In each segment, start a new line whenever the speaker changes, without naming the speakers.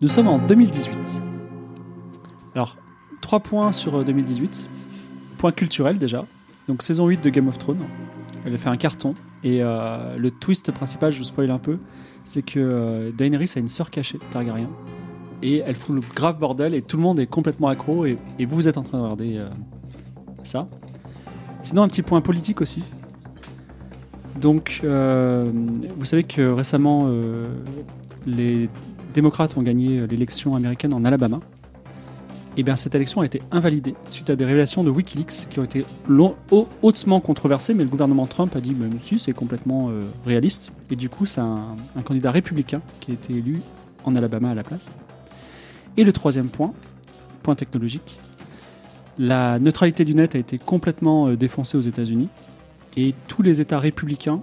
Nous sommes en 2018. Alors, trois points sur euh, 2018. Point culturel déjà. Donc, saison 8 de Game of Thrones. Elle a fait un carton. Et euh, le twist principal, je vous spoil un peu, c'est que euh, Daenerys a une sœur cachée, Targaryen. Et elle fout le grave bordel et tout le monde est complètement accro. Et, et vous, vous êtes en train de regarder euh, ça. Sinon, un petit point politique aussi. Donc, euh, vous savez que récemment, euh, les démocrates ont gagné euh, l'élection américaine en Alabama. Et bien, cette élection a été invalidée suite à des révélations de Wikileaks qui ont été long- hau- hautement controversées, mais le gouvernement Trump a dit même si c'est complètement euh, réaliste. Et du coup, c'est un, un candidat républicain qui a été élu en Alabama à la place. Et le troisième point, point technologique, la neutralité du net a été complètement euh, défoncée aux États-Unis et tous les États républicains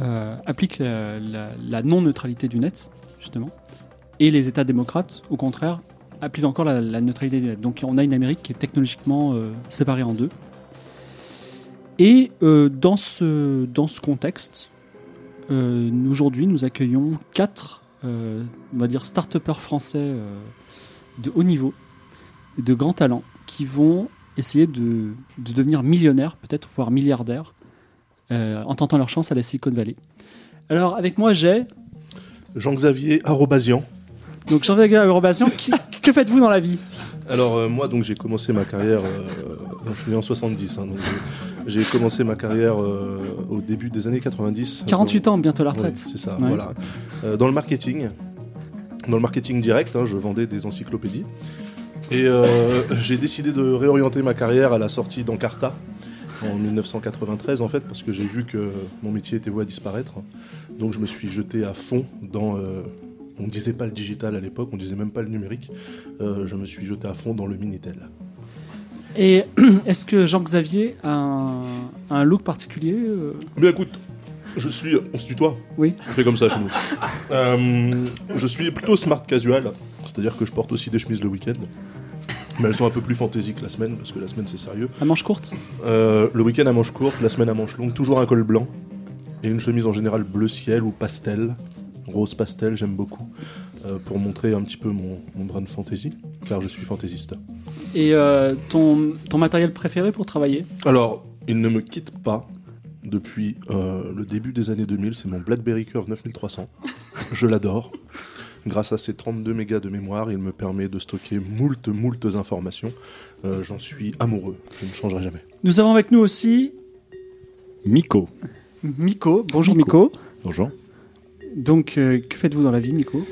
euh, appliquent la, la- la non-neutralité du net, justement, et les États démocrates, au contraire, appliquent encore la, la neutralité du net. Donc on a une Amérique qui est technologiquement euh, séparée en deux. Et euh, dans, ce, dans ce contexte, euh, nous, aujourd'hui, nous accueillons quatre, euh, on va dire, start-upers français euh, de haut niveau, de grands talents, qui vont essayer de, de devenir millionnaires, peut-être voire milliardaires, euh, en tentant leur chance à la Silicon Valley. Alors avec moi j'ai
Jean-Xavier Arrobasian.
donc Jean-Vega Eurobasian. Qui- que faites-vous dans la vie
Alors euh, moi donc j'ai commencé ma carrière, euh, donc, je suis né en 70, hein, donc j'ai j'ai commencé ma carrière euh, au début des années 90.
48 ans, bientôt la
Ouais,
retraite.
c'est ça,
Ouais.
voilà. Euh, dans le marketing, dans le marketing direct, hein, je vendais des encyclopédies. Et euh, j'ai décidé de réorienter ma carrière à la sortie d'Encarta en 1993, en fait, parce que j'ai vu que mon métier était voué à disparaître. Donc je me suis jeté à fond dans. euh, on ne disait pas le digital à l'époque, on disait même pas le numérique. Euh, je me suis jeté à fond dans le Minitel.
Et est-ce que Jean-Xavier a un, un look particulier euh
Bien écoute, je suis. On se tutoie
Oui.
On fait comme ça chez nous. Euh, je suis plutôt smart casual, c'est-à-dire que je porte aussi des chemises le week-end. Mais elles sont un peu plus fantaisie que la semaine, parce que la semaine c'est sérieux.
à manche courte
Euh, le week-end à manche courte, la semaine à manche longue, toujours un col blanc. Et une chemise en général bleu ciel ou pastel. Rose pastel, j'aime beaucoup. euh, pour montrer un petit peu mon, mon brin de fantaisie, car je suis fantaisiste.
Et euh, ton, ton matériel préféré pour travailler
Alors, il ne me quitte pas depuis euh, le début des années 2000. C'est mon BlackBerry Curve 9300. Je l'adore. Grâce à ses 32 mégas de mémoire, il me permet de stocker moult, moult informations. Euh, J'en suis amoureux. Je ne changerai jamais.
Nous avons avec nous aussi
Miko.
Miko. Bonjour Miko.
Bonjour.
Donc euh, que faites-vous dans la vie Miko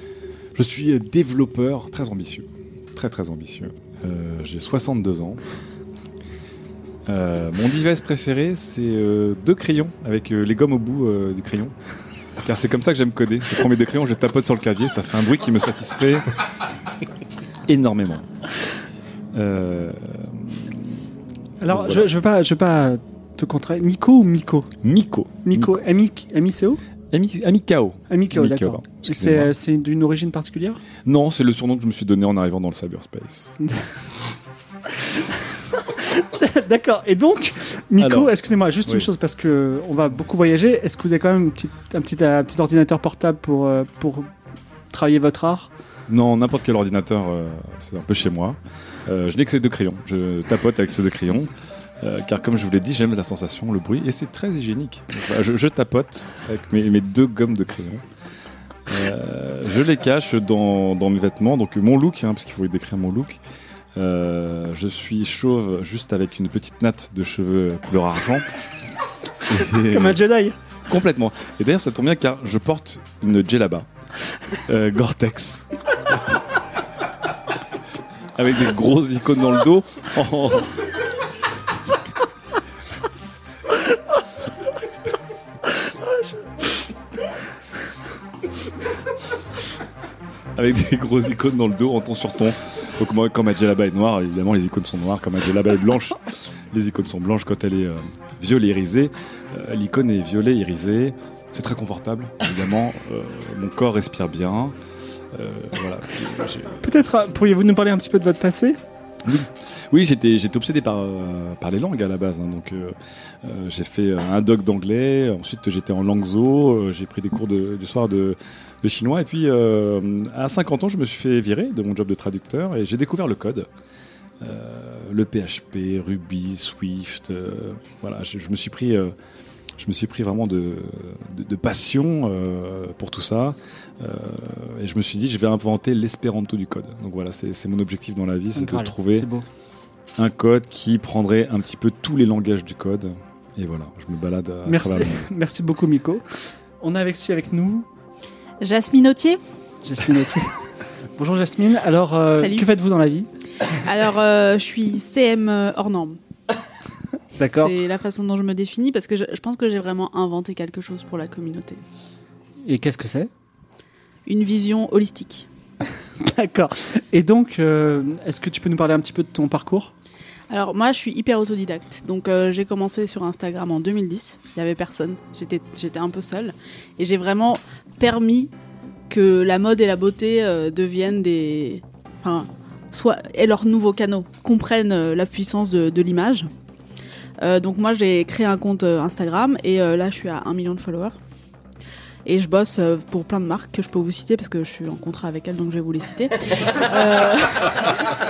Je suis euh, développeur très ambitieux. Très très ambitieux. Euh, J'ai 62 ans. Euh, mon device préféré, c'est euh, deux crayons avec euh, les gommes au bout euh, du crayon. Car c'est comme ça que j'aime coder. Je prends mes deux crayons, je tapote sur le clavier, ça fait un bruit qui me satisfait énormément. Euh,
Alors,
Donc,
je, je veux pas, je veux pas te contraire. Nico ou Miko
Miko.
Miko, m i
Ami- Amikao.
Amico,
Miko,
d'accord. Et C'est
excusez-moi.
euh, c'est d'une origine particulière
Non, c'est le surnom que je me suis donné en arrivant dans le cyberspace.
D'accord. Et donc, Miko,
Alors,
excusez-moi, juste une
oui.
chose parce que on va beaucoup voyager. Est-ce que vous avez quand même une petite- un petit, un petit, ordinateur portable pour, euh, pour travailler votre art
Non, n'importe quel ordinateur, euh, c'est un peu chez moi. Euh, je n'ai que ces deux crayons. Je tapote avec ces deux crayons. euh, car comme je vous l'ai dit, j'aime la sensation, le bruit, et c'est très hygiénique. Voilà, je, je tapote avec mes, mes deux gommes de crayon. Euh, je les cache dans, dans mes vêtements, donc mon look, hein, parce qu'il faut décrire mon look. Euh, je suis chauve juste avec une petite natte de cheveux couleur argent. Et-
Comme un Jedi.
Complètement. Et d'ailleurs, ça tombe bien car je porte une djellaba euh, Gore-Tex. Avec des grosses icônes dans le dos. en- Avec des grosses icônes dans le dos en ton sur ton. Donc moi, quand ma djellaba est noire, évidemment les icônes sont noires. Quand ma djellaba est blanche, les icônes sont blanches. Quand elle est euh, violet irisée, euh, l'icône est violet irisée. C'est très confortable, évidemment. Euh, mon corps respire bien. Euh, voilà. J'ai-
Peut-être euh, pourriez-vous nous parler un petit peu de votre passé
Oui, j'étais j'étais obsédé par, euh, par les langues à la base. hein. donc, euh, euh, j'ai fait euh, un doc d'anglais. Ensuite, j'étais en langzo. euh, j'ai pris des cours de, du soir de, de chinois. Et puis, euh, à 50 ans, je me suis fait virer de mon job de traducteur et j'ai découvert le code. Euh, le PHP, Ruby, Swift. euh, voilà, je, je me suis pris. euh, je me suis pris vraiment de, de- de passion euh, pour tout ça Euh, et je me suis dit je vais inventer l'espéranto du code. Donc voilà, c'est c'est mon objectif dans la vie, c'est de
Graal,
trouver
C'est beau.
un code qui prendrait un petit peu tous les langages du code. Et voilà, je me balade à
Merci,
travers le monde.
merci beaucoup, Miko. On a avec qui avec nous
Jasmine Autier.
Jasmine Autier. Bonjour Jasmine. Alors, euh,
Salut.
que faites-vous dans la vie
Alors, euh, je suis CM euh, hors norme.
D'accord.
C'est la façon dont je me définis parce que je, je pense que j'ai vraiment inventé quelque chose pour la communauté.
Et qu'est-ce que c'est
Une vision holistique.
D'accord. Et donc, euh, est-ce que tu peux nous parler un petit peu de ton parcours
Alors moi, je suis hyper autodidacte. Donc euh, j'ai commencé sur Instagram en 2010. Il y avait personne. J'étais j'étais un peu seule et j'ai vraiment permis que la mode et la beauté euh, deviennent des enfin soit et leurs nouveaux canaux comprennent euh, la puissance de, de l'image. Euh, donc moi, j'ai créé un compte euh, Instagram et euh, là, je suis à un million de followers. Et je bosse euh, pour plein de marques que je peux vous citer parce que je suis en contrat avec elles, donc je vais vous les citer. Euh,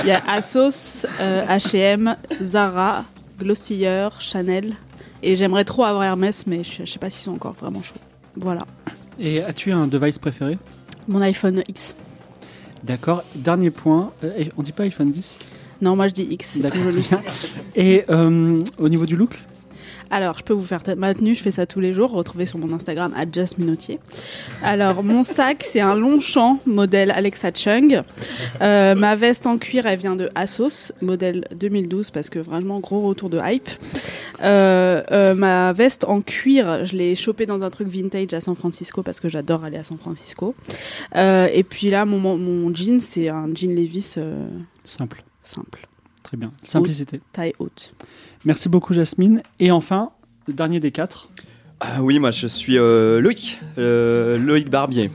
il y a Asos, euh, H&M, Zara, Glossier, Chanel. Et j'aimerais trop avoir Hermès, mais je, je sais pas s'ils sont encore vraiment chauds. Voilà.
Et as-tu un device préféré
Mon iPhone X.
D'accord. Dernier point. Euh, on dit pas iPhone 10
Non, moi je dis X. c'est
D'accord.
plus joli.
très bien. Et euh, au niveau du look
Alors, je peux vous faire t- ma tenue, je fais ça tous les jours. Retrouvez sur mon Instagram, à Jasminotier. Alors, mon sac, c'est un long champ, modèle Alexa Chung. Euh, ma veste en cuir, elle vient de Asos, modèle 2012, parce que vraiment, gros retour de hype. Euh, euh, ma veste en cuir, je l'ai chopée dans un truc vintage à San Francisco, parce que j'adore aller à San Francisco. Euh, et puis là, mon, mon- mon jean, c'est un jean Levis euh,
Simple.
simple,
Très bien. Simplicité.
taille haute.
Merci beaucoup, Jasmine. Et enfin, le dernier des quatre.
Ah oui, moi je suis euh, Loïc, euh, Loïc Barbier.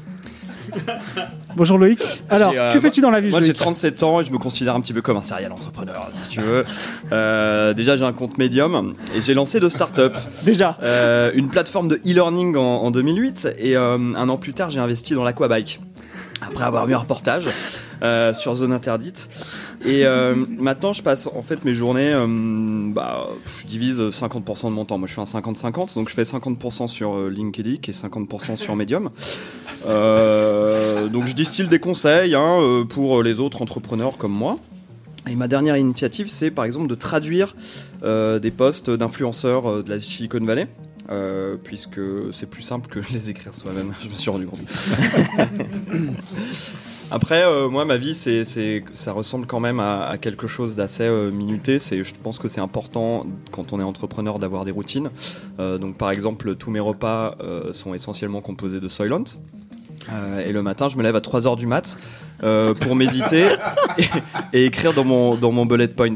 Bonjour Loïc. Alors,
J'ai, euh,
que fais-tu dans la vie
Moi j'ai
Loïc
37 ans et je me considère un petit peu comme un serial entrepreneur, si tu veux. Euh, déjà j'ai un compte médium et j'ai lancé deux startups.
Déjà.
Euh, une plateforme de e-learning en, en 2008 et euh, un an plus tard j'ai investi dans l'aquabike après avoir vu un reportage euh, sur zone interdite et euh, maintenant je passe en fait mes journées euh, bah, je divise 50% de mon temps moi je suis un 50-50 donc je fais 50% sur euh, LinkedIn et 50% sur Medium Euh, donc je distille des conseils hein, euh, pour les autres entrepreneurs comme moi et ma dernière initiative, c'est par exemple de traduire euh, des posts d'influenceurs euh, de la Silicon Valley, euh, puisque c'est plus simple que de les écrire soi-même, je me suis rendu compte. Après, euh, moi, ma vie, c'est, c'est- ça ressemble quand même à, à quelque chose d'assez euh, minuté. C'est, je pense que c'est important quand on est entrepreneur d'avoir des routines. Euh, donc, par exemple, tous mes repas euh, sont essentiellement composés de Soylent. Euh, et le matin, je me lève à 3h du mat euh, pour méditer et, et écrire dans mon, dans mon bullet points.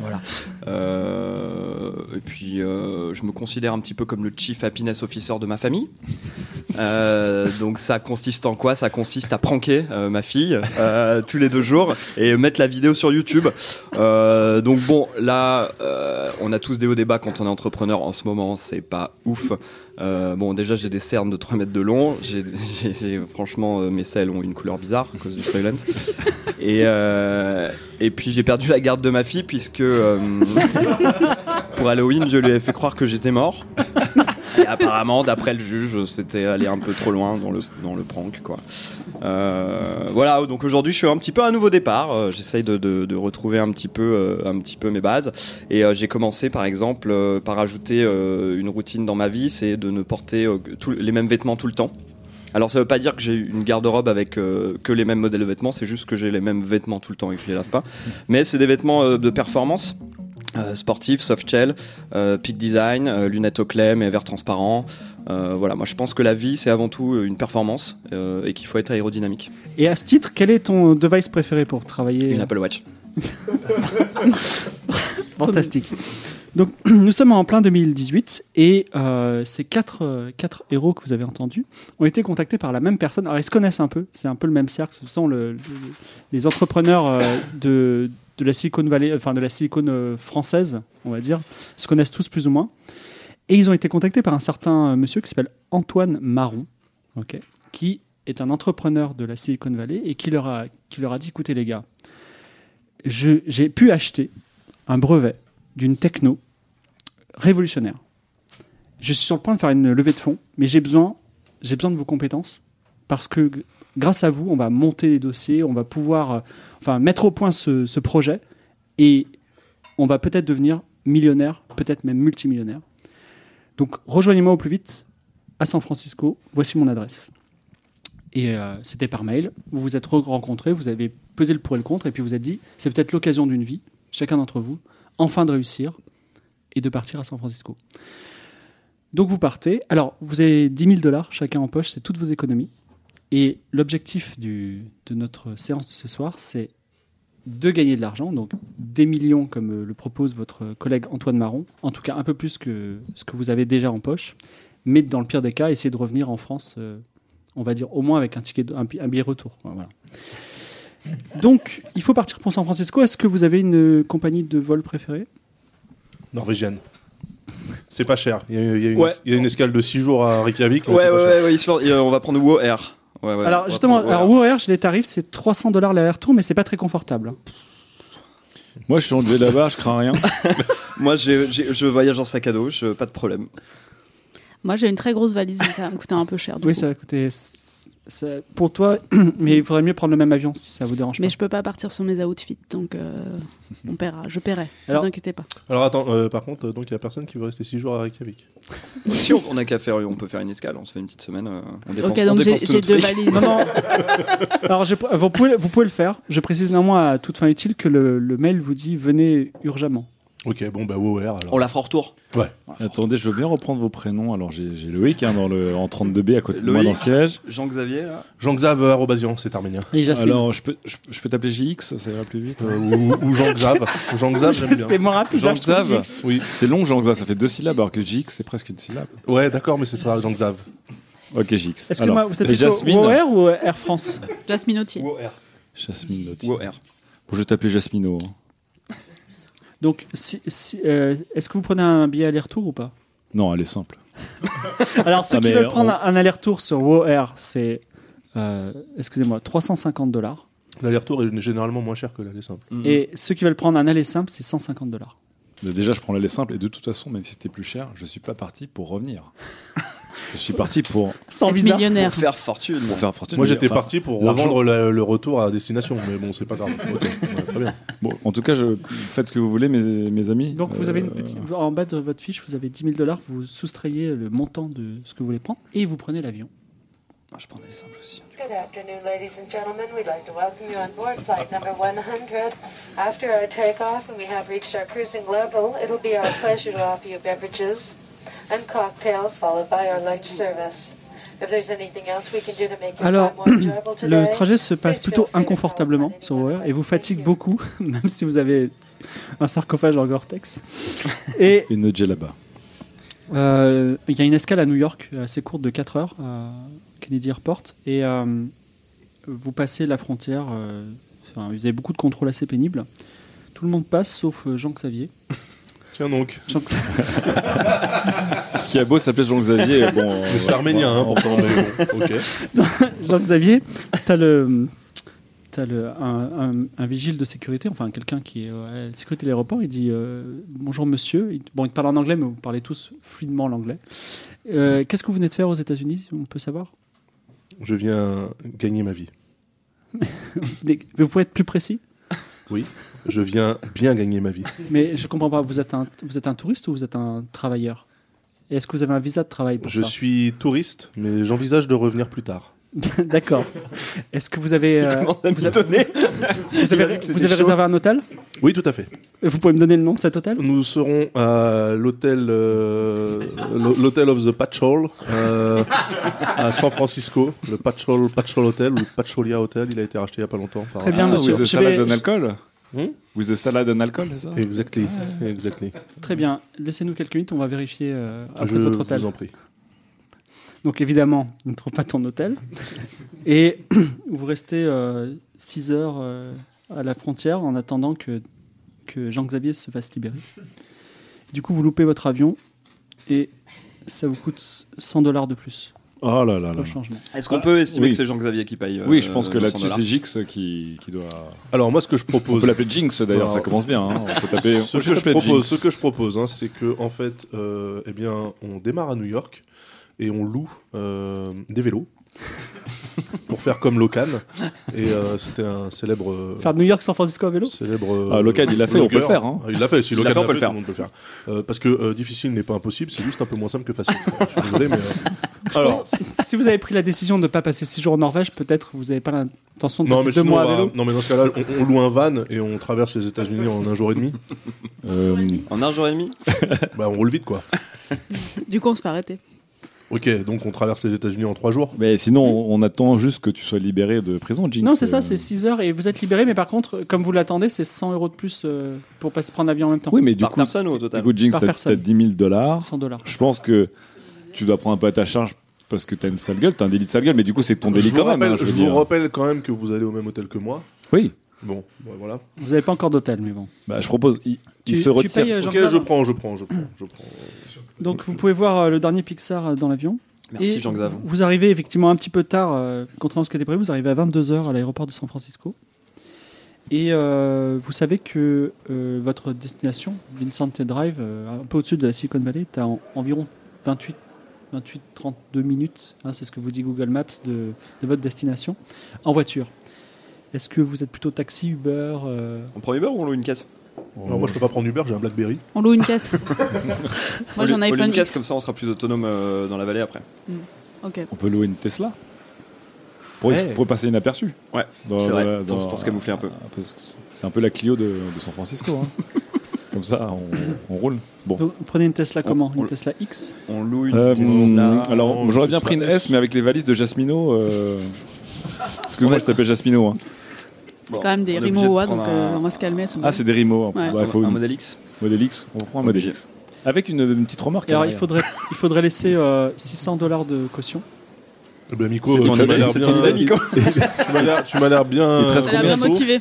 Voilà. Euh, et puis, euh, je me considère un petit peu comme le chief happiness officer de ma famille. Euh, donc, ça consiste en quoi Ça consiste à pranker euh, ma fille euh, tous les deux jours et mettre la vidéo sur YouTube. Euh, donc, bon, là, euh, on a tous des hauts débats quand on est entrepreneur. En ce moment, c'est pas ouf. Euh, bon, déjà, j'ai des cernes de 3 mètres de long. J'ai- j'ai- j'ai- franchement, euh, mes selles ont une couleur bizarre à cause du Soylent. Et, euh, et puis, j'ai perdu la garde de ma fille puisque euh, pour Halloween, je lui ai fait croire que j'étais mort. Et apparemment, d'après le juge, c'était aller un peu trop loin dans le, dans le prank, quoi. Euh, voilà, donc aujourd'hui, je suis un petit peu à un nouveau départ. Euh, J'essaye de, de- de retrouver un petit peu, euh, un petit peu mes bases. Et euh, j'ai commencé par exemple euh, par ajouter euh, une routine dans ma vie, c'est de ne porter euh, tout- les mêmes vêtements tout le temps. Alors ça veut pas dire que j'ai une garde-robe avec euh, que les mêmes modèles de vêtements, c'est juste que j'ai les mêmes vêtements tout le temps et que je les lave pas. Mais c'est des vêtements euh, de performance. euh, sportifs, soft shell, euh, peak design, euh, lunettes au clem et verres transparents. Euh, voilà, moi je pense que la vie c'est avant tout une performance euh, et qu'il faut être aérodynamique.
Et à ce titre, quel est ton device préféré pour travailler
euh,
Une Apple Watch.
Fantastique. Donc, nous sommes en plein 2018 et euh, ces quatre, euh, quatre héros que vous avez entendus ont été contactés par la même personne. Alors, ils se connaissent un peu, c'est un peu le même cercle. Ce sont le- le- les entrepreneurs euh, de, de la Silicon Valley, enfin de la Silicon euh, française, on va dire, se connaissent tous plus ou moins. Et ils ont été contactés par un certain euh, monsieur qui s'appelle Antoine Marron, ok, qui est un entrepreneur de la Silicon Valley et qui leur a, qui leur a dit écoutez, les gars, je- j'ai pu acheter un brevet d'une techno révolutionnaire. Je suis sur le point de faire une levée de fonds, mais j'ai besoin, j'ai besoin de vos compétences parce que g- grâce à vous, on va monter des dossiers, on va pouvoir euh, enfin, mettre au point ce, ce projet et on va peut-être devenir millionnaire, peut-être même multimillionnaire. Donc rejoignez-moi au plus vite à San Francisco, voici mon adresse. Et euh, c'était par mail, vous vous êtes re- rencontrés, vous avez pesé le pour et le contre et puis vous êtes dit, c'est peut-être l'occasion d'une vie, chacun d'entre vous, enfin de réussir et de partir à San Francisco. Donc vous partez. Alors, vous avez 10 000 dollars chacun en poche, c'est toutes vos économies. Et l'objectif du- de notre séance de ce soir, c'est de gagner de l'argent, donc des millions comme euh, le propose votre collègue Antoine Marron, en tout cas un peu plus que ce que vous avez déjà en poche, mais dans le pire des cas, essayer de revenir en France, euh, on va dire au moins avec un, ticket de- un, pi- un billet retour. Voilà. Donc, il faut partir pour San Francisco. Est-ce que vous avez une euh, compagnie de vol préférée
Norvégienne. C'est pas cher. Il y, a- il y a une-
Ouais.
il y a une escale de 6 jours à Reykjavik. mais
Ouais,
c'est
ouais,
pas cher.
ouais, ouais, histoire- euh, on va prendre WoW Air. Ouais, ouais, on
Alors
va
justement,
prendre WoW Air.
alors WoW les tarifs c'est 300 dollars l'aller-retour, mais c'est pas très confortable.
Moi, je suis enlevé là-bas, je crains rien.
Moi, j'ai- j'ai- je voyage en sac à dos, je- pas de problème.
Moi, j'ai une très grosse valise, mais ça me coûtait un peu cher. du
Oui,
coup.
ça va coûter. ça- pour toi, mais il faudrait mieux prendre le même avion si ça vous dérange
Mais
pas.
je peux pas partir sur mes outfits, donc euh, on paiera. Je paierai.
Alors-
vous inquiétez pas.
Alors attends, euh, par contre, euh, donc il y a personne qui veut rester 6 jours à Reykjavik.
Si on, on a qu'à faire, on peut faire une escale, on se fait une petite semaine. euh, on dépense,
ok,
on
donc j'ai
dépense tout
j'ai
notre
deux
fric.
valises.
Alors je- vous pouvez, vous pouvez le faire. Je précise néanmoins à toute fin utile que le, le mail vous dit venez urgemment.
Ok, bon bah WoW Air, alors.
On la fera en retour.
Attendez, je veux bien reprendre vos prénoms. Alors, j'ai j'ai Loïc hein, dans le, en 32B à côté de moi
Loïc.
dans le siège.
Jean-Xavier, là
Jean-Xav euh, Arobasian, c'est arménien.
Et Jasmine.
Alors, je peux, je, je peux t'appeler JX, ça ira plus vite.
Euh, ou ou Jean-Xav. Jean-Xav, j'aime bien.
c'est moins rapide. là, je trouve,
Jean-Xav.
Jix.
Oui,
C'est long, Jean-Xav, ça fait deux syllabes, alors que JX, c'est presque une syllabe.
ouais, d'accord, mais ce sera Jean-Xav.
Ok, JX.
Excuse-moi,
Alors,
vous êtes
et
plutôt
Jasmine.
WoW Air ou euh, Air France
Jasmine Autier.
WoW Air.
Jasmine Lotti.
WoW Air.
Bon, je vais t'appeler Jasmino. hein.
Donc, si- si- euh, est-ce que vous prenez un billet aller-retour ou pas
Non, elle est simple.
Alors, ceux
Ah,
qui
mais
veulent
on-
prendre un aller-retour sur WoW Air, c'est, euh, excusez-moi, 350 dollars.
L'aller-retour est généralement moins cher que l'aller simple.
Et ceux qui veulent prendre un aller simple, c'est 150 dollars.
Mais Déjà, je prends l'aller simple, et de toute façon, même si c'était plus cher, je suis pas parti pour revenir. je suis parti pour,
Sans
Être
visa.
millionnaire.
Pour faire fortune.
pour faire fortune.
Moi j'étais
Enfin,
parti pour
l'argent-
revendre le, le retour à destination, mais bon, c'est pas grave. Ok, ouais, très bien.
Bon, en tout cas, je... faites ce que vous voulez, mes, mes amis.
Donc vous avez une
Euh,
petite, en bas de votre fiche, vous avez 10 000 dollars, vous soustrayez le montant de ce que vous voulez prendre et vous prenez l'avion.
Ah, je prendrais les simples aussi.
Good afternoon, ladies and gentlemen. We'd like to welcome you on board flight number 100. After our takeoff and we have reached our cruising level, it'll be our pleasure to offer you beverages and cocktails followed by our lunch service. If there's anything else we can do to make your
Alors,
time more enjoyable
Le
today,
trajet se passe plutôt inconfortablement sur Warrior et vous fatigue beaucoup, même si vous avez un sarcophage en Gore-Tex. Et
Une djellaba.
euh, il y a une escale à New York euh, assez courte de 4 heures, à Kennedy Airport, et euh, vous passez la frontière. euh, enfin, vous avez beaucoup de contrôles assez pénibles. Tout le monde passe sauf euh, Jean-Xavier.
Tiens donc.
Jean-Xavier.
Qui a beau s'appeler Jean-Xavier. Bon, Ah,
Mais c'est arménien, hein, pourtant. mais bon, ok.
Jean-Xavier, t'as le, t'as le, un, un- un vigile de sécurité, enfin quelqu'un qui est euh, à la sécurité de l'aéroport, il dit euh, bonjour monsieur. Il, bon, il te parle en anglais, mais vous parlez tous fluidement l'anglais. Euh, Qu'est-ce que vous venez de faire aux États-Unis On peut savoir
Je viens gagner ma vie.
Des- mais Vous pouvez être plus précis
Je viens bien gagner ma vie.
Mais je comprends pas. Vous êtes un, vous êtes un touriste ou vous êtes un travailleur Et est-ce que vous avez un visa de travail pour
Je
ça
suis touriste, mais j'envisage de revenir plus tard.
D'accord. Est-ce que vous avez, euh,
Comment ça
vous avez, vous
Il a
avez,
vu que c'était
vous avez
chaud.
réservé un hôtel
Oui, tout à fait.
Vous pouvez me donner le nom de cet hôtel
Nous serons à l'hôtel euh, l'h- l'hôtel of the Patch Hall euh, à San Francisco, le Patch Hall, Patch Hall Hotel ou le Patcholia Hotel. Il a été racheté il y a pas longtemps. Par
Très bien,
Ah,
monsieur.
With a
Je
salad
vais-
and alcohol
Hmm
With a salad and alcohol, c'est ça
Exactly, exactly.
Très bien, laissez-nous quelques minutes, on va vérifier euh, après
Je
votre hôtel.
vous en prie.
Donc évidemment, on ne trouve pas ton hôtel. Et vous restez 6 heures euh, à la frontière en attendant que, que Jean-Xavier se fasse libérer. Du coup, vous loupez votre avion et ça vous coûte 100 dollars de plus
Oh là là là.
pour le changement.
Est-ce qu'on peut estimer
oui.
que c'est Jean-Xavier qui paye euh,
Oui, je pense que
200
là-dessus,
dollars
c'est Jix qui, qui doit.
Alors moi, ce que je
On
propose,
peut l'appeler Jinx d'ailleurs,
Alors,
ça commence bien. hein. On peut taper.
ce
on peut
que je
l'appeler
propose,
Jinx.
ce que je propose, hein, c'est que en fait, euh, eh bien, on démarre à New York et on loue euh, des vélos pour faire comme Locan. Et euh, c'était un célèbre. euh,
Faire de New York San Francisco à vélo
Célèbre. euh,
Ah, Locan, il l'a fait, on peut le faire, hein.
Ah, Il l'a fait, si
S'il l'a
Locan
fait, on
l'a
peut le
fait,
faire.
tout le monde peut le faire. Euh, parce que euh, difficile n'est pas impossible, c'est juste un peu moins simple que facile. Je suis désolé, mais. euh, Alors,
Si vous avez pris la décision de ne pas passer 6 jours en Norvège, peut-être vous n'avez pas l'intention de
non, mais
passer 2
sinon,
bah, mois
bah, on va-
à vélo.
non, mais dans ce cas-là, on, on loue un van et on traverse les États-Unis en un jour et demi.
Euh,
En un jour et demi
Bah, on roule vite, quoi.
Du coup, on se fait arrêter.
Ok, donc on traverse les États-Unis en trois jours.
mais sinon, on attend juste que tu sois libéré de prison, Jinx.
Non, c'est ça,
Euh,
c'est 6 heures et vous êtes libéré, mais par contre, comme vous l'attendez, c'est 100 euros de plus euh, pour passer prendre l'avion en même temps.
Oui, mais du
Par
coup,
personne ou au
du
total
coup Jinx,
Par
t'as
personne.
t'as 10 000 dollars.
100 dollars.
Je pense que tu dois prendre un peu à ta charge parce que t'as une sale gueule, t'as un délit de sale gueule, mais du coup, c'est ton délit
je vous,
quand même.
rappelle,
hein, je
je
veux
vous
dire.
rappelle quand même que vous allez au même hôtel que moi.
Oui,
Bon, bah, voilà.
Vous n'avez pas encore d'hôtel, mais bon.
bah, je propose. Il, il
Tu-
se
tu
retire.
payes, euh,
Ok,
Jean-Claude
je prends, je prends, je prends, je prends.
Donc vous pouvez voir euh, le dernier Pixar euh, dans l'avion.
Merci
Et
Jean-Xavier.
vous- Vous arrivez effectivement un petit peu tard, euh, contrairement à ce qui était prévu, vous arrivez à 22h à l'aéroport de San Francisco. Et euh, vous savez que euh, votre destination, Vincent Drive, euh, un peu au-dessus de la Silicon Valley, est à en- environ 28, 28 32 minutes, hein, c'est ce que vous dit Google Maps, de, de votre destination, en voiture. Est-ce que vous êtes plutôt taxi, Uber euh,
On prend Uber ou on loue une caisse
Oh.
Alors, moi, je peux pas prendre Uber, j'ai un Blackberry.
On loue une caisse. Moi, j'ai un
On loue- on loue
iPhone
une caisse,
X.
comme ça on sera plus autonome euh, dans la vallée après.
Ok.
On peut louer une Tesla pour,
Ouais.
pour passer inaperçu.
Ouais,
Dans-
c'est vrai,
dans-
pour,
dans- Ah,
pour se camoufler un peu.
parce que c'est- C'est un peu la Clio de, de San Francisco. hein. Comme ça, on, on roule. Bon.
donc, vous prenez une Tesla
On-
comment
on
Une
le-
Tesla X
On loue une
Euh,
Tesla.
alors, j'aurais bien
Tesla
pris une S,
S.
mais avec les valises de Jasmino. euh, Parce que moi, je t'appelle Jasmino. hein.
C'est
Bon,
quand même
on
des
est obligé de
rimes OA, donc
prendre
euh,
un-
on va se calmer. à ce
Ah,
moment.
c'est des Rimo.
Ouais.
Bah, il faut
un
une-
modèle X.
modèle X. On prend un
Obligé.
modèle X. Avec une, une petite remarque. à
Alors il
l'arrière.
faudrait, il faudrait laisser euh, 600 dollars de caution.
Eh ben, Miko,
C'est
euh,
ton
tu m'as
idée,
l'air
c'est ton
bien-
idée, Miko.
tu m'as l'air- tu m'as l'air bien.
Il te reste
Elle a
combien
bien
de jours
motivé.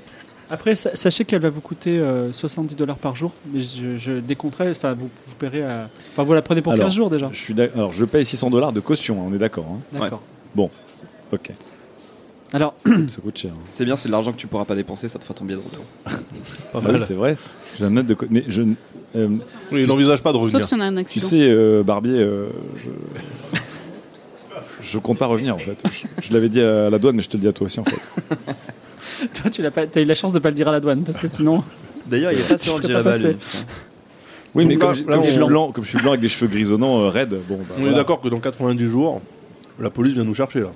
Après, sa- sachez qu'elle va vous coûter euh, 70 dollars par jour. Mais je, je décompterai, enfin, vous, vous paierez à- Enfin, vous la prenez pour
Alors,
15 jours déjà.
Je suis d'ac- Alors, je paye 600 dollars de caution, hein, on est d'accord. hein.
D'accord.
Ok.
Alors,
Ça coûte cher. hein.
C'est bien, c'est de l'argent que tu pourras pas dépenser, ça te fera ton billet de retour.
Pas
Ah
mal.
oui, c'est vrai. J'ai un net de. co- mais je n- euh,
Oui, il n'envisage pas de
Sauf
revenir.
si on a un
tu
accident.
sais, euh, Barbier, euh, je. Je compte pas revenir en fait. Je, je l'avais dit à la douane, mais je te le dis à toi aussi en fait.
toi, tu as, as eu la chance de pas le dire à la douane parce que sinon,
D'ailleurs, il est pas
Je
sûr
serais
que j'ai
pas
la balle,
passé.
lui, putain.
Oui,
Donc
mais
là-
comme, j'ai-
là,
comme je suis
on-
blanc, comme je suis blanc avec des cheveux grisonnants euh, raides, bon. Bah,
On est
voilà.
d'accord que dans 90 jours, la police vient nous chercher là.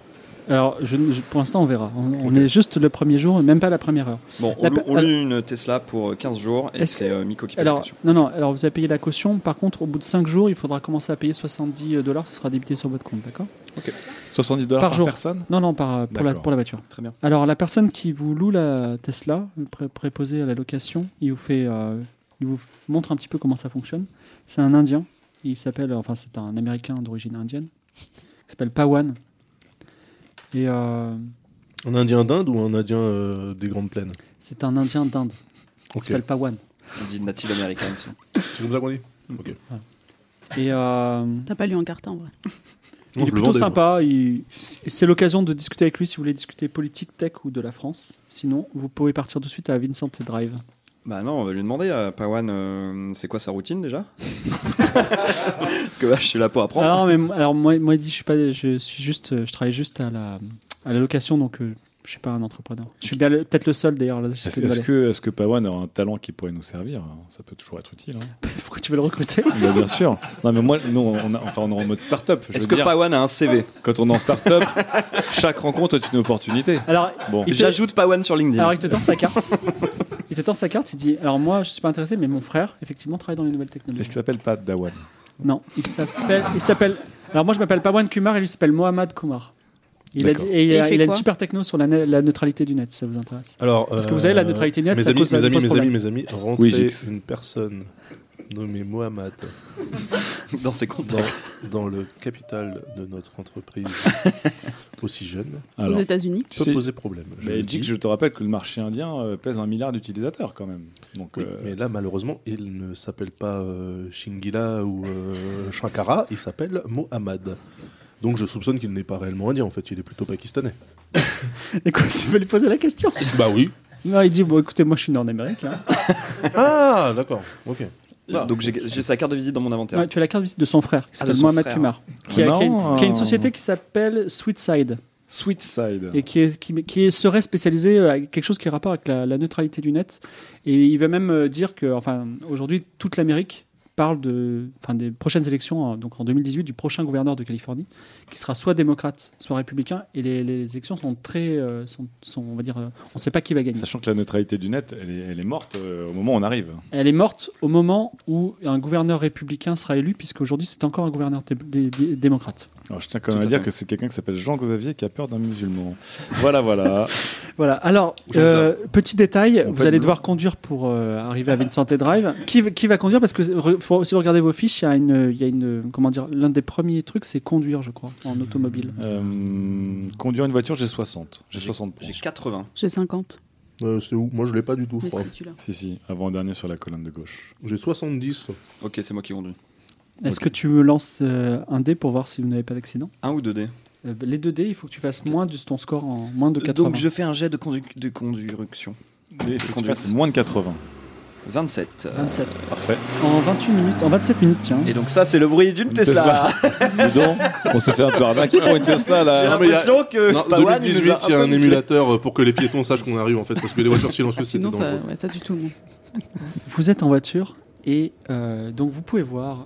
Alors, je, je- pour l'instant, on verra. On, on est juste le premier jour, même pas la première heure.
Bon, on
La
loue,
pe-
on loue une Tesla pour 15 jours et
Est-ce
c'est euh, Miko qui paye la
Alors,
caution.
non, non, alors vous avez payé la caution. Par contre, au bout de 5 jours, il faudra commencer à payer 70 dollars. Ce sera débité sur votre compte, d'accord
70 dollars par,
jour.
personne
Non, non, par, euh, pour, la,
D'accord.
pour la voiture.
Très bien.
Alors, la personne qui vous loue la Tesla, pré- préposée à la location, il vous, fait, euh, il vous montre un petit peu comment ça fonctionne. C'est un Indien. Il s'appelle, enfin, c'est un Américain d'origine indienne. Il s'appelle Pawan. Et euh,
Un indien d'Inde ou un indien euh, des Grandes Plaines
c'est un Indien d'Inde. Il
Ok.
s'appelle Pawan.
On dit native américaine. ça.
C'est comme ça qu'on dit Ok.
Et euh,
T'as pas lu un carton en vrai.
il est
Non, je le
plutôt
vendais, moi.
sympa. il- C'est l'occasion de discuter avec lui si vous voulez discuter politique, tech ou de la France. Sinon, vous pouvez partir tout de suite à Vincent Drive.
Bah non, on va lui demander à Pawan, euh, c'est quoi sa routine déjà Parce que bah, je suis là pour apprendre.
Alors, Ah, mais, m- alors moi, moi, il dit, je suis pas, je suis juste, euh, je travaille juste à la, à la location, donc euh, je suis pas un entrepreneur. Je suis bien le- peut-être le seul d'ailleurs. là, je sais
Est-ce
que
est-ce
le
que, est que Pawan a un talent qui pourrait nous servir Ça peut toujours être utile. hein.
valet. Pourquoi tu veux le recruter
Bah, bien sûr. Non, mais moi, nous, on, a- enfin, on est en mode start-up. Je
Est-ce
veux
que
dire,
Pawan a un CV
quand on est en start-up, chaque rencontre est une opportunité.
Alors,
Bon.
il te-
J'ajoute Pawan sur LinkedIn.
alors il te tend sa carte. il te tend sa carte. Il dit, alors moi, je suis pas intéressé, mais mon frère, effectivement, travaille dans les nouvelles
Est-ce
technologies.
qu'il s'appelle Pat Dawan
Non, il s'appelle, il s'appelle. Alors moi, je m'appelle Pawan Kumar et lui il s'appelle Mohamed Kumar. Il a,
D'accord.
dit- et il
Et il
a-
fait
il a une
quoi
super techno sur la, ne- la neutralité du net, si ça vous intéresse.
Alors,
Parce que vous avez la neutralité nette,
Mes
ça
amis,
cause-
mes
ça
amis,
pose
mes amis,
problème.
mes amis, rentrez
Oui, Gix.
une personne nommée Mohamed
dans ses comptes.
dans, dans le capital de notre entreprise aussi jeune
Alors,
Aux États-Unis.
tu
peut
sais,
poser problème. je
mais
le
Dick,
dis.
je te rappelle que le marché indien euh, pèse un milliard d'utilisateurs quand même. Donc,
Oui,
euh,
mais là, malheureusement, il ne s'appelle pas euh, Shingila ou euh, Shankara, il s'appelle Mohamed. Donc je soupçonne qu'il n'est pas réellement indien, en fait, il est plutôt pakistanais.
Écoute, tu veux lui poser la question
bah oui.
Non, il dit, bon, écoutez, moi, je suis nord-américain.
Ah, d'accord, ok. Ah.
Donc j'ai j'ai sa carte de visite dans mon inventaire.
Ouais, tu as la carte de visite de son frère, qui
Ah, de
s'appelle
son
Mohamed
frère.
Kumar, qui a, qui a une,
Non.
qui a une société qui s'appelle Sweetside,
Sweet Side.
et qui, est- qui- qui est- serait spécialisée euh, à quelque chose qui a rapport avec la, la neutralité du net. Et il va même euh, dire que, enfin, aujourd'hui, toute l'Amérique parle de, enfin, des prochaines élections, hein, donc en 2018, du prochain gouverneur de Californie, qui sera soit démocrate, soit républicain, et les, les élections sont très, euh, sont, sont, on va dire, euh, on ne sait pas qui va gagner.
Sachant que la neutralité du net, elle est, elle est morte euh, au moment où on arrive.
Elle est morte au moment où un gouverneur républicain sera élu, puisqu'aujourd'hui, c'est encore un gouverneur dé- dé- dé- démocrate.
Alors, je tiens quand même à
Tout à
dire
fait.
que c'est quelqu'un qui s'appelle Jean-Xavier qui a peur d'un musulman. voilà, voilà.
Voilà. Alors,
Jean
euh, petit détail,
On
vous
fait
allez
de-
devoir conduire pour euh, arriver à Vincent Drive. Qui, va- qui va conduire Parce que re- faut- si vous regardez vos fiches, il y a une, il y a une comment dire, l'un des premiers trucs, c'est conduire, je crois, en automobile.
Euh, conduire une voiture, j'ai 60. J'ai
J'ai-
60
J'ai 80.
J'ai 50.
Euh, c'est où Moi, je l'ai pas du tout, je
Mais
crois.
si tu l'as.
Si, si, avant-dernier sur la colonne de gauche.
J'ai 70.
Ok, c'est moi qui conduis.
Est-ce
Ok.
que tu me lances euh, un dé pour voir si vous n'avez pas d'accident
Un ou deux dés.
Euh, Les deux dés, il faut que tu fasses moins de ton score en moins de 80.
Euh, Donc je fais un jet de, condu de conduction.
Il faut que tu
Conduite.
fasses moins de 80.
27. euh,
27.
Parfait.
En 28 minutes, en 27 minutes, tiens.
Et donc ça, c'est le bruit d'une
Une
Tesla.
Dis donc, on s'est fait un peu arnaquer pour une Tesla
J'ai
là.
mais y a-
l'impression que
Non,
Pawan, il nous
2018, il y a
peu
un
niqué.
émulateur euh, pour que les piétons sachent qu'on arrive en fait, parce que les voitures silencieuses c'était
Ah, Sinon, ça,
dangereux.
ouais, ça tue tout le monde.
Vous êtes en voiture et euh, donc vous pouvez voir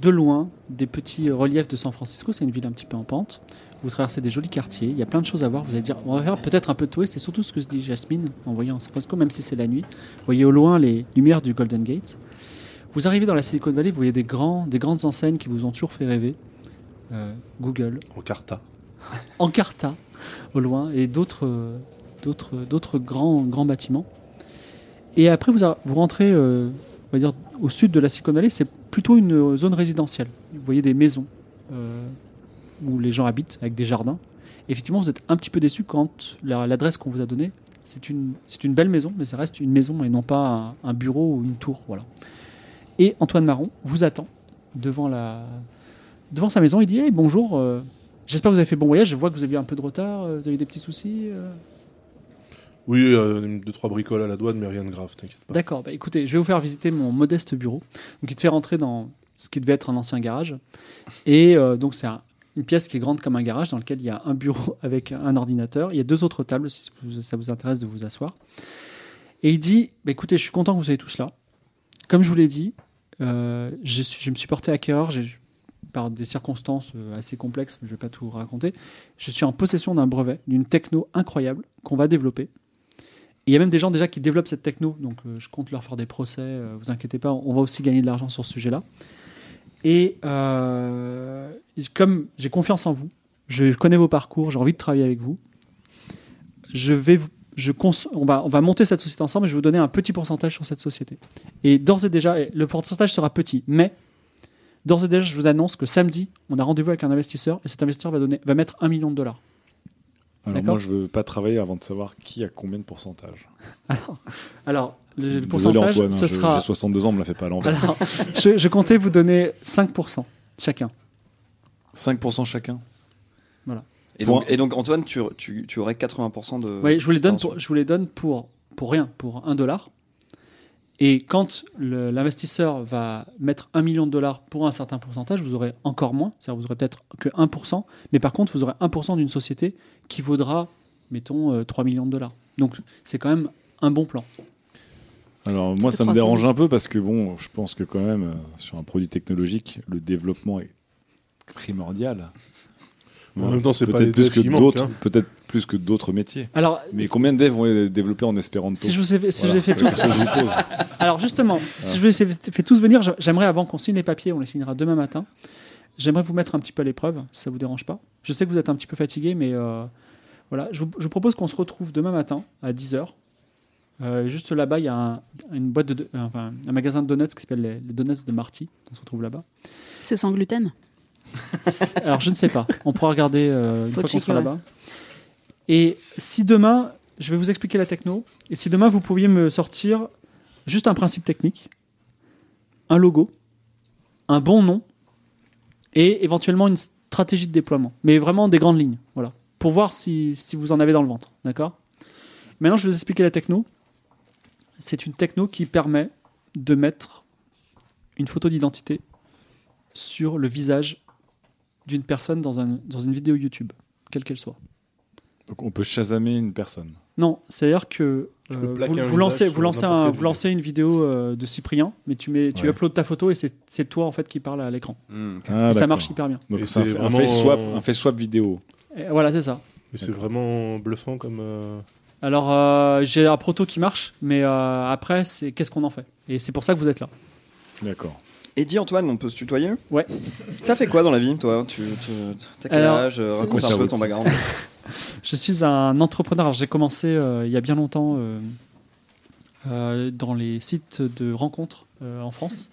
de loin des petits reliefs de San Francisco. C'est une ville un petit peu en pente. Vous traversez des jolis quartiers. Il y a plein de choses à voir. Vous allez dire, on va faire peut-être un peu de tourisme. C'est surtout ce que se dit Jasmine en voyant San Francisco, même si c'est la nuit. Vous voyez au loin les lumières du Golden Gate. Vous arrivez dans la Silicon Valley. Vous voyez des, grands, des grandes enseignes qui vous ont toujours fait rêver. Euh, Google,
En carta.
Encarta au loin et d'autres euh, d'autres d'autres grands grands bâtiments. Et après vous a- vous rentrez euh, on va dire au sud de la Silicon Valley, c'est plutôt une euh, zone résidentielle. Vous voyez des maisons euh, où les gens habitent avec des jardins. Effectivement, vous êtes un petit peu déçu quand la- l'adresse qu'on vous a donnée, c'est une c'est une belle maison, mais ça reste une maison et non pas un, un bureau ou une tour, voilà. Et Antoine Marron vous attend devant la devant sa maison. Il dit Hey, bonjour. euh, J'espère que vous avez fait bon voyage. Je vois que vous avez eu un peu de retard. euh, Vous avez eu des petits soucis. euh.
Oui, euh, deux trois bricoles à la douane, mais rien de grave, t'inquiète pas.
D'accord. Bah, écoutez, je vais vous faire visiter mon modeste bureau. Donc, il te fait rentrer dans ce qui devait être un ancien garage. Et euh, donc, c'est un- une pièce qui est grande comme un garage dans lequel il y a un bureau avec un ordinateur. Il y a deux autres tables si vous- ça vous intéresse de vous asseoir. Et il dit Bah, Écoutez, je suis content que vous soyez tous là. Comme je vous l'ai dit, euh, je, suis- je me suis porté acquéreur. J'ai par des circonstances euh, assez complexes, mais je ne vais pas tout raconter, je suis en possession d'un brevet, d'une techno incroyable qu'on va développer. Et Il y a même des gens déjà qui développent cette techno, donc euh, je compte leur faire des procès, euh, vous inquiétez pas, on va aussi gagner de l'argent sur ce sujet-là. Et euh, comme j'ai confiance en vous, je connais vos parcours, j'ai envie de travailler avec vous, je vais vous- je cons- on, va, on va monter cette société ensemble et je vais vous donner un petit pourcentage sur cette société. Et d'ores et déjà, et le pourcentage sera petit, mais d'ores et déjà, je vous annonce que samedi, on a rendez-vous avec un investisseur et cet investisseur va, donner, va mettre un million de dollars.
Alors
D'accord.
moi, je veux pas travailler avant de savoir qui a combien de pourcentage.
Alors, le, le
Désolé
pourcentage,
Antoine, hein,
ce
je-
sera.
j'ai 62 ans, on me la fait pas à l'envers.
Alors, je, je comptais vous donner 5% chacun.
5% chacun.
Et
Pour
donc, et donc, Antoine, tu, tu, tu aurais 80% de.
Oui, je vous les donne,
d'abstention.
pour, je vous les donne pour, pour rien, pour 1 dollar. Et quand le- l'investisseur va mettre 1 million de dollars pour un certain pourcentage, vous aurez encore moins, c'est-à-dire vous aurez peut-être que 1%, mais par contre, vous aurez 1% d'une société qui vaudra, mettons, euh, 3 millions de dollars. Donc, c'est quand même un bon plan.
Alors moi,
C'est
ça me
300.
dérange un peu parce que bon, je pense que quand même, euh, sur un produit technologique, le développement est primordial.
En même temps, c'est pas
Peut-être
les
plus
devs
que
qui manquent,
d'autres,
hein.
peut-être plus que d'autres métiers.
Alors,
Mais combien de devs vont être développés en espéranto
si je vous ai fait, si je
Voilà,
vous ai fait
c'est
tout
la
ça,
question que je vous pose.
Alors justement, si je vous ai fait tous venir, j'a- j'aimerais avant qu'on signe les papiers, on les signera demain matin. J'aimerais vous mettre un petit peu à l'épreuve, si ça vous dérange pas. Je sais que vous êtes un petit peu fatigué, mais euh, voilà, je vous, je vous propose qu'on se retrouve demain matin à 10h. juste là-bas, il y a un, une boîte de, de- enfin, un magasin de donuts qui s'appelle les, les Donuts de Marty. On se retrouve là-bas.
C'est sans gluten
C'est- Alors je ne sais pas. On pourra regarder euh, une
Faut
fois qu'on sera
checker, ouais.
là-bas. Et si demain, je vais vous expliquer la techno. Et si demain vous pouviez me sortir juste un principe technique, un logo, un bon nom et éventuellement une stratégie de déploiement. Mais vraiment des grandes lignes. Voilà. Pour voir si, si vous en avez dans le ventre. D'accord Maintenant, je vais vous expliquer la techno. C'est une techno qui permet de mettre une photo d'identité sur le visage d'une personne dans, un, dans une vidéo YouTube, quelle qu'elle soit.
Donc on peut chasamer une personne.
Non, c'est-à-dire que euh,
peux plaquer
vous,
un
vous
visage
lancez,
sur
vous, lancez
n'importe
un-
quelle
vous
vidéo.
lancez une vidéo euh, de Cyprien, mais tu, mets, tu
Ouais.
uploads ta photo et c'est c'est toi en fait qui parle à l'écran.
Hmm, ok.
Ah,
Et ça
d'accord.
marche hyper bien.
Donc
Et
c'est un,
c'est
un
vraiment,
face swap,
euh,
un face swap vidéo.
Et voilà, c'est ça.
Et c'est vraiment bluffant comme. euh,
Alors euh, j'ai un proto qui marche, mais euh, après, c'est qu'est-ce qu'on en fait Et c'est pour ça que vous êtes là.
D'accord.
Et dis Antoine, on peut se tutoyer
Ouais.
T'as fait quoi dans la vie, toi Tu tu- t'as quel
Alors,
âge Euh,
c'est-
Raconte
Ouais,
un
ça
peu ton
route.
background.
Je suis un entrepreneur. Alors, J'ai commencé euh, il y a bien longtemps euh, euh, dans les sites de rencontres euh, en France.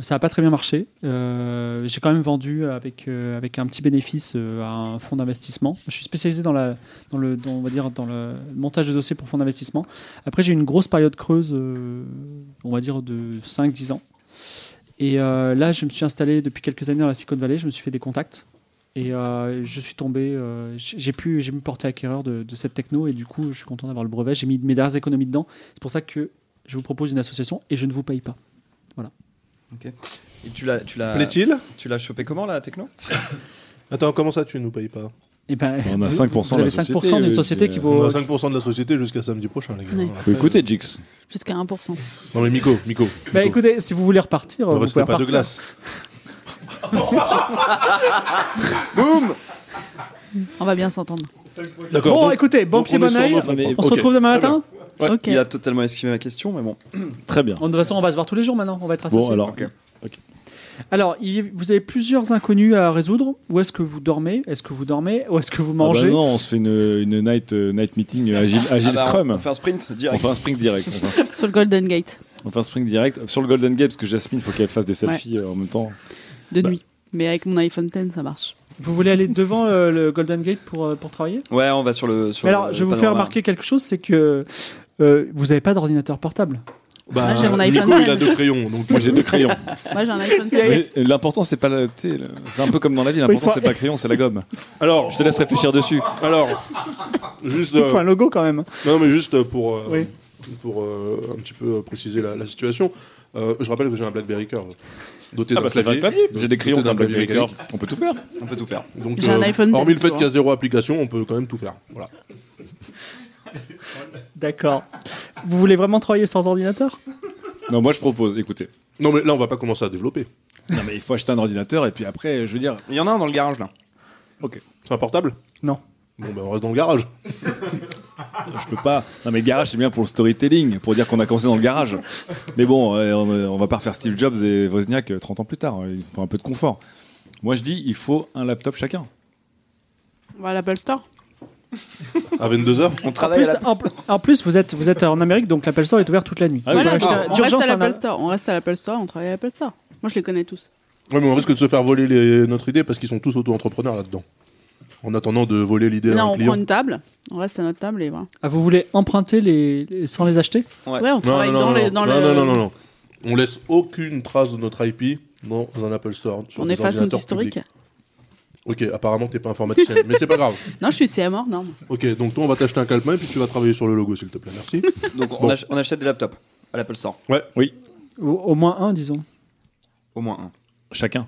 Ça n'a pas très bien marché. Euh, J'ai quand même vendu avec, euh, avec un petit bénéfice euh, à un fonds d'investissement. Je suis spécialisé dans, la, dans, le, dans, on va dire, dans le montage de dossiers pour fonds d'investissement. Après, j'ai eu une grosse période creuse, euh, on va dire de 5-10 ans. Et euh, là, je me suis installé depuis quelques années dans la Silicon Valley. Je me suis fait des contacts. Et euh, je suis tombé, euh, j- j'ai pu, j'ai me porté acquéreur de, de cette techno et du coup, je suis content d'avoir le brevet. J'ai mis mes dernières économies dedans. C'est pour ça que je vous propose une association et je ne vous paye pas.
Et tu l'as, tu l'as,
Plaît-il
tu l'as chopé comment la techno
Attends, comment ça tu ne nous payes pas
Et ben,
On a
vous-
5%
Vous
de la
avez 5%
société,
d'une
euh,
société
qui,
qui
euh,
On
vaut.
a 5% de la société jusqu'à samedi prochain, les gars.
Oui.
Faut écouter Jix.
jusqu'à 1%.
Non, mais Miko, Miko.
Bah
Miko,
écoutez, si vous voulez repartir,
ne
vous
restez
pouvez
pas de
repartir.
glace.
On va bien s'entendre.
D'accord.
Bon,
donc-
écoutez, bon
donc
pied,
on est
bon
sur
oeil.
nos fonds.
On se
Ok,
retrouve demain
très bien.
matin.
Ok.
Il a totalement esquivé ma question, mais bon.
Très bien.
De toute façon, on va se voir tous les jours maintenant. On va être associés.
Bon alors, ah
Alors, il- vous avez plusieurs inconnus à résoudre. Où est-ce que vous dormez Est-ce que vous dormez Où est-ce que vous
ben
mangez
Ah bah non, on se fait une, une night, euh, night meeting euh, agile, agile
Ah bah,
Scrum.
On fait un sprint
On
direct.
fait un sprint direct. on fait un-
Sur le Golden Gate,
On fait un sprint direct. Sur le Golden Gate, parce que Jasmine, faut qu'elle fasse des selfies euh, en même temps.
de
Bah.
nuit. Mais avec mon iPhone X, ça marche.
Vous voulez aller devant euh, le Golden Gate pour, euh, pour travailler
ouais, on va sur le. Sur
Mais alors,
euh,
le
je vais vous faire
panorama.
remarquer quelque chose, c'est que euh, vous n'avez pas d'ordinateur portable.
Bah,
Ah, j'ai mon
Nico,
iPhone
il a
X.
deux crayons. Donc,
Moi, j'ai deux crayons.
Moi, j'ai un iPhone X.
Mais L'important, c'est pas la. tu sais, le- C'est un peu comme dans la vie. L'important,
faut-
c'est pas le crayon, c'est la gomme.
Alors,
Je te laisse réfléchir dessus.
alors, juste. euh,
Euh.
Il faut un logo quand même.
Non, mais juste pour, euh,
Oui.
pour euh, un petit peu euh, préciser la, la situation, euh, je rappelle que j'ai un Blackberry Curve doté
Ah
d'un
bah, c'est
clavier.
un clavier. J'ai des crayons,
Doté
t'as un clavier
mécanique.
Curve. On peut tout faire.
On peut tout faire.
Donc, euh,
J'ai un iPhone
hormis le
10,
fait
tu
qu'il y a zéro application, on peut quand même tout faire. Voilà.
D'accord. Vous voulez vraiment travailler sans ordinateur
Non, moi, je propose. Écoutez,
Non, mais là, on va pas commencer à développer.
Non, mais il faut acheter un ordinateur et puis après, je veux dire.
Il y en a un dans le garage là.
Ok.
C'est un portable
Non.
Bon, ben on reste dans le garage.
Je peux pas. Non, mais le garage, c'est bien pour le storytelling, pour dire qu'on a commencé dans le garage. Mais bon, euh, on, euh, on va pas refaire Steve Jobs et Wozniak euh, 30 ans plus tard. Il faut un peu de confort. Moi, je dis, il faut un laptop chacun.
On va à l'Apple Store.
À 22h
On
Ah
En
travaille
plus,
à la-
en, en plus, vous êtes vous êtes en Amérique, donc l'Apple Store est ouvert toute la nuit.
Ah oui,
Vous
Voilà,
pouvez acheter un-
on- on reste
hein,
d'urgence
à
un-
l'Apple Store, on reste à l'Apple Store, on travaille à l'Apple Store. Moi, je les connais tous.
Ouais, mais on risque de se faire voler les- notre idée parce qu'ils sont tous auto-entrepreneurs là-dedans. En attendant de voler l'idée à
Non,
un
on prend
client.
une table, on reste à notre table et voilà.
Ah, vous voulez emprunter les, les- sans les acheter
Ouais.
Ouais, on travaille dans
non,
les- dans
non,
le.
non, non, non, non. On laisse aucune trace de notre IP dans un Apple Store. sur
On
des
efface notre
ordinateurs
historique.
publics. Ok, apparemment t'es pas informaticienne, mais c'est pas grave.
Non, je suis CMR, non.
Ok, donc toi on va t'acheter un calepin et puis tu vas travailler sur le logo s'il te plaît, merci.
Donc on,
Bon.
ach- on achète des laptops à l'Apple Store.
Ouais,
Oui,
Ou Au moins un, disons.
Au moins un.
chacun.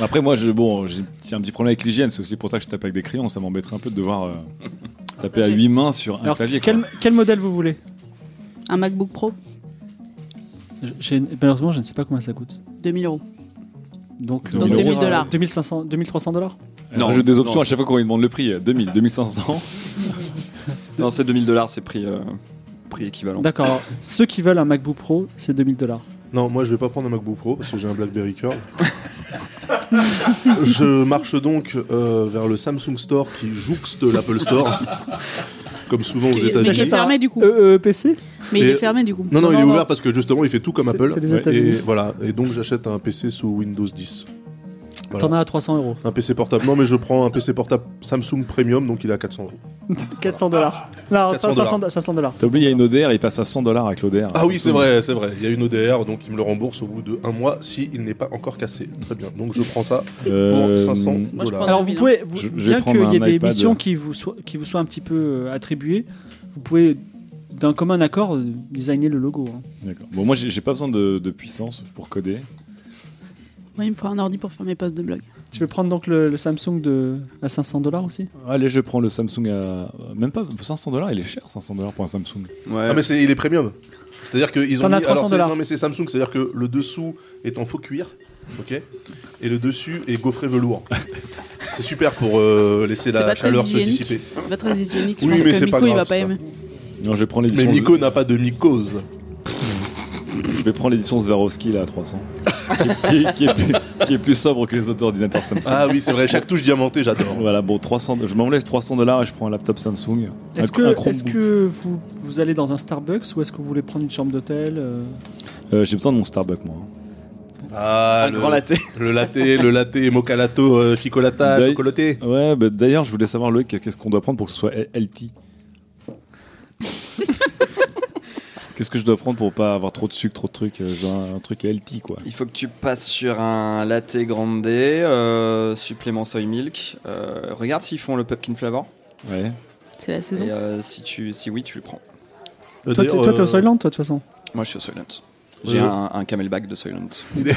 Après, moi, je, bon, j'ai j'ai un petit problème avec l'hygiène. C'est aussi pour ça que je tape avec des crayons. Ça m'embêterait un peu de devoir euh, taper à huit mains sur un
Alors,
clavier. quoi.
quel, quel modèle vous voulez
Un MacBook Pro,
J'ai- Malheureusement, je ne sais pas combien ça coûte.
2000 euros.
Donc,
Donc,
2000
2000
euros,
dollars.
2500, 2300 dollars
Non,
Non,
j'ai des options
non,
à chaque fois qu'on lui demande le prix. 2000, 2500.
Non, c'est 2000 dollars, c'est prix, euh, prix équivalent.
D'accord. alors, Ceux qui veulent un MacBook Pro, c'est 2000 dollars.
non, moi je vais pas prendre un MacBook Pro parce que j'ai un Blackberry Curve. je marche donc euh, vers le Samsung Store qui jouxte l'Apple Store, comme souvent aux
Mais
États-Unis.
qui est fermé du coup.
Euh, EEPC
Mais il
Et-
est fermé du coup.
Non, non,
Non,
il est
non,
ouvert
non.
parce que justement, il fait tout comme
C'est-
Apple.
c'est les États-Unis.
Et voilà. Et donc, j'achète un PC sous Windows 10. Voilà.
T'en as à 300 euros.
Un PC portable. Non, mais je prends un PC portable Samsung Premium, donc il est à 400 euros.
400 dollars. Non,
400
500 500 dollars.
T'as oublié, il y a une ODR, il passe à 100 dollars avec l'ODR.
Ah oui, c'est vrai, c'est vrai. Il y a une ODR, donc il me le rembourse au bout de un mois si il n'est pas encore cassé. Très bien. Donc je prends ça pour
Euh,
500
Moi, je prends-
dollars.
Alors vous pouvez, vous-
Je- je vais
bien
prendre
qu'il y ait
un
des
iPad. euh.
missions qui vous, soient, qui vous soient un petit peu euh, attribuées, vous pouvez d'un commun accord euh, designer le logo. hein.
D'accord. Bon, moi, j'ai j'ai pas besoin de, de puissance pour coder.
Moi, il me faut un ordi pour faire mes posts de blog.
Tu veux prendre donc le, le Samsung de, à 500 dollars aussi
Allez, je prends le Samsung à. Même pas 500 dollars, il est cher 500 dollars pour un Samsung.
Ouais.
Ah, mais c'est, il est premium. C'est-à-dire qu'ils ont.
T'en as
mis- alors,
300
c'est-
dollars.
Non, mais c'est Samsung, c'est-à-dire que le dessous est en faux cuir. Ok Et le dessus est gaufré velours. c'est super pour euh, laisser
C'est
la
pas très
chaleur se
hygiénique.
dissiper.
C'est pas très hygiénique. Je
Oui,
pense
mais
que
c'est pas
Miko, il va
grave,
pas
ça.
aimer.
Non, je prends
Mais
l'édition.
Nico n'a pas de mycose.
Je vais prendre l'édition Swarovski là à 300. qui, est, qui est plus, qui est plus sobre que les autres ordinateurs Samsung.
Ah oui, c'est vrai, chaque touche diamantée, j'adore.
Voilà, bon, 300, je m'enlève 300 dollars et je prends un laptop Samsung. Un-
Est-ce
un
que,
Chromebook.
est-ce que vous, vous allez dans un Starbucks ou est-ce que vous voulez prendre une chambre d'hôtel euh,
Euh, J'ai besoin de mon Starbucks, moi.
Ah,
un grand latte.
Le latte, le latte, mocha lato, euh, ficolata,
D'ailleurs-
chocolaté.
Ouais, bah, d'ailleurs, je voulais savoir, Loïc, qu'est-ce qu'on doit prendre pour que ce soit L- LT Qu'est-ce que je dois prendre pour pas avoir trop de sucre, trop de trucs euh, genre Un truc LT, quoi.
Il faut que tu passes sur un latte grande euh, supplément soy milk. Euh, regarde s'ils font le pumpkin flavor.
Ouais.
C'est la
Et
saison.
euh, si, tu, si oui, tu le prends.
Euh,
Toi, t'es-
d'ailleurs,
toi, t'es
euh,
au Soylent, toi, de toute façon.
Moi, je suis au Soylent. J'ai
Ouais.
un, un camelback de Soylent. en
Mais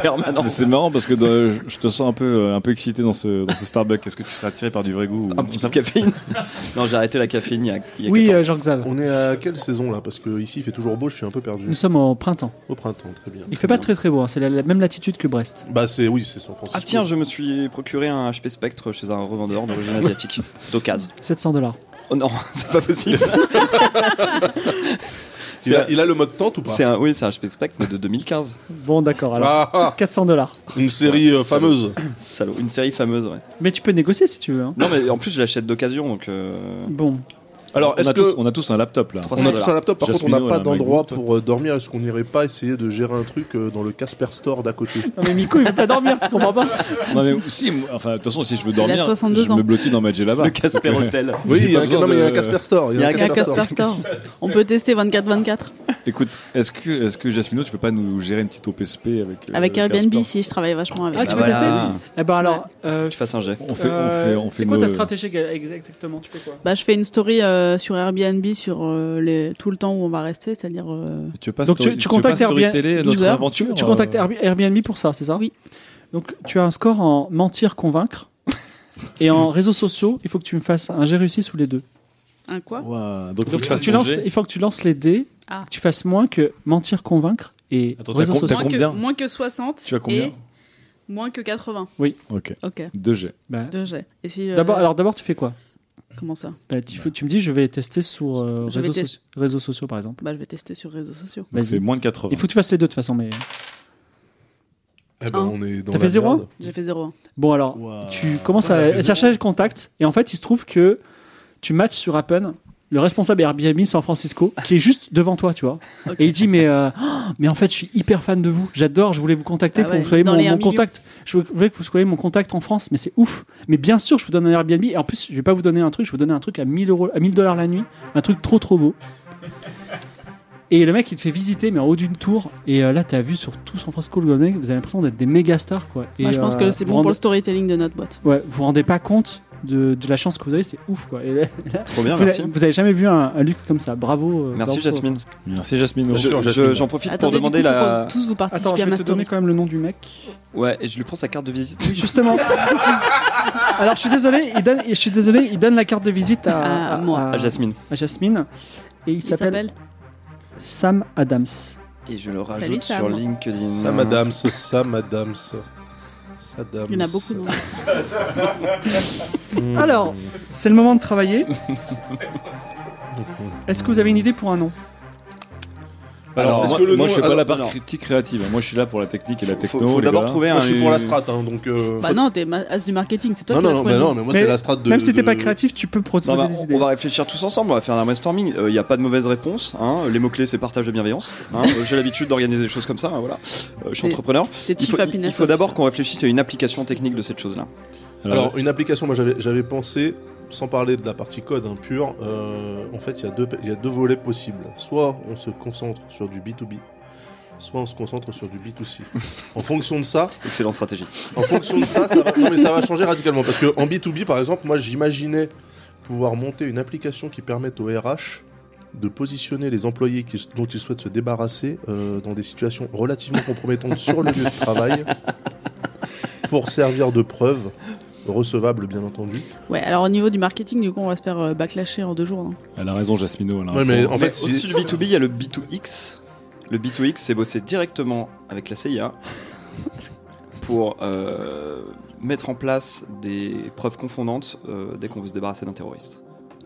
permanence.
C'est marrant parce que dans- je te sens un peu, euh, un peu excité dans ce, dans ce Starbucks. Est-ce que tu serais attiré par du vrai goût ou-
Un petit peu de caféine. non, j'ai arrêté la caféine il y a, il y a
Oui,
14
euh, Jean-Xav.
On est à quelle saison là Parce que ici il fait toujours beau, je suis un peu perdu.
Nous sommes en printemps.
Au printemps, très bien.
Il fait pas très très beau, hein, c'est la, la même latitude que Brest.
Bah c'est oui, c'est San Francisco.
Ah tiens, je me suis procuré un HP Spectre chez un revendeur d'origine asiatique, d'occasion.
700 dollars.
Oh non, c'est pas possible.
il,
c'est un-
a, il a le mode tente ou pas
c'est un, oui, c'est un HP Spectre mais de 2015.
Bon, d'accord, alors.
Ah, ah,
400 dollars.
une série euh,
Ça-
fameuse.
Salaud, une série fameuse, ouais.
Mais tu peux négocier si tu veux. hein.
Non, mais en plus, je l'achète d'occasion, donc. euh,
Bon,
Alors
on,
est-ce
a
que
tous, on a tous un laptop là.
300
on a tous un laptop Par contre, on n'a
Jasmino,
pas
elle a un
d'endroit
MacBook.
pour euh, dormir. Est-ce qu'on n'irait pas essayer de gérer un truc euh, dans le Casper Store d'à côté
non, mais Miko, il veut pas dormir, tu comprends pas
Non, mais si, moi- enfin, de toute façon, si je veux dormir,
a 62
je
ans.
me blottis dans ma là-bas.
Le Casper Hotel.
Oui,
euh, J'ai
il y a
pas
un,
besoin
non, mais il y a un
de-
Casper Store.
Il y a un
Il y a un
Casper
Casper Store. On peut tester 24-24.
Écoute, est-ce que, est-ce que Jasmino, tu peux pas nous gérer une petite OPSP avec. euh,
Avec
le
Airbnb,
Casper
si je travaille vachement avec.
Ah, tu
Bah
veux
voilà.
tester Eh ben alors. euh,
Tu fasses un jet.
On fait, on
euh,
fait, on fait
C'est quoi
nos-
ta stratégie Gal- exactement Tu fais quoi
Bah, je fais une story euh, sur Airbnb sur euh, les... tout le temps où on va rester, c'est-à-dire. euh,
Tu veux pas
Donc,
story-
tu- tu
veux
contactes
pas story
Airbnb-
télé, notre
Uber,
aventure
Tu
euh,
contactes Airb- Airbnb pour ça, c'est ça
Oui.
Donc tu as un score en mentir, convaincre. Et en réseaux sociaux, il faut que tu me fasses un j'ai réussi sous les deux.
Un quoi
Ouah, Donc, faut que
hein Donc
tu fasses
tu
ton
lances,
jet.
il faut que tu lances les dés,
Ah.
que tu fasses moins que mentir, convaincre et
Attends, t'as
réseaux
com- t'as
sociaux.
Moins que,
combien
moins que 60.
Tu as combien
et Moins que 80.
Ok.
Ok,
2G.
Bah,
deux jets. Et si, euh,
d'abord, alors d'abord, tu fais quoi
Comment ça
Bah, tu, fais- tu me dis, je vais tester sur euh,
Je vais
réseaux,
test-
soci- réseaux sociaux, par exemple.
Bah, je vais tester sur réseaux sociaux.
Donc
Vas-y.
c'est moins de 80.
Il faut que tu fasses les deux de toute façon, mais
Eh ben,
Un.
on est dans
T'as
la
fait zéro
merde.
J'ai fait hein. 0,1.
bon alors,
Wow.
tu commences
Ouais,
à
zéro.
chercher le contact et en fait, il se trouve que tu matches sur Appen le responsable Airbnb San Francisco qui est juste devant toi, tu vois.
Ok.
Et il dit mais euh, oh, mais en fait, je suis hyper fan de vous, j'adore, je voulais vous contacter
Ah
pour
ouais,
que vous soyez
dans
mon,
les un
mon
million.
contact. Je voulais que vous soyez mon contact en France, mais c'est ouf. Mais bien sûr, je vous donne un Airbnb et en plus, je vais pas vous donner un truc, je vais vous donner un truc à 1000 euros, à 1000 dollars la nuit, un truc trop trop beau. Et le mec, il te fait visiter, mais en haut d'une tour. Et euh, là, t'as vu sur tout San Francisco, le Golden Gate, vous avez l'impression d'être des méga stars, quoi. Et,
Moi, je pense
euh,
que c'est
vous
bon pour
rendez-
le storytelling de notre boîte.
Ouais, vous vous rendez pas compte de, de la chance que vous avez, c'est ouf quoi. Et là,
Trop bien,
vous,
merci.
avez, vous avez jamais vu un, un luxe comme ça, bravo. euh,
Merci
bravo.
Jasmine.
Merci Jasmine.
Je-
sûr,
je-
Jasmine.
J'en profite pour
Attendez, du
demander
coup, faut
la.
qu'on tous vous
Attends,
participer
je
à
vais
ma
te
story.
donner quand même le nom du mec.
Ouais, et je lui prends sa carte de visite.
Justement. Alors je suis désolé, il donne, je suis désolé, il donne la carte de visite à,
À moi.
À Jasmine.
à Jasmine. Et Ah, il
Il
s'appelle
s'appelle
Sam Adams.
Et je le
Salut,
rajoute
Sam.
sur LinkedIn.
Sam Adams, Sam Adams. Sam Adams.
Il y en a beaucoup. non
Hmm.
Alors, c'est le moment de travailler. Est-ce que vous avez une idée pour un nom
Alors,
Alors, est-ce
moi,
que le
moi,
nom-
je suis pas
alors,
la part
alors,
critique créative. Moi, je suis là pour la technique et la
Faut-
techno.
Faut, faut
les
d'abord
gars.
trouver un.
Moi, je suis pour la strat, hein, donc. euh,
Bah non, t'es ma- as du marketing, c'est toi
non,
qui l'as
non,
trouvé.
bah
le
non,
nom.
mais moi, c'est
Mais
la strat de.
Même si t'es
de-
pas créatif, tu peux proposer
Non, bah,
des
on,
idées.
on va réfléchir tous ensemble, on va faire un brainstorming. Il n'y a pas de mauvaise réponse. hein. Les mots-clés, c'est partage de bienveillance. hein. Euh, J'ai l'habitude d'organiser des choses comme ça. hein, voilà. Euh, je suis
Et-
entrepreneur.
T'es
Il
chief
faut, il-
happiness
il faut d'abord
officer.
qu'on réfléchisse à une application technique de cette chose-là.
Alors, une application, moi j'avais j'avais pensé, sans parler de la partie code hein, pure, euh, en fait il y, a deux- il y a deux volets possibles. Soit on se concentre sur du B2B, soit on se concentre sur du B2C. En fonction de ça,
Excellente stratégie.
en fonction de ça, ça va, non, mais ça va changer radicalement. Parce que en B2B, par exemple, moi j'imaginais pouvoir monter une application qui permette au RH de positionner les employés qui- dont ils souhaitent se débarrasser euh, dans des situations relativement compromettantes sur le lieu de travail pour servir de preuve, recevable bien entendu.
Ouais, alors au niveau du marketing, du coup, on va se faire euh, backlasher en deux jours. non
Elle a raison, Jasmino. elle a
Ouais,
un
mais
point.
en
Mais
fait, si-
au-dessus du B2B, il y a le B2X. Le B2X, c'est bosser directement avec la CIA pour euh, mettre en place des preuves confondantes euh, dès qu'on veut se débarrasser d'un terroriste.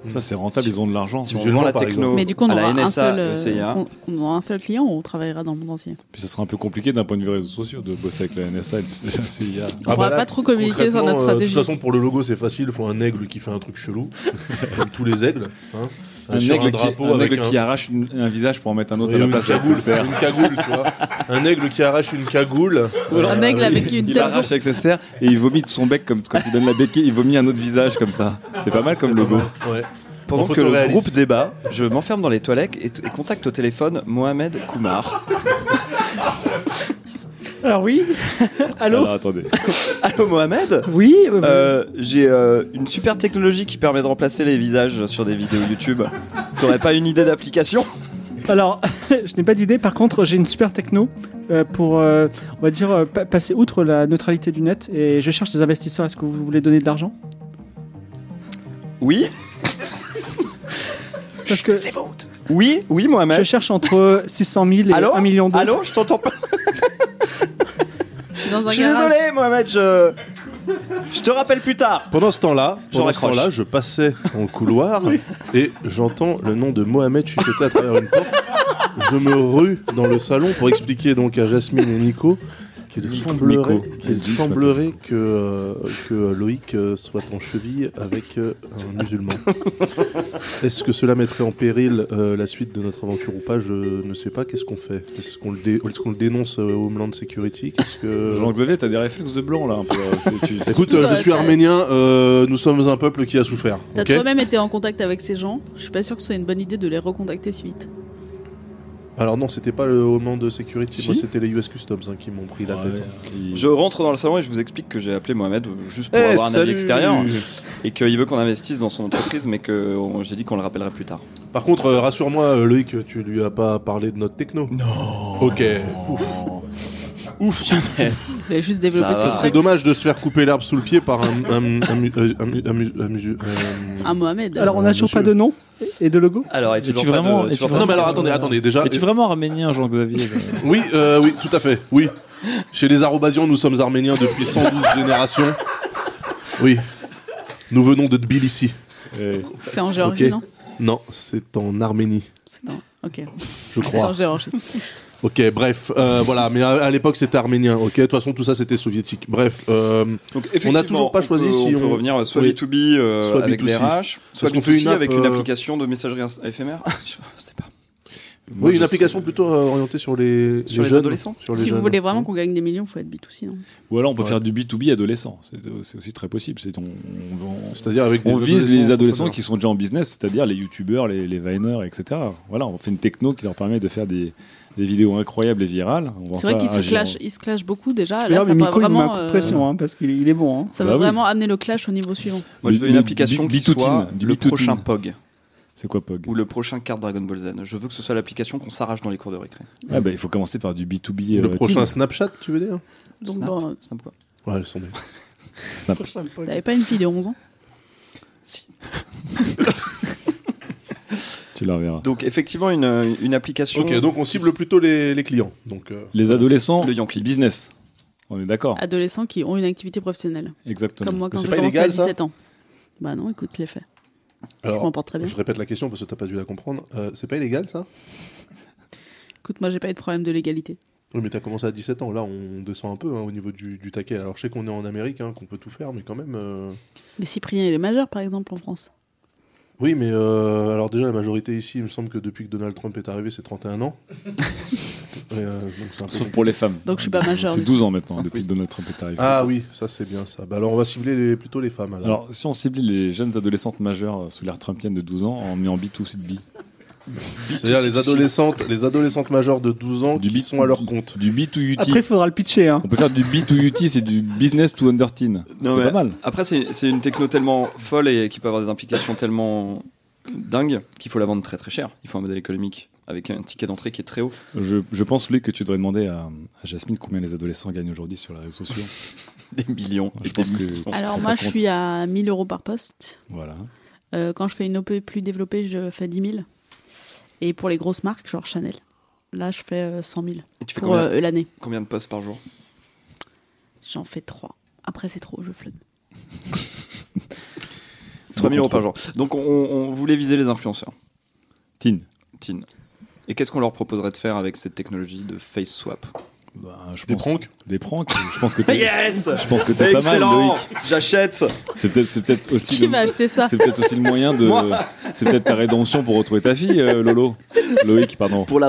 Ça, c'est rentable, ils ont de l'argent.
Si on
Musulman,
vend la
par
techno
Mais du coup, on
à la
aura, un
NSA,
seul, euh,
le CIA,
on- on aura un seul client ou on travaillera dans le monde entier
Puis ça sera un peu compliqué d'un point de vue réseaux sociaux de bosser avec la NSA et la CIA.
On
Ah bah
pourra
là,
pas trop communiquer sur
concrètement,
notre
euh, de
stratégie.
toute façon, pour le logo, c'est facile. Il faut un aigle qui fait un truc chelou, comme tous les aigles. hein.
Un
Sur
aigle,
drapeau
qui, un
avec
aigle
un-
qui arrache une- un visage pour en mettre un autre
Oui,
à
une
la place
cagoule,
avec ses serres.
une cagoule, tu vois. Ah Un aigle qui arrache une cagoule.
un aigle avec une
Il
tête
arrache avec ses serres et il vomit de son bec comme quand il donne la béquille, il vomit un autre visage comme ça. C'est pas mal comme logo.
Ouais.
pendant
En
que le
photoréaliste.
groupe débat, je m'enferme dans les toilettes et, et contacte au téléphone Mohamed Koumar.
Alors oui, allô,
Alors, attendez.
Allô Mohamed
oui. euh,
Euh, j'ai euh, une super technologie qui permet de remplacer les visages sur des vidéos YouTube. T'aurais pas une idée d'application
Alors, je n'ai pas d'idée. Par contre, j'ai une super techno euh, pour, euh, on va dire, euh, pa- passer outre la neutralité du net. Et je cherche des investisseurs. Est-ce que vous voulez donner de l'argent
Oui
Parce que
Oui Oui
je
Mohamed
cherche entre 600 000 et
Allô
1 million d'euros.
Allô Je t'entends pas.
dans un
Je suis
garage.
désolé Mohamed, je... Je te rappelle plus tard.
Pendant ce temps-là,
Je
pendant ce
raccroche.
temps-là, je passais dans le couloir et j'entends le nom de Mohamed chuchoter à travers une porte. Je me rue dans le salon pour expliquer donc à Jasmine et Nico qu'il
Nico,
semblerait,
Nico,
qu'il
ils disent,
semblerait que, euh, que Loïc euh, soit en cheville avec euh, un musulman. Est-ce que cela mettrait en péril euh, la suite de notre aventure ou pas Je ne sais pas. Qu'est-ce qu'on fait Est-ce qu'on le, dé- est-ce qu'on le dénonce euh, au Homeland Security Qu'est-ce que...
Jean-Xavier, t'as des réflexes de blanc là un peu. Tu- tu-
Écoute,
Tout
euh, je
à
suis
fait.
arménien, euh, nous sommes un peuple qui a souffert.
T'as
ok
toi-même été en contact avec ces gens. Je suis pas sûr que ce soit une bonne idée de les recontacter si vite.
Alors non, c'était pas le Homeland de Security,
Si.
moi c'était les US Customs hein, qui m'ont pris la tête.
il-
Je rentre dans le salon et je vous explique que j'ai appelé Mohamed euh, juste pour
Eh,
avoir un avis
salut
extérieur hein, et qu'il veut qu'on investisse dans son entreprise mais que on- j'ai dit qu'on le rappellerait plus tard.
Par contre, euh, rassure-moi euh, Loïc, tu lui as pas parlé de notre techno. Non. Ok. Ouf.
Ouf
Il a juste développé
Ça
ce
va.
Ça serait
serait
Ah, dommage de se faire couper l'herbe sous le pied par un. un, un, mu- euh, un mu- un mu- un mu- euh,
un Mohamed.
Alors, on n'a toujours
Monsieur.
pas de nom et de
Ah,
logo
Alors, et
Es-tu
toujours pas
vraiment-
de-
es-tu
toujours pas
Non,
de-
mais alors attendez, attendez, déjà.
Es-tu vraiment arménien, Jean-Xavier
Oui, euh, oui, tout à fait, oui. Chez les Arobasians, nous sommes arméniens depuis 112 générations. Oui. Nous venons de Tbilissi.
Eh.
C'est en Géorgie,
Ok.
non
Non, c'est en Arménie,
C'est en- Ok.
je
C'est en
crois.
Géorgie.
Ok, bref, euh, voilà, mais à, à l'époque c'était arménien, ok De toute façon, tout ça c'était soviétique. Bref, euh,
Donc, effectivement,
toujours pas choisi
peut-
si
on peut
on-
revenir soit
oui.
B2B euh,
Soit
avec les
B2C.
RH, soit
qu'on
B2C
fait une app,
avec une
euh,
application de messagerie ins- éphémère. je sais pas.
Moi,
oui, une
je
application
sais-
plutôt euh, orientée sur les,
Sur les
jeunes,
adolescents
sur les
Si vous
jeunes. Mmh.
voulez vraiment qu'on gagne des millions, faut être B2C, non
Ou alors on peut
Ouais.
faire du B2B adolescent. C'est euh, c'est aussi très possible. C'est- On, on- on-
C'est-à-dire avec des
on vise les adolescents qui sont déjà en business, c'est-à-dire les youtubeurs, les, les vineurs, etc. Voilà, on fait une techno qui leur permet de faire des, des vidéos incroyables et virales. On vend
C'est vrai
ça
qu'ils
à
se
Giron-
clashent, ils se clashent beaucoup déjà. Là,
D'ailleurs,
ça
mais
va
Miko, il m'a
vraiment.
coup de
euh,
pression, hein, parce qu'il est- il est bon. hein.
Ça
Bah
va
oui.
vraiment amener le clash au niveau suivant.
Moi, je veux une
B-
application
B-
qui
B2Teen,
soit
du
le
B2Teen.
prochain POG
C'est quoi POG
ou le prochain carte Dragon Ball Z. Je veux que ce soit l'application qu'on s'arrache dans les cours de récré.
Ah bah, Il faut commencer par du B2B.
Le
euh,
prochain
teen.
Snapchat, tu veux dire
Donc,
Snap.
bon,
Snap quoi
Ouais, elles sont bien.
Snap.
t'avais pas une fille de 11 ans
Si.
Tu la reverras.
Donc, effectivement, une, une application.
Ok, donc on cible plutôt les, les clients. Donc, euh,
Les adolescents,
Le Yankee.
business. On est d'accord.
Adolescents qui ont une activité professionnelle.
Exactement.
Ah, Comme moi quand
c'est
j'ai
pas
commencé à
illégal, ça
17 ans. Bah non, écoute les faits. Je
alors,
m'en porte très bien.
je répète la question parce que t'as pas dû la comprendre. Euh, c'est pas illégal ça
Écoute, moi j'ai pas eu de problème de légalité.
Oui, mais t'as commencé à 17 ans. Là, on descend un peu hein, au niveau du, du taquet. Alors, je sais qu'on est en Amérique, hein, qu'on peut tout faire, mais quand même. euh,
Mais Cyprien, il est majeur par exemple en France.
Oui, mais euh, alors déjà, la majorité ici, il me semble que depuis que Donald Trump est arrivé, c'est 31 ans. Et, euh, donc c'est un peu
Sauf
compliqué.
pour les femmes.
Donc, je suis pas majeure,
C'est
du
12 ans maintenant, hein, depuis que Donald Trump est arrivé.
Ah oui, ça c'est bien ça. Bah, alors, on va cibler les- plutôt les femmes. Alors.
Alors, si on cible les jeunes adolescentes majeures euh, sous l'ère trumpienne de 12 ans, on met en B2B.
C'est-à-dire les adolescentes, les adolescentes majeures de 12 ans qui
B-
sont à leur compte.
Du B2UT.
Après, il faudra le pitcher. Hein.
on peut faire du B2UT, c'est du business to under teen. C'est
Non, mais
pas mal.
Après, c'est c'est une techno tellement folle et qui peut avoir des implications tellement dingues qu'il faut la vendre très très cher. Il faut un modèle économique avec un ticket d'entrée qui est très haut.
Je, je pense, Louis, que tu devrais demander à, à Jasmine combien les adolescents gagnent aujourd'hui sur les réseaux sociaux.
Des millions.
Je
et
pense
des
que-
millions.
se
Alors
rend
moi
pas
je
compte.
suis à 1000 euros par poste.
Voilà.
Euh, quand je fais une OP plus développée, je fais 10 000. Et pour les grosses marques, genre Chanel, là je fais euh, 100 000
Et tu fais
pour
combien,
euh, l'année.
combien de postes par jour
J'en fais 3. Après c'est trop, je flotte.
3000 euros
contre-
par jour. Donc on, on voulait viser les influenceurs,
Teen.
Tine. Et qu'est-ce qu'on leur proposerait de faire avec cette technologie de face swap
Bah, je
Des
pense-
pranks
Des pranks. Je pense que t'es,
Yes
je pense que t'es pas mal,
Excellent
Loïc.
J'achète
C'est peut-être, c'est peut-être aussi.
Qui
le-
va acheter ça
C'est peut-être aussi le moyen de.
Moi.
C'est peut-être ta rédemption pour retrouver ta fille, euh, Lolo. Loïc, pardon.
pour la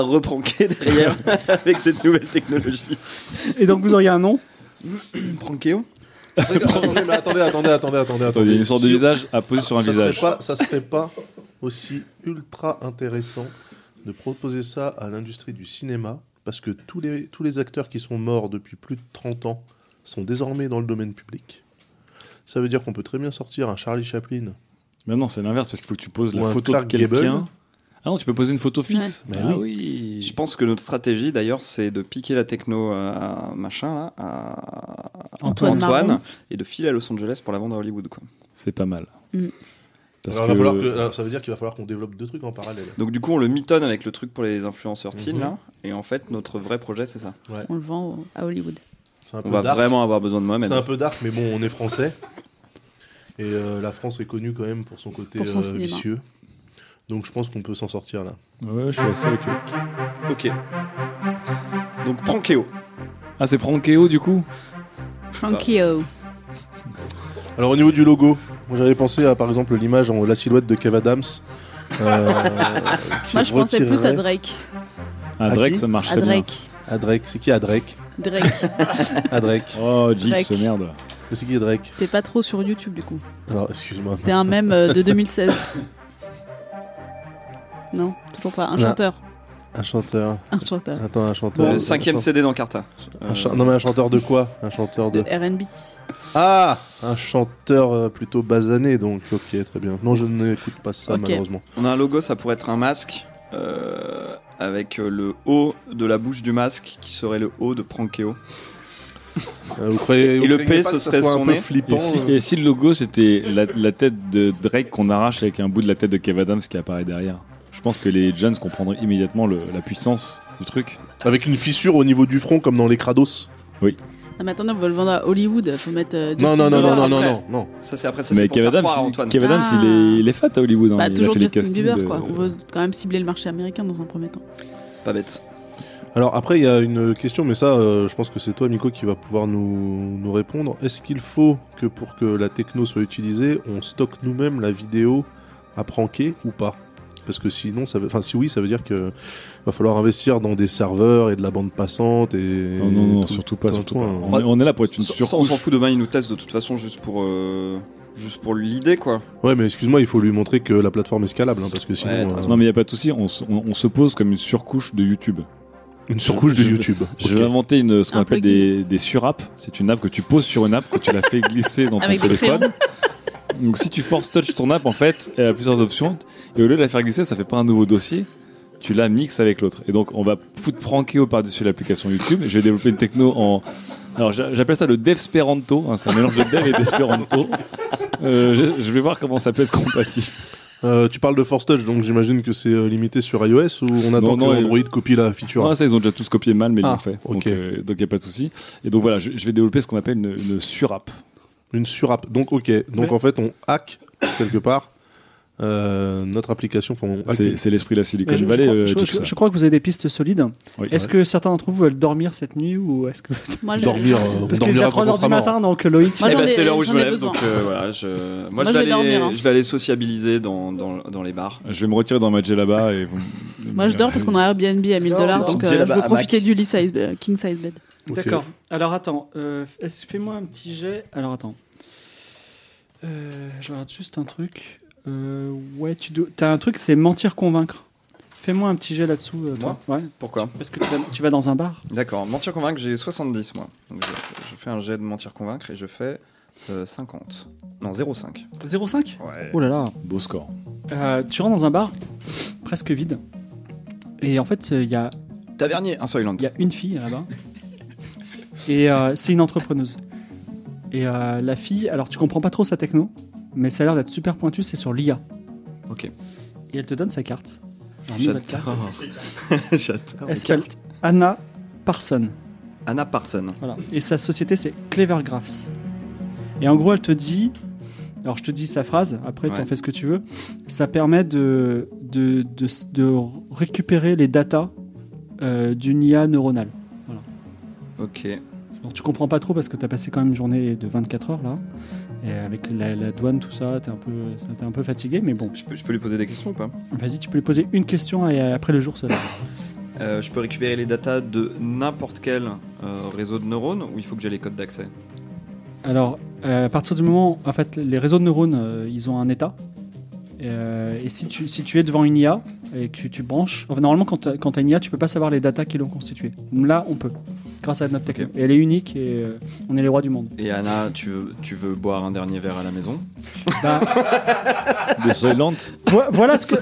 repranquer derrière avec cette nouvelle technologie.
Et donc, vous auriez un nom
Prankéo
Attendez, mais attendez, attendez, attendez, attendez.
Il y a une sorte de
Si-
visage à poser sur un
ça
visage.
Serait pas, ça serait pas aussi ultra intéressant de proposer ça à l'industrie du cinéma, parce que tous les, tous les acteurs qui sont morts depuis plus de 30 ans sont désormais dans le domaine public. Ça veut dire qu'on peut très bien sortir un Charlie Chaplin.
Mais non, c'est l'inverse parce qu'il faut que tu poses la
Ou un
photo
Clark
de
Gable.
quelqu'un. Ah non, tu peux poser une photo fixe.
Ouais.
Ah
Mais
oui.
Bah Je pense que notre stratégie, d'ailleurs, c'est de piquer la techno à à machin, là, à
Antoine Marron.
et de filer à Los Angeles pour la vendre à Hollywood. Quoi.
C'est pas mal.
Mm.
Parce
Alors, il va
que-
falloir que- alors, ça veut dire qu'il va falloir qu'on développe deux trucs en parallèle.
Donc, du coup, on le mitonne avec le truc pour les influenceurs teen,
Mhm.
là, et en fait, notre vrai projet, c'est ça.
On le vend au- à Hollywood.
C'est un
On
peu
va
dark.
vraiment avoir besoin de
C'est
Mohamed.
un peu dark, mais bon, on est français. Et euh, la France est connue quand même pour son côté
Pour son
euh,
cinéma.
vicieux. Donc je pense qu'on peut s'en sortir là.
Ouais, je suis
Ah.
assez avec Loïc.
Ok. Donc, Prankeo.
Ah, c'est Prankeo du coup
Prankeo.
Alors au niveau du logo, moi, j'avais pensé à par exemple l'image en la silhouette de Kev Adams. euh, qui
Moi je pensais plus à
retirerait-
Drake.
Ah,
À
Drake,
qui
ça marche
À
très bien.
Drake.
à Drake. C'est qui à Drake
Drake.
À Drake.
Oh, Jigs,
Drake.
ce merde.
C'est qui à Drake
T'es pas trop sur YouTube du coup.
Alors excuse-moi.
C'est un mème euh, de 2016. Non, toujours pas. Un
Non.
chanteur.
Un chanteur.
Un chanteur.
Attends, un chanteur.
Le cinquième
Un chan-
CD dans Carta.
un chan- Non mais un chanteur de quoi Un chanteur
De
de.
RB.
Ah Un chanteur euh, plutôt basané donc. Ok, très bien. Non, je n'écoute pas ça
Ok.
malheureusement.
On a un logo, ça pourrait être un masque. euh, avec euh, le haut de la bouche du masque qui serait le haut de Prankeo.
Euh, vous croyez-
Et
vous
le
craignez
P,
pas
ce
que ça
serait
soit un
son
peu
nez.
flippant.
Et si,
euh,
et si le logo c'était la, la tête de Drake qu'on arrache avec un bout de la tête de Kev Adams qui apparaît derrière Je pense que les jeunes comprendraient immédiatement le- la puissance du truc.
Avec une fissure au niveau du front, comme dans les Kratos.
Non, mais attendez, on va le vendre à Hollywood. Faut mettre. euh,
Non,
Justin
non, non, non,
Bieber.
non, non,
après.
non, non.
Ça, c'est après ça,
Mais
c'est pour
Kev
faire
Adams,
croire à
il-
Antoine.
Kev Adams,
Ah.
il, est, il est fat à Hollywood. hein.
Bah,
il a
toujours
fait les
Justin
castings
Bieber,
de-
quoi. On veut quand même cibler le marché américain dans un premier temps.
Pas bête.
Alors après, il y a une question, mais ça, euh, je pense que c'est toi, Nico, qui va pouvoir nous, nous répondre. Est-ce qu'il faut que pour que la techno soit utilisée, on stocke nous-mêmes la vidéo à pranker ou pas Parce que sinon, ça veut... enfin, si oui, ça veut dire que va falloir investir dans des serveurs et de la bande passante et
Non, non, non,
tout-
surtout pas,
tout un
surtout pas.
coin.
On, est- on est là pour être une
Ça, ça, on s'en
surcouche.
fout demain, il nous teste de toute façon juste pour, euh, juste pour l'idée, quoi. Eh
Ouais, mais excuse-moi, il faut lui montrer que la plateforme est scalable, hein, parce que sinon,
Ouais, t'as
euh,
Non, mais il n'y a pas de souci, on, se- on- on se pose comme une surcouche de YouTube.
une surcouche de
Je-
YouTube.
Je
Ok.
vais inventer une, ce qu'on
Un
appelle des, des surapps. C'est une app que tu poses sur une app, que tu la fais glisser dans ton
Avec des
téléphone. Donc si tu force touch ton app, en fait, elle a plusieurs options. Et au lieu de la faire glisser, ça fait pas un nouveau dossier. Tu la mixes avec l'autre. Et donc on va foutre Prankeo par-dessus l'application YouTube. Je vais développer une techno en... Alors j'a- j'appelle ça le devspéranto. hein. c'est un mélange de dev et d'espéranto. Euh, je, je vais voir comment ça peut être compatible.
Euh, tu parles de Force Touch, donc j'imagine que c'est euh, limité sur iOS ou on attend
non,
que
et-
Android copie la feature
Ouais, Ah, ça, ils ont déjà tous copié mal, mais ils
Ah,
l'ont fait. Donc
ok.
il n'y a pas de souci. Et donc voilà, je, je vais développer ce qu'on appelle une, une surapp.
Une surapp. Donc, ok. Donc,
Ouais.
en fait, on hack quelque part euh, notre application. Enfin, on hack-
C'est c'est l'esprit de la Silicon
Mais je, je
Valley.
crois,
euh,
je-
tout
je-
ça.
je crois que vous avez des pistes solides.
Oui.
Est-ce que certains d'entre vous veulent dormir cette nuit ou est-ce que
Moi, je-
dormir. euh, on
parce
dormira
que déjà
quand on
3h
sera
du
mort.
matin donc Loïc
Moi,
Eh
j'en
ben,
ai-
c'est l'heure où je
j'en
me
ai
lève,
besoin.
donc euh, voilà. Je... Moi,
Moi,
je,
je
vais
vais
aller,
dormir, hein.
je vais aller sociabiliser dans, dans, dans les bars.
Je vais me retirer dans ma là-bas et vous-
Moi, je dors parce qu'on a Airbnb à 1000 dollars,
c'est
donc
obligé
euh, je
là-bas,
veux
à
profiter
Mac.
du lit size, euh, king size bed.
Ok.
D'accord. Alors attends, euh, f- est-ce- fais-moi un petit jet. Alors attends. Euh, je regarde juste un truc. Euh, ouais, tu dois- t'as un truc, c'est mentir convaincre. Fais-moi un petit jet là-dessous, euh, toi. Ouais.
Pourquoi
Parce que tu vas, tu vas dans un bar.
D'accord. Mentir convaincre, j'ai 70 moi. Donc, je, je fais un jet de mentir convaincre et je fais euh, 50. Non, 0,5.
0,5
Ouais.
Oh là là.
beau score.
Euh, tu rentres dans un bar presque vide. Et en fait, il y, a,
Tavernier, un Soylent.
y a une fille là-bas. Et euh, c'est une entrepreneuse. Et euh, la fille, alors tu comprends pas trop sa techno, mais ça a l'air d'être super pointu, c'est sur l'IA.
Ok.
Et elle te donne sa carte. Alors, mets votre carte.
J'adore. J'adore.
Elle s'appelle Anna Parson.
Anna Parson.
Voilà. Et sa société, c'est Clever Graphs. Et en gros, elle te dit. Alors, je te dis sa phrase, après, tu
Ouais.
en fais ce que tu veux. Ça permet de, de, de, de récupérer les datas euh, d'une IA neuronale.
Ok.
Alors, tu comprends pas trop parce que tu as passé quand même une journée de 24 heures là. Et avec la, la douane, tout ça, t'es un, peu, t'es un peu fatigué, mais bon.
Je peux, je peux lui poser des questions ou pas
Vas-y, tu peux lui poser une question et euh, après le jour se lève.
Euh, Je peux récupérer les datas de n'importe quel euh, réseau de neurones ou il faut que j'ai les codes d'accès
Alors, euh, à partir du moment, en fait, les réseaux de neurones, euh, ils ont un état. Euh, et si tu, si tu es devant une IA et que tu, tu branches, enfin, normalement, quand t'as- quand tu as une IA, tu peux pas savoir les datas qui l'ont constituée. Là, on peut, grâce à notre technique. Et elle est unique et euh, on est les rois du monde.
Et Anna, tu veux, tu veux boire un dernier verre à la maison
Bah,
De Soylent,
vo- voilà, ce que,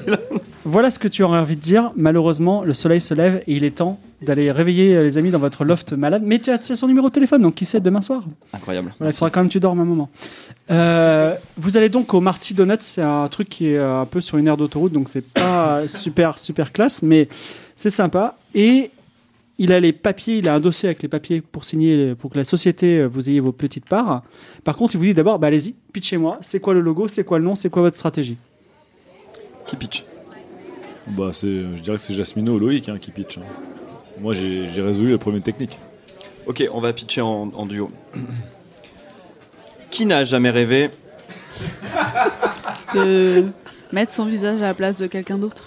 voilà ce que tu aurais envie de dire. Malheureusement, le soleil se lève et il est temps d'aller réveiller euh, les amis dans votre loft malade. Mais tu as, tu as son numéro de téléphone, donc qui sait demain soir
Incroyable.
Voilà, il faudra quand même que tu dormes un moment. Euh, vous allez donc au Marty Donuts, c'est un truc qui est euh, un peu sur une aire d'autoroute, donc c'est pas super super classe, mais c'est sympa. Et il a les papiers, il a un dossier avec les papiers pour signer, pour que la société euh, vous ayez vos petites parts. Par contre, il vous dit d'abord, bah, allez-y, pitchez-moi. C'est quoi le logo C'est quoi le nom C'est quoi votre stratégie
Qui pitch
bah c'est, je dirais que c'est Jasmino ou Loïc hein, qui pitch. hein. Moi j'ai j'ai résolu le problème technique.
Ok, on va pitcher en, en duo. Qui n'a jamais rêvé
De mettre son visage à la place de quelqu'un d'autre.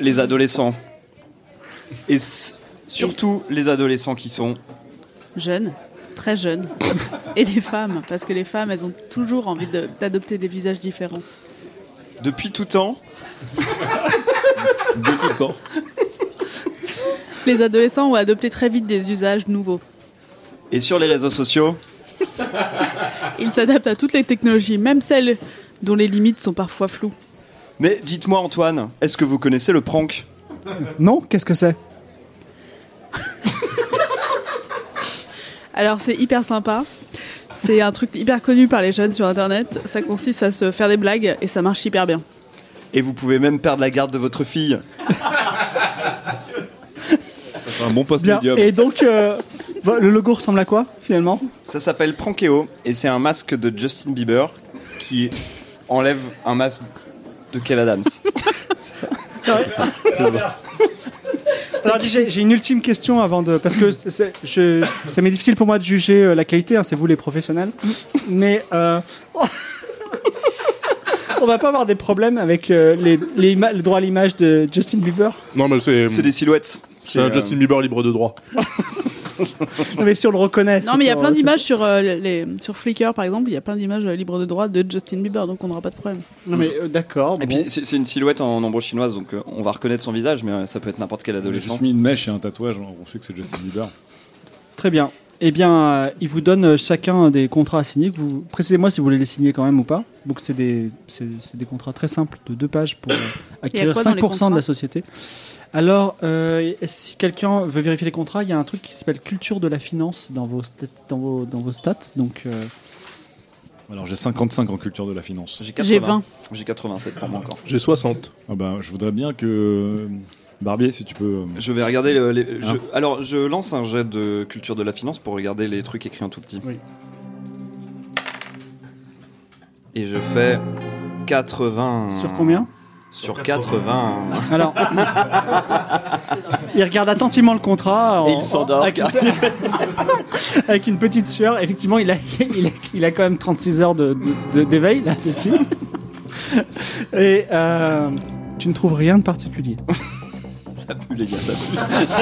les adolescents Et s- surtout les adolescents qui sont
Jeunes, très jeunes. Et des femmes, parce que les femmes, elles ont toujours envie de- d'adopter des visages différents.
depuis tout temps.
De tout temps.
Les adolescents ont adopté très vite des usages nouveaux.
Et sur les réseaux sociaux,
Ils s'adaptent à toutes les technologies, même celles dont les limites sont parfois floues.
mais dites-moi Antoine, est-ce que vous connaissez le prank
Non Qu'est-ce que c'est
Alors c'est hyper sympa. C'est un truc hyper connu par les jeunes sur internet. Ça consiste à se faire des blagues et ça marche hyper bien.
Et vous pouvez même perdre la garde de votre fille.
Un bon poste
Bien.
médium.
Et donc, euh, bah, le logo ressemble à quoi finalement
Ça s'appelle Prankeo et c'est un masque de Justin Bieber qui enlève un masque de Kev Adams.
Alors, j'ai j'ai une ultime question avant de. Parce que c'est- c'est- je- ça m'est difficile pour moi de juger euh, la qualité, hein, c'est vous les professionnels. Mais. euh, On va pas avoir des problèmes avec euh, les, les ima- le droit à l'image de Justin Bieber.
Non, mais c'est
C'est des silhouettes.
c'est un
euh,
Justin Bieber libre de droit.
Non, mais si on le reconnaît.
Non
c'est
mais il y a
pour-
plein
c'est-
d'images sur, euh, les, sur Flickr par exemple, il y a plein d'images euh, libres de droit de Justin Bieber donc on n'aura pas de problème.
Non, mais euh, d'accord.
Et
bon.
puis c'est c'est une silhouette en ombre chinoise donc euh, on va reconnaître son visage mais euh, ça peut être n'importe quel
J'ai
adolescent.
juste mis une mèche et un tatouage, on sait que c'est Justin Bieber.
Très bien. Eh bien, euh, ils vous donnent euh, chacun des contrats à signer. que Vous précisez-moi si vous voulez les signer quand même ou pas. Donc c'est des c'est c'est des contrats très simples de deux pages pour euh, acquérir
quoi dans
5%
les
de
contrats
la société. Alors, euh, si quelqu'un veut vérifier les contrats, il y a un truc qui s'appelle culture de la finance dans vos stats, dans vos dans vos stats. Donc euh,
Alors j'ai 55 en culture de la finance.
J'ai
80.
20.
J'ai 87 pour moi encore.
J'ai 60.
Ah ben, je voudrais bien que euh, Barbier, si tu peux. euh,
Je vais regarder le- les. je-
Hein
alors je lance un jet de culture de la finance pour regarder les trucs écrits en tout petit.
Oui.
Et je fais 80.
sur combien
Sur 80.
Alors, il regarde attentivement le contrat. en-
Et il s'endort.
Avec, avec une petite sueur. Effectivement, il a, il a, il a quand même 36 heures de- de- de- d'éveil, là, depuis. Et euh, tu ne trouves rien de particulier.
ça pue les gars, ça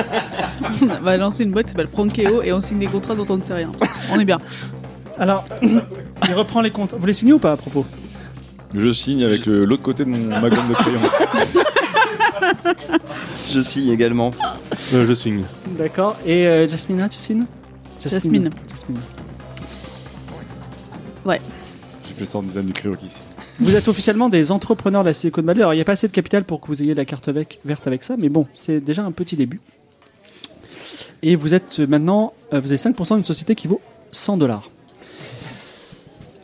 pue.
On va lancer une boîte qui s'appelle Prankeo et on signe des contrats dont on ne sait rien. On est bien.
Alors, il reprend les comptes. Vous les signez ou pas à propos
Je signe avec euh, l'autre côté de mon ma gomme de crayon.
Je signe également.
Euh, je signe.
D'accord. Et euh, Jasmina, tu signes
Jasmine.
Jasmine.
J'ai fait ça en design du crayon ici.
Vous êtes officiellement des entrepreneurs de la Silicon Valley. Alors, il n'y a pas assez de capital pour que vous ayez la carte avec- verte avec ça, mais bon, c'est déjà un petit début. Et vous êtes euh, maintenant, euh, vous avez 5% d'une société qui vaut 100 dollars.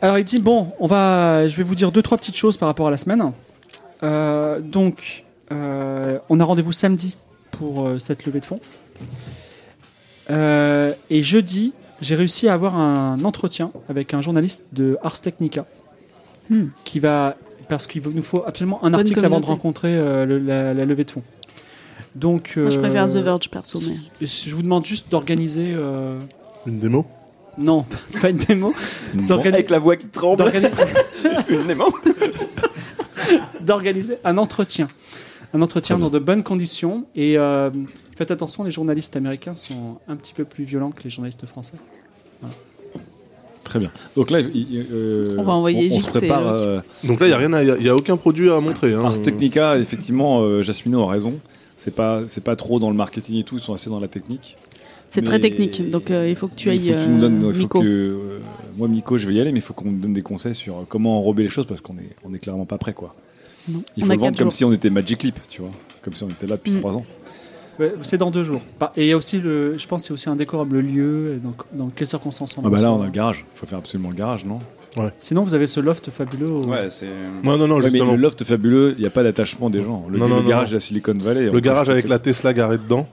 Alors, il dit Bon, on va, je vais vous dire deux, trois petites choses par rapport à la semaine. Euh, donc, euh, on a rendez-vous samedi pour euh, cette levée de fonds. Euh, et jeudi, j'ai réussi à avoir un entretien avec un journaliste de Ars Technica
Hmm.
qui va parce qu'il nous faut absolument un
Bonne
article avant de
communauté.
rencontrer euh, le- la, la levée de fonds. Donc,
Moi je
euh,
préfère The Verge perso mais...
je je vous demande juste d'organiser. euh,
Une démo
Non, pas une démo. D'organi-
Avec la voix qui tremble.
d'organi-
Une aimant.
D'organiser un entretien. Un entretien
Très
dans de bonnes conditions. Et euh, faites attention, les journalistes américains sont un petit peu plus violents que les journalistes français.
Très bien. Donc là, il- il- euh,
On va envoyer
on, on
Gilles,
se prépare.
c'est l'autre.
euh,
Donc là, il n'y a, rien à- y a- y a aucun produit à montrer. Hein.
Ars Technica, effectivement, euh, Jasmino a raison. C'est pas, c'est pas trop dans le marketing et tout. Ils sont assez dans la technique.
C'est très
Mais-
technique donc euh, il faut que tu
Il
ailles
faut que tu nous
euh,
donnes- il faut
Miko.
que, euh, moi, Miko, je vais y aller, mais il faut qu'on me donne des conseils sur comment enrober les choses parce qu'on est, on est clairement pas prêt, quoi.
Non.
Il
On
faut
a
le vendre
quatre
comme
jours.
si on était Magic Leap, tu vois, comme si on était là depuis
Mm.
trois ans. Ah
Ouais, C'est dans deux jours. Bah, Et il y a aussi, le, je pense, c'est aussi indécorable le lieu, dans, dans quelles circonstances on
Ah bah
est.
là, on a le garage. Il faut faire absolument le garage, non
Oh,
Sinon, vous avez ce loft fabuleux. au-
Ouais, c'est.
Non, non, non,
Ouais, mais
justement.
le loft fabuleux, il n'y a pas d'attachement des gens. Le,
Non,
le
non, non,
garage
non.
de la Silicon Valley.
Le garage avec la Tesla garée dedans.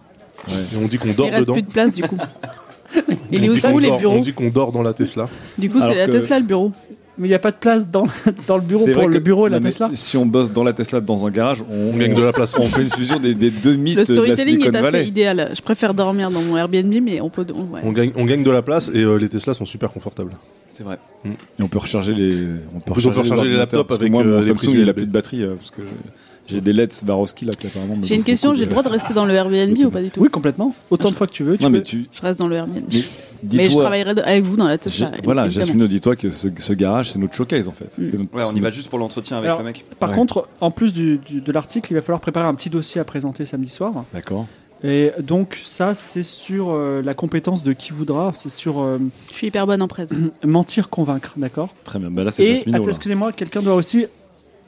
Ouais.
Et on dit qu'on
Il
dort
reste
dedans.
plus de place du coup.
On
Il est
dit qu'on
où les
dort- On
bureaux
dit qu'on dort dans la Tesla.
Du coup c'est
Alors
la
que-
Tesla le bureau.
Mais il n'y a pas de place dans, dans le bureau
C'est
pour
vrai
le
que-
bureau et la
non, mais
Tesla.
Si on bosse dans la Tesla dans un garage, on,
On gagne de la place.
on fait une fusion des, des deux mythes
Le
de la
storytelling
Silicon
est assez
Valley.
idéal. Je préfère dormir dans mon Airbnb mais on peut... on- ouais.
On gagne, on gagne de la place et euh, les Tesla sont super confortables.
C'est vrai.
Et on peut recharger les, on peut
plus, on peut recharger les
ordinateurs,
laptops
parce que
avec,
moi,
euh,
mon
des
Samsung,
prises
il a
USB.
plus de batterie euh, parce que j'ai- j'ai des LED Swarovski là, qui apparemment. me
J'ai une
bouffent
question,
beaucoup de-
j'ai le droit de rester dans le Airbnb ou pas du tout
Oui, complètement. Autant de fois que tu veux. Tu
Ah, Non mais
peux-
tu,
Je reste dans le Airbnb.
mais
Mais je
dis-toi.
travaillerai de- avec vous dans la
j'ai-
Tesla.
Voilà,
évidemment.
Jasmine, dis-toi que ce, ce garage, c'est notre showcase en fait.
Mm.
C'est notre-
Ouais, on
c'est
y va
notre-
juste pour l'entretien avec
Alors-
le mec.
Par
Ouais.
contre, en plus du- du- de l'article, il va falloir préparer un petit dossier à présenter samedi soir.
D'accord.
Et donc, ça, c'est sur euh, la compétence de qui voudra. C'est sur euh,
Je suis hyper bonne en presse.
Mhm.
mentir, convaincre, d'accord
Très bien. Bah là, c'est
Et,
Jasmine.
attends, excusez-moi, quelqu'un doit aussi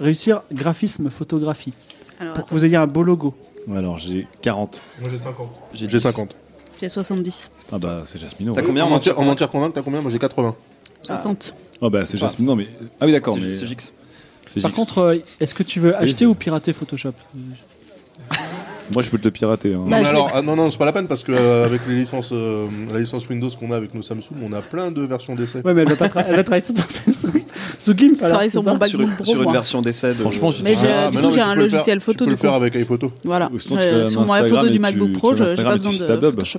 réussir graphisme, photographie.
Alors,
Pour que vous ayez un beau logo.
Alors j'ai 40.
Moi j'ai 50.
J'ai
J'ai
10.
50.
J'ai 70.
Ah bah c'est Jasmino.
T'as combien
en
en
mentir,
mentir-
en mentir convaincre, t'as combien Moi j'ai 80.
60.
Ah bah c'est Jasmino mais ah oui d'accord.
C'est-
mais-
C'est Jix.
c'est
Par
Jix.
contre, euh, est-ce que tu veux acheter
c'est-
ou pirater Photoshop
euh,
moi je peux te le pirater. hein.
Non,
Bah,
mais
je
alors, ah, non, non, c'est pas la peine parce que euh, avec les licences, euh, la licence Windows qu'on a avec nos Samsung, on a plein de versions d'essai.
Ouais, mais elle va, pas tra- elle va travailler sur ton Samsung. Sous Gimp,
Je travaille sur mon
Sur, une-
backbook pro.
sur une
moi.
version euh, d'essai. de-
Franchement, si
Mais
tu-
je-
Ah,
du
mais non,
coup,
mais
j'ai
tu
un
peux le faire-
logiciel photo
Tu peux
du
le
coup.
faire avec iPhoto.
Voilà.
Ou sinon, tu
Euh,
fais un
sur ma
Instagram
photo
et
du
tu-
MacBook
tu
Pro,
fais
je- j'ai
Instagram
pas
et tu
besoin
cites Adobe.
de Photoshop.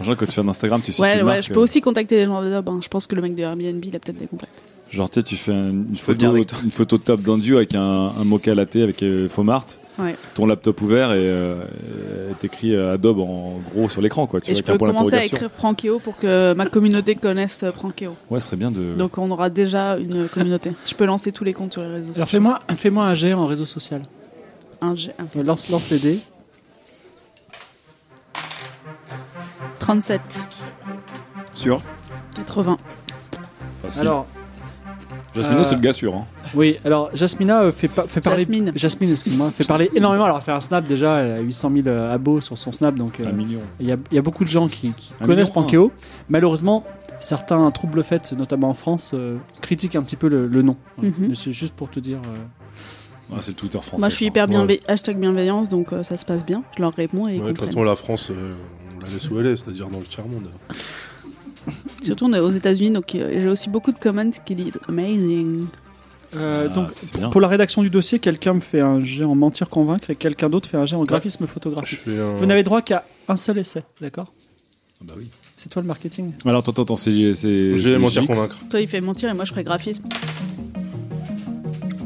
Genre, quand tu fais un Instagram, tu cites
Ouais,
une
ouais,
marque,
je peux
euh,
aussi contacter les gens d'Adobe. hein. Je pense que le mec de Airbnb, il a peut-être des contacts.
euh, Genre, tu sais, tu fais un- une,
bien
photo,
avec toi.
une photo de table d'un duo avec un, un mocha latte avec euh, Fomart,
Ouais.
ton laptop ouvert et euh, et t'écris euh, Adobe en gros sur l'écran, quoi. Tu
Et
vois,
je
avec un
peux
point
commencer à
d'interrogation.
écrire Prankeo pour que ma communauté connaisse euh, Prankeo.
Ouais, ce serait bien de.
Donc on aura déjà une communauté. Je peux lancer tous les comptes sur les réseaux
Alors
sociaux.
fais-moi fais un jet en réseau social.
Un G, un.
Euh, Lance, lance les dés.
37,
Sûr
80.
Facile.
Alors,
Jasmino,
euh,
c'est le gars sûr. hein.
oui, alors Jasmina euh, fait, pa- fait parler.
Jasmine.
Jasmine, excuse-moi, fait parler énormément. Alors, elle a fait un Snap déjà, elle a 800 000 euh, abos sur son Snap, donc euh,
Un million.
il y, a, il y a beaucoup de gens qui, qui
Un
connaissent
million,
Pankeo. Malheureusement, certains troubles faits, notamment en France, euh, critiquent un petit peu le, le nom. Voilà.
Mhm.
Mais c'est juste pour te dire. euh,
Ah, c'est le Twitter français.
Moi, je suis
ça.
hyper
Ouais.
bienveillante, hashtag bienveillance, donc euh, ça se passe bien. Je leur réponds et ils
Ouais, de toute
comprennent.
façon, la France, euh, on la laisse où elle est, c'est-à-dire dans le tiers-monde.
Surtout, on est aux États-Unis, donc euh, j'ai aussi beaucoup de comments qui disent amazing.
Euh,
Ah,
donc,
c'est
pour-
bien.
pour la rédaction du dossier, quelqu'un me fait un jet en mentir convaincre et quelqu'un d'autre fait un jet en graphisme
Je
photographique.
fais un-
Vous n'avez droit qu'à un seul essai, d'accord
Ah bah oui.
C'est toi le marketing
Alors, attends, attends, attends, c'est. c'est-
J'ai
c'est
mentir
Jix.
convaincre.
Toi, il fait mentir et moi, je ferai graphisme.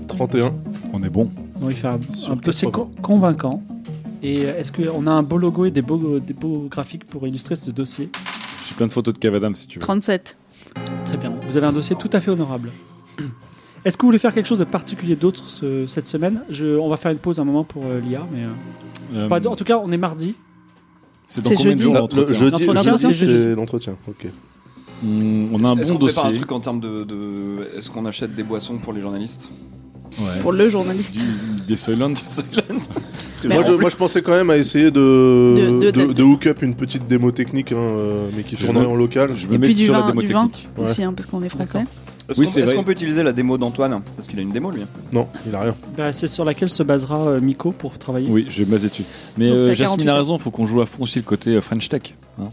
31.
On est bon.
Non, il fait un,
Sur
un dossier
80.
co- convaincant. Et euh, est-ce qu'on a un beau logo et des beaux, des beaux graphiques pour illustrer ce dossier
J'ai plein de photos de Cavadam si tu veux.
37.
Très bien. Vous avez un dossier tout à fait honorable. Est-ce que vous voulez faire quelque chose de particulier d'autre ce- cette semaine Je- On va faire une pause un moment pour euh, l'IA, mais euh,
Euh,
pas d- en tout cas, on est mardi.
c'est dans
C'est
combien de
jeudi.
jours
Là, le
l'entretien
jeudi,
L'entretien,
jeudi,
c'est jeudi.
c'est l'entretien. Ok.
Hum, On a un
Est-ce
bon
qu'on prépare
dossier.
un truc en termes de, de- Est-ce qu'on achète des boissons pour les journalistes
Ouais.
Pour le journaliste.
Du- Des Soylent.
Parce que
Mais
Moi
en
je, moi, je pensais quand même à essayer de,
De- de-
de,
de-
de hook up une petite démo technique, hein, euh, mais qui
Je
tournerait
me-
en local.
Je
Et
me mets
puis du
sur la
vin,
démo
du vin
technique.
aussi, hein, parce qu'on est français.
Est-ce
Oui,
qu'on
c'est
est-ce
vrai.
qu'on peut utiliser la démo d'Antoine Parce qu'il a une démo lui.
Non, il a rien.
Bah, c'est sur laquelle se basera euh, Miko pour travailler.
Oui, j'ai ma études. Mais
Donc,
euh,
t'as
Jasmine
48
a
ans.
raison, faut qu'on joue à fond aussi le côté euh, French Tech. hein.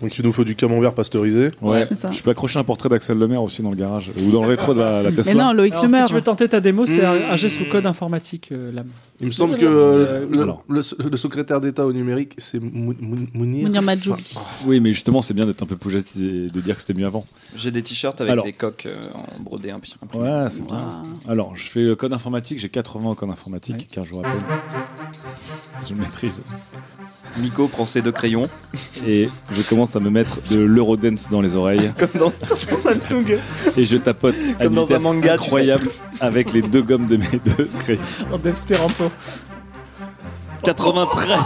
Donc il nous faut du camembert pasteurisé.
Ouais, c'est ça.
Je peux accrocher un portrait d'Axel Lemaire aussi dans le garage euh, ou dans le rétro de la, la
Mais
Tesla.
non, Loïc
Alors,
le
si
meurt.
tu veux tenter ta démo, c'est un, un jet sous code informatique, euh, l'âme.
Il me semble
non,
que
non,
euh,
euh,
le,
alors.
le- le secrétaire d'État au numérique, c'est Mou- Mou- Mounir.
Mounir Majoubi.
ah,
Oui, mais justement, c'est bien d'être un peu poujette et de dire que c'était mieux avant.
J'ai des t-shirts avec
Alors.
des coques euh, en brodé impi- imprimé.
Ouais, c'est bien.
Wow.
ça. Alors, je fais le code informatique, j'ai 80 en code informatique, car je vous rappelle, je maîtrise.
Miko prend ses deux crayons.
Et je commence à me mettre de l'eurodance dans les oreilles
Comme dans sur Samsung.
et je tapote à
Comme
une
dans un
vitesse
manga, tu sais.
incroyable avec les deux gommes de mes deux crayons.
En espéranto.
93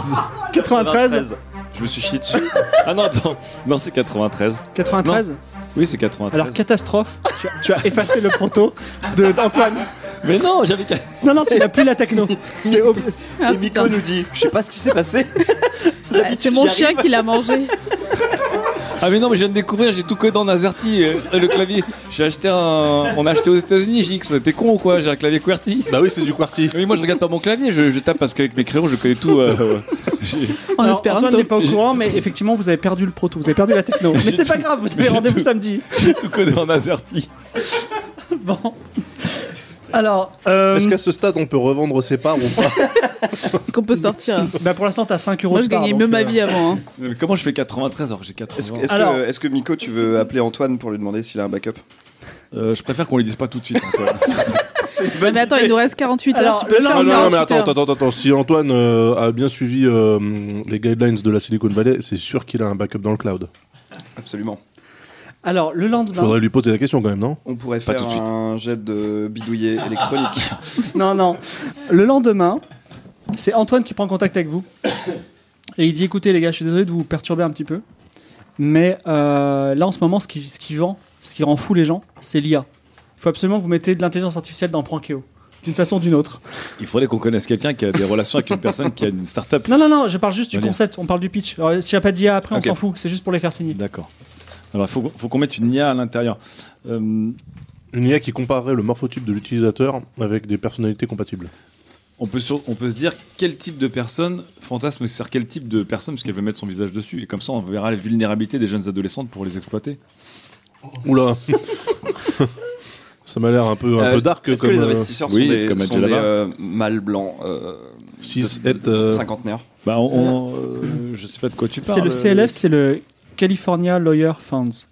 93
Je me suis chié dessus. Ah non, attends. Non, c'est 93.
93
Oui, c'est 93.
Alors, catastrophe, tu as, tu as effacé le proto de- d'Antoine.
Mais non, j'avais qu'à-
Non, non, tu n'as plus la techno. C'est ob-
Ah,
Et Miko nous dit Je sais pas ce qui s'est passé.
putain. C'est mon
j'y
chien qui l'a mangé.
Ah mais non, mais je viens de découvrir, j'ai tout codé en AZERTY, euh, le clavier. J'ai acheté un... On a acheté aux États-Unis, JX, t'es con ou quoi J'ai un clavier QWERTY.
Bah oui, c'est du QWERTY.
Mais moi, je regarde pas mon clavier, je, je tape parce qu'avec mes crayons, je connais tout. euh, j'ai-
En
Alors,
espérant.
Antoine n'est pas au courant, mais effectivement, vous avez perdu le proto, vous avez perdu la techno. Mais c'est pas grave, vous avez
j'ai
rendez-vous
tout.
samedi.
j'ai tout codé en AZERTY.
Bon. Alors, euh,
Est-ce qu'à ce stade, on peut revendre ses parts ou pas
Est-ce qu'on peut sortir
bah, pour l'instant, t'as 5 euros
Moi, je
de part,
gagnais
donc,
même ma
euh,
vie avant. hein.
Non, mais Comment je fais 93 alors que j'ai 80
Est-ce que, est-ce que-
Alors.
est-ce que Miko, tu veux appeler Antoine pour lui demander s'il a un backup
Euh, Je préfère qu'on les dise pas tout de suite. hein, quoi.
Mais attends, il nous reste 48
Alors,
heures. Tu peux
le
le faire
Ah
en
non, non, mais
48
attends,
heures.
attends, attends, attends. Si Antoine euh, a bien suivi euh, les guidelines de la Silicon Valley, c'est sûr qu'il a un backup dans le cloud.
Absolument.
Alors, le
Il
lendemain.
faudrait lui poser la question quand même, non
On pourrait
Pas
faire
tout de suite.
un jet de bidouiller électronique.
Non, non. Le lendemain, c'est Antoine qui prend contact avec vous. Et il dit écoutez, les gars, je suis désolé de vous perturber un petit peu. Mais euh, là, en ce moment, ce qui, ce qui vend, ce qui rend fou les gens, c'est l'IA. Il faut absolument que vous mettez de l'intelligence artificielle dans Prankeo. d'une façon ou d'une autre.
Il faudrait qu'on connaisse quelqu'un qui a des relations avec une personne qui a une start-up.
Non, non, non, je parle juste du
Allez.
concept, on parle du pitch. Alors, S'il n'y a pas d'IA après,
Ok.
on s'en fout, c'est juste pour les faire signer.
D'accord. Alors, il faut, faut qu'on mette une IA à l'intérieur. Euh,
Une IA qui comparerait le morphotype de l'utilisateur avec des personnalités compatibles.
on, peut sur- on peut se dire quel type de personne fantasme sur quel type de personne, puisqu'elle veut mettre son visage dessus. Et comme ça, on verra les vulnérabilités des jeunes adolescentes pour les exploiter.
Oula Ça m'a l'air un peu, un
Euh,
peu dark
Est-ce
comme
que les
euh,
investisseurs
oui,
sont des,
comme
sont
Adjala.
des, euh, mâles blancs euh,
six,
de-
et, euh,
cinquantenaires
Bah, on, on- euh, je sais pas de quoi tu parles. euh,
C'est le CLF, c'est le California Lawyer Funds.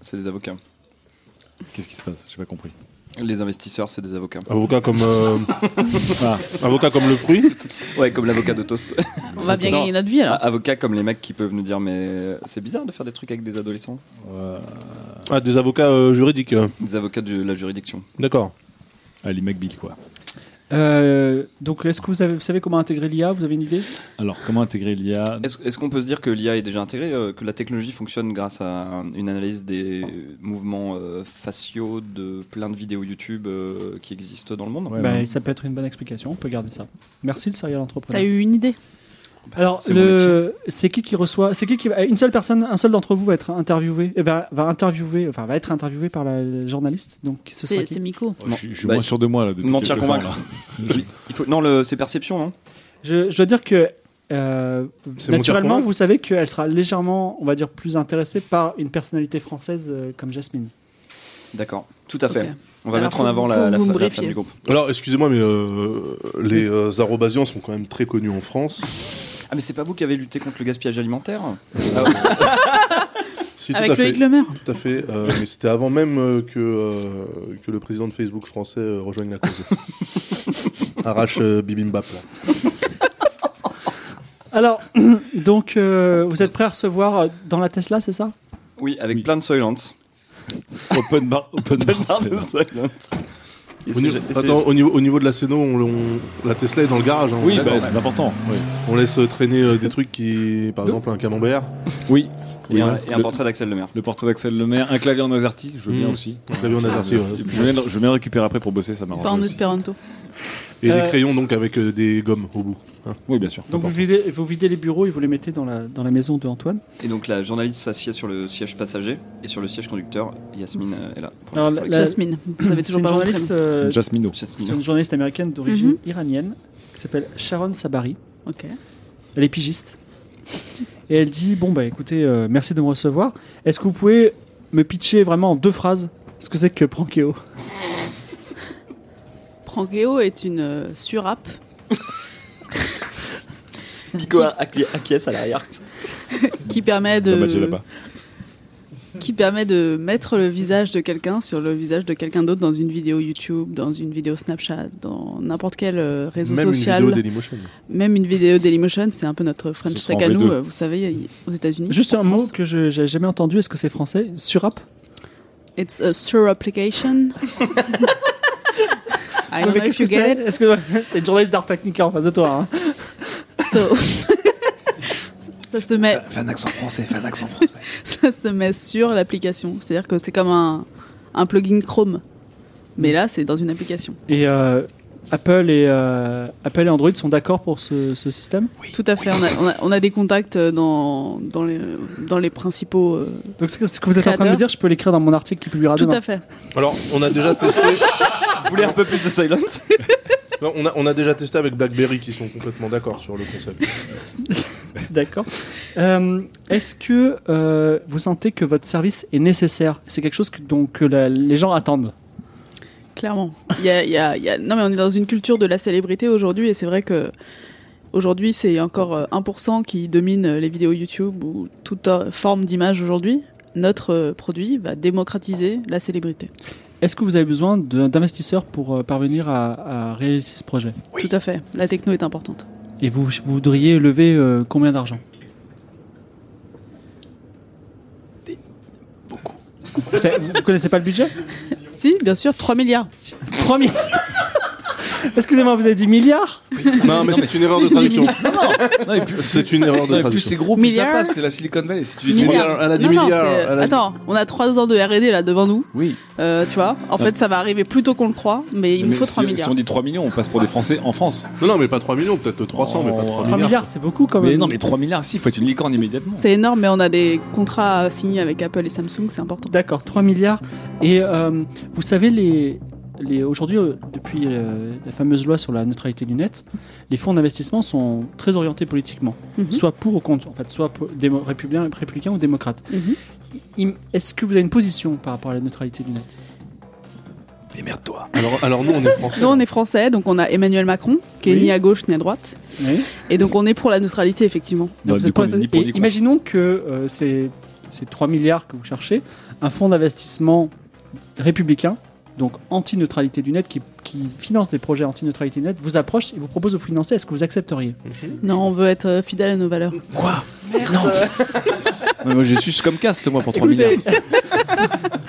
C'est des avocats.
euh, Qu'est-ce qui se passe J'ai pas compris.
Les investisseurs, c'est des avocats.
Avocat comme, euh,
Ah.
avocat comme le fruit
Ouais, comme l'avocat de Toast.
On va bien
Non. Ah,
gagner notre vie alors.
Avocat comme les mecs qui peuvent nous dire mais c'est bizarre de faire des trucs avec des adolescents.
Ah, des avocats euh, juridiques. euh.
Des avocats de la juridiction.
D'accord.
Ali McBeal, quoi.
Euh, donc, est-ce que vous, avez- vous savez comment intégrer l'IA Vous avez une idée
Alors, comment intégrer l'IA
Est-ce est-ce qu'on peut se dire que l'IA est déjà intégrée, euh, que la technologie fonctionne grâce à une analyse des mouvements euh, faciaux de plein de vidéos YouTube euh, qui existent dans le monde
Ouais,
Bah,
ouais.
Ça peut être une bonne explication, on peut garder ça. Merci le serial entrepreneur.
T'as eu une idée
Alors,
C'est mon
le- c'est qui qui reçoit C'est qui qui va- Une seule personne, un seul d'entre vous va être interviewé, eh, va, va interviewer, enfin va être interviewé par la, la journaliste. Donc, ce sera
C'est
qui
c'est Miko.
Oh, je suis- je suis
Bah,
moins sûr de moi là. depuis
mentir,
quelque temps,
convaincre.
là.
Oui, il faut... Non, le- c'est perception, hein. non
je, je dois dire que euh,
C'est mon
naturellement,
circonvent.
vous savez qu'elle sera légèrement, on va dire, plus intéressée par une personnalité française euh, comme Jasmine.
D'accord, tout à fait.
Ok.
On va
Alors,
mettre
faut-
en avant
faut
la, la,
vous me
fa- la
briefiez.
femme du groupe.
Alors, excusez-moi, mais euh, les euh, Zarobasians sont quand même très connus en France.
Ah, mais c'est pas vous qui avez lutté contre le gaspillage alimentaire
Si,
Avec Loïc Lemer.
Tout à fait, euh, mais c'était avant même euh, que, euh, que le président de Facebook français euh, rejoigne la cause. Arrache euh, Bibimbap, là.
Alors, donc, euh, vous êtes prêts à recevoir euh, dans la Tesla, c'est ça
Oui, avec
Oui.
plein de Soylent.
Open bar, open bar, c'est-
de Soylent. Et
Au
c'est-
niveau,
et c'est-
attends, au niveau, au niveau de la Céno, on, on- la Tesla est dans le garage. hein,
Oui,
on est
bah,
d'accord.
c'est important. Oui.
on laisse euh, traîner euh, des trucs qui, par exemple, un camembert.
Oui.
et un,
ouais.
et un
Le-
portrait d'Axel Lemaire.
Le portrait d'Axel Lemaire, un clavier en azerty, je veux bien
Mmh.
aussi.
Un clavier en azerty, ouais.
Je vais, le- je vais bien le récupérer après pour bosser, ça m'arrange.
Pas en
aussi.
espéranto.
Et
Euh,
des crayons, donc, avec euh, des gommes au bout. hein.
Oui, bien sûr.
Donc, vous
N'importe.
videz, vous videz les bureaux et vous les mettez dans la, dans la maison de Antoine.
Et donc la journaliste s'assied sur le siège passager et sur le siège conducteur, Yasmine euh, est là. pour-
Alors,
pour les-
la-
Jasmine. Vous savez
C'est
toujours
une
pas votre
journaliste, euh,
Jasmino.
Jasmine.
c'est une journaliste américaine d'origine iranienne qui s'appelle Sharon Sabari.
prénom. Ok.
Elle est pigiste. Et elle dit Bon, bah écoutez, euh, merci de me recevoir. Est-ce que vous pouvez me pitcher vraiment en deux phrases ce que c'est que Prankeo
Prankeo est une euh, surapp
Pico acqui- acquiesce à l'arrière.
qui permet
Dans Badger
de
là-bas.
qui permet de mettre le visage de quelqu'un sur le visage de quelqu'un d'autre dans une vidéo YouTube, dans une vidéo Snapchat, dans n'importe quel euh, réseau
Même
social,
une vidéo Dailymotion.
même une vidéo Dailymotion, c'est un peu notre French
Ce sera
Tech
en
à
V2.
nous, euh, vous savez, y- aux États-Unis.
Juste un
en
mot
France.
que je j'ai jamais entendu est-ce que c'est français Surap
It's a surapplication. I don't know if you get it.
Est-ce que t'es une journaliste d'art technica en face de toi hein.
So- ça se met
Fais un accent français, fais un accent français.
ça se met sur l'application. C'est-à-dire que c'est comme un, un plugin Chrome. Mais là, c'est dans une application.
Et euh, Apple, et, euh, Apple et Android sont d'accord pour ce, ce système
Tout à fait. On a, on a- on a des contacts euh, dans, dans, les, dans les principaux. euh,
Donc ce que, ce que vous êtes en train de
Créateur.
me dire, je peux l'écrire dans mon article qui publiera
Tout
Ah, demain.
à fait.
Alors, on a déjà testé.
Vous voulez un peu plus de Soylent
non, on, a, on a déjà testé avec BlackBerry qui sont complètement d'accord sur le concept.
D'accord. Euh, Est-ce que euh, vous sentez que votre service est nécessaire C'est quelque chose que, dont, que la- les gens attendent.
Clairement. Il y a- il y a- il y a- Non, mais on est dans une culture de la célébrité aujourd'hui et c'est vrai que aujourd'hui, c'est encore euh, 1% qui domine euh, les vidéos YouTube ou toute euh, forme d'image aujourd'hui. Notre euh, produit va démocratiser la célébrité.
Est-ce que vous avez besoin de- d'investisseurs pour euh, parvenir à, à réaliser ce projet
Tout à fait. La techno est importante.
Et vous, vous voudriez lever euh, combien d'argent Beaucoup. Vous, savez- vous connaissez pas le budget
Si, bien sûr, 3 milliards.
3 milliards Excusez-moi, vous avez dit milliards
Non, mais c'est une erreur de traduction.
Non, et plus,
C'est une erreur
non,
de
et plus
traduction.
c'est gros, plus ça
Milliard.
passe. C'est la Silicon Valley. Si tu dis
Milliard.
trois-
milliards, elle a dit
Non, non,
milliards,
c'est-
elle a dit-
Attends, on a 3 ans de RD là devant nous,
Oui.
euh, tu vois. En fait, ça va arriver plus tôt qu'on le croit, mais il nous
Mais
faut
si-
3
Si
milliards.
on dit 3 millions, on passe pour des Français en France.
Non, non, mais pas 3 millions, peut-être 300, mais pas 3
Oh.
3
milliards.
milliards, c'est beaucoup quand même.
Mais non, mais 3 milliards, si, il faut être une licorne immédiatement.
C'est énorme, mais on a des contrats signés avec Apple et Samsung, c'est important.
D'accord, 3 milliards. Et euh, vous savez, les, les, aujourd'hui, euh, depuis euh, la fameuse loi sur la neutralité du net, les fonds d'investissement sont très orientés politiquement,
Mhm.
soit pour ou contre, en fait, soit pour- démo- républicain, républicain ou démocrate.
Mhm.
Im- Est-ce que vous avez une position par rapport à la neutralité du net
Démerde-toi.
Alors, alors nous, on est français.
Nous, on est français, donc on a Emmanuel Macron, qui est
Oui.
ni à gauche ni à droite. Et donc, on est pour la neutralité, effectivement.
Donc,
Bah,
vous
du
êtes
coup,
pas-
on est ni pour
et
ni contre.
Imaginons que euh, ces, ces 3 milliards que vous cherchez, un fonds d'investissement républicain, donc anti-neutralité du net, qui, qui finance des projets anti-neutralité du net, vous approche et vous propose de vous financer. Est-ce que vous accepteriez
Non, on veut être euh, fidèle à nos valeurs.
Quoi Merde Moi, je suce comme caste, moi, pour 3
Écoutez.
milliards.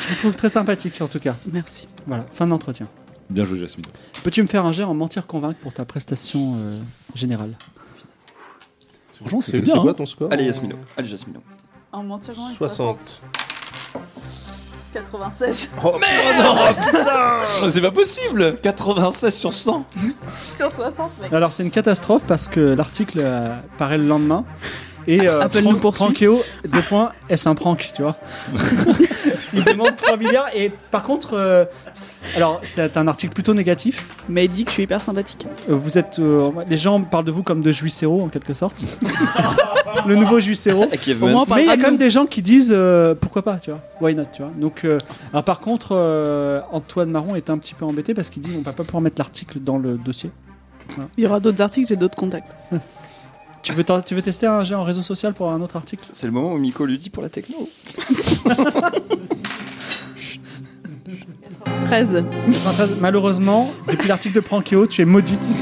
Je vous trouve très sympathique en tout cas.
Merci.
Voilà, fin d'entretien.
Bien joué, Jasmine.
Peux-tu me faire un jet en mentir convaincre pour ta prestation euh, générale
Franchement,
C'est
c'était
c'est
bien.
quoi
hein.
ton score
Allez, Yasmino. Allez, Yasmino.
En mentir,
60.
96
Oh, C'est pas possible 96 sur 100
sur 60, mec.
Alors c'est une catastrophe parce que l'article euh, paraît le lendemain. Et euh,
Apple
Fran-
nous poursuit.
Franqueo, deux points, est-ce un prank, tu vois Il demande 3 milliards et par contre, euh, c'est- alors c'est un article plutôt négatif.
Mais il dit que je suis hyper sympathique.
Euh, Vous êtes, euh, les gens parlent de vous comme de Juicero en quelque sorte. le nouveau Juicero.
Ah, qui est
Au moins, on
Mais il y
parlera
a quand même
de
des gens qui disent euh, pourquoi pas, tu vois, why not, tu vois. Donc, euh, alors par contre, euh, Antoine Marron est un petit peu embêté parce qu'il dit on va pas pouvoir mettre l'article dans le dossier.
nous. Il y aura d'autres articles, j'ai d'autres contacts.
Tu veux, t'en- tu veux tester un jet en réseau social pour un autre article
C'est le moment où Miko lui dit pour la techno.
13.
Enfin, Malheureusement, depuis l'article de Prankeo, tu es maudite.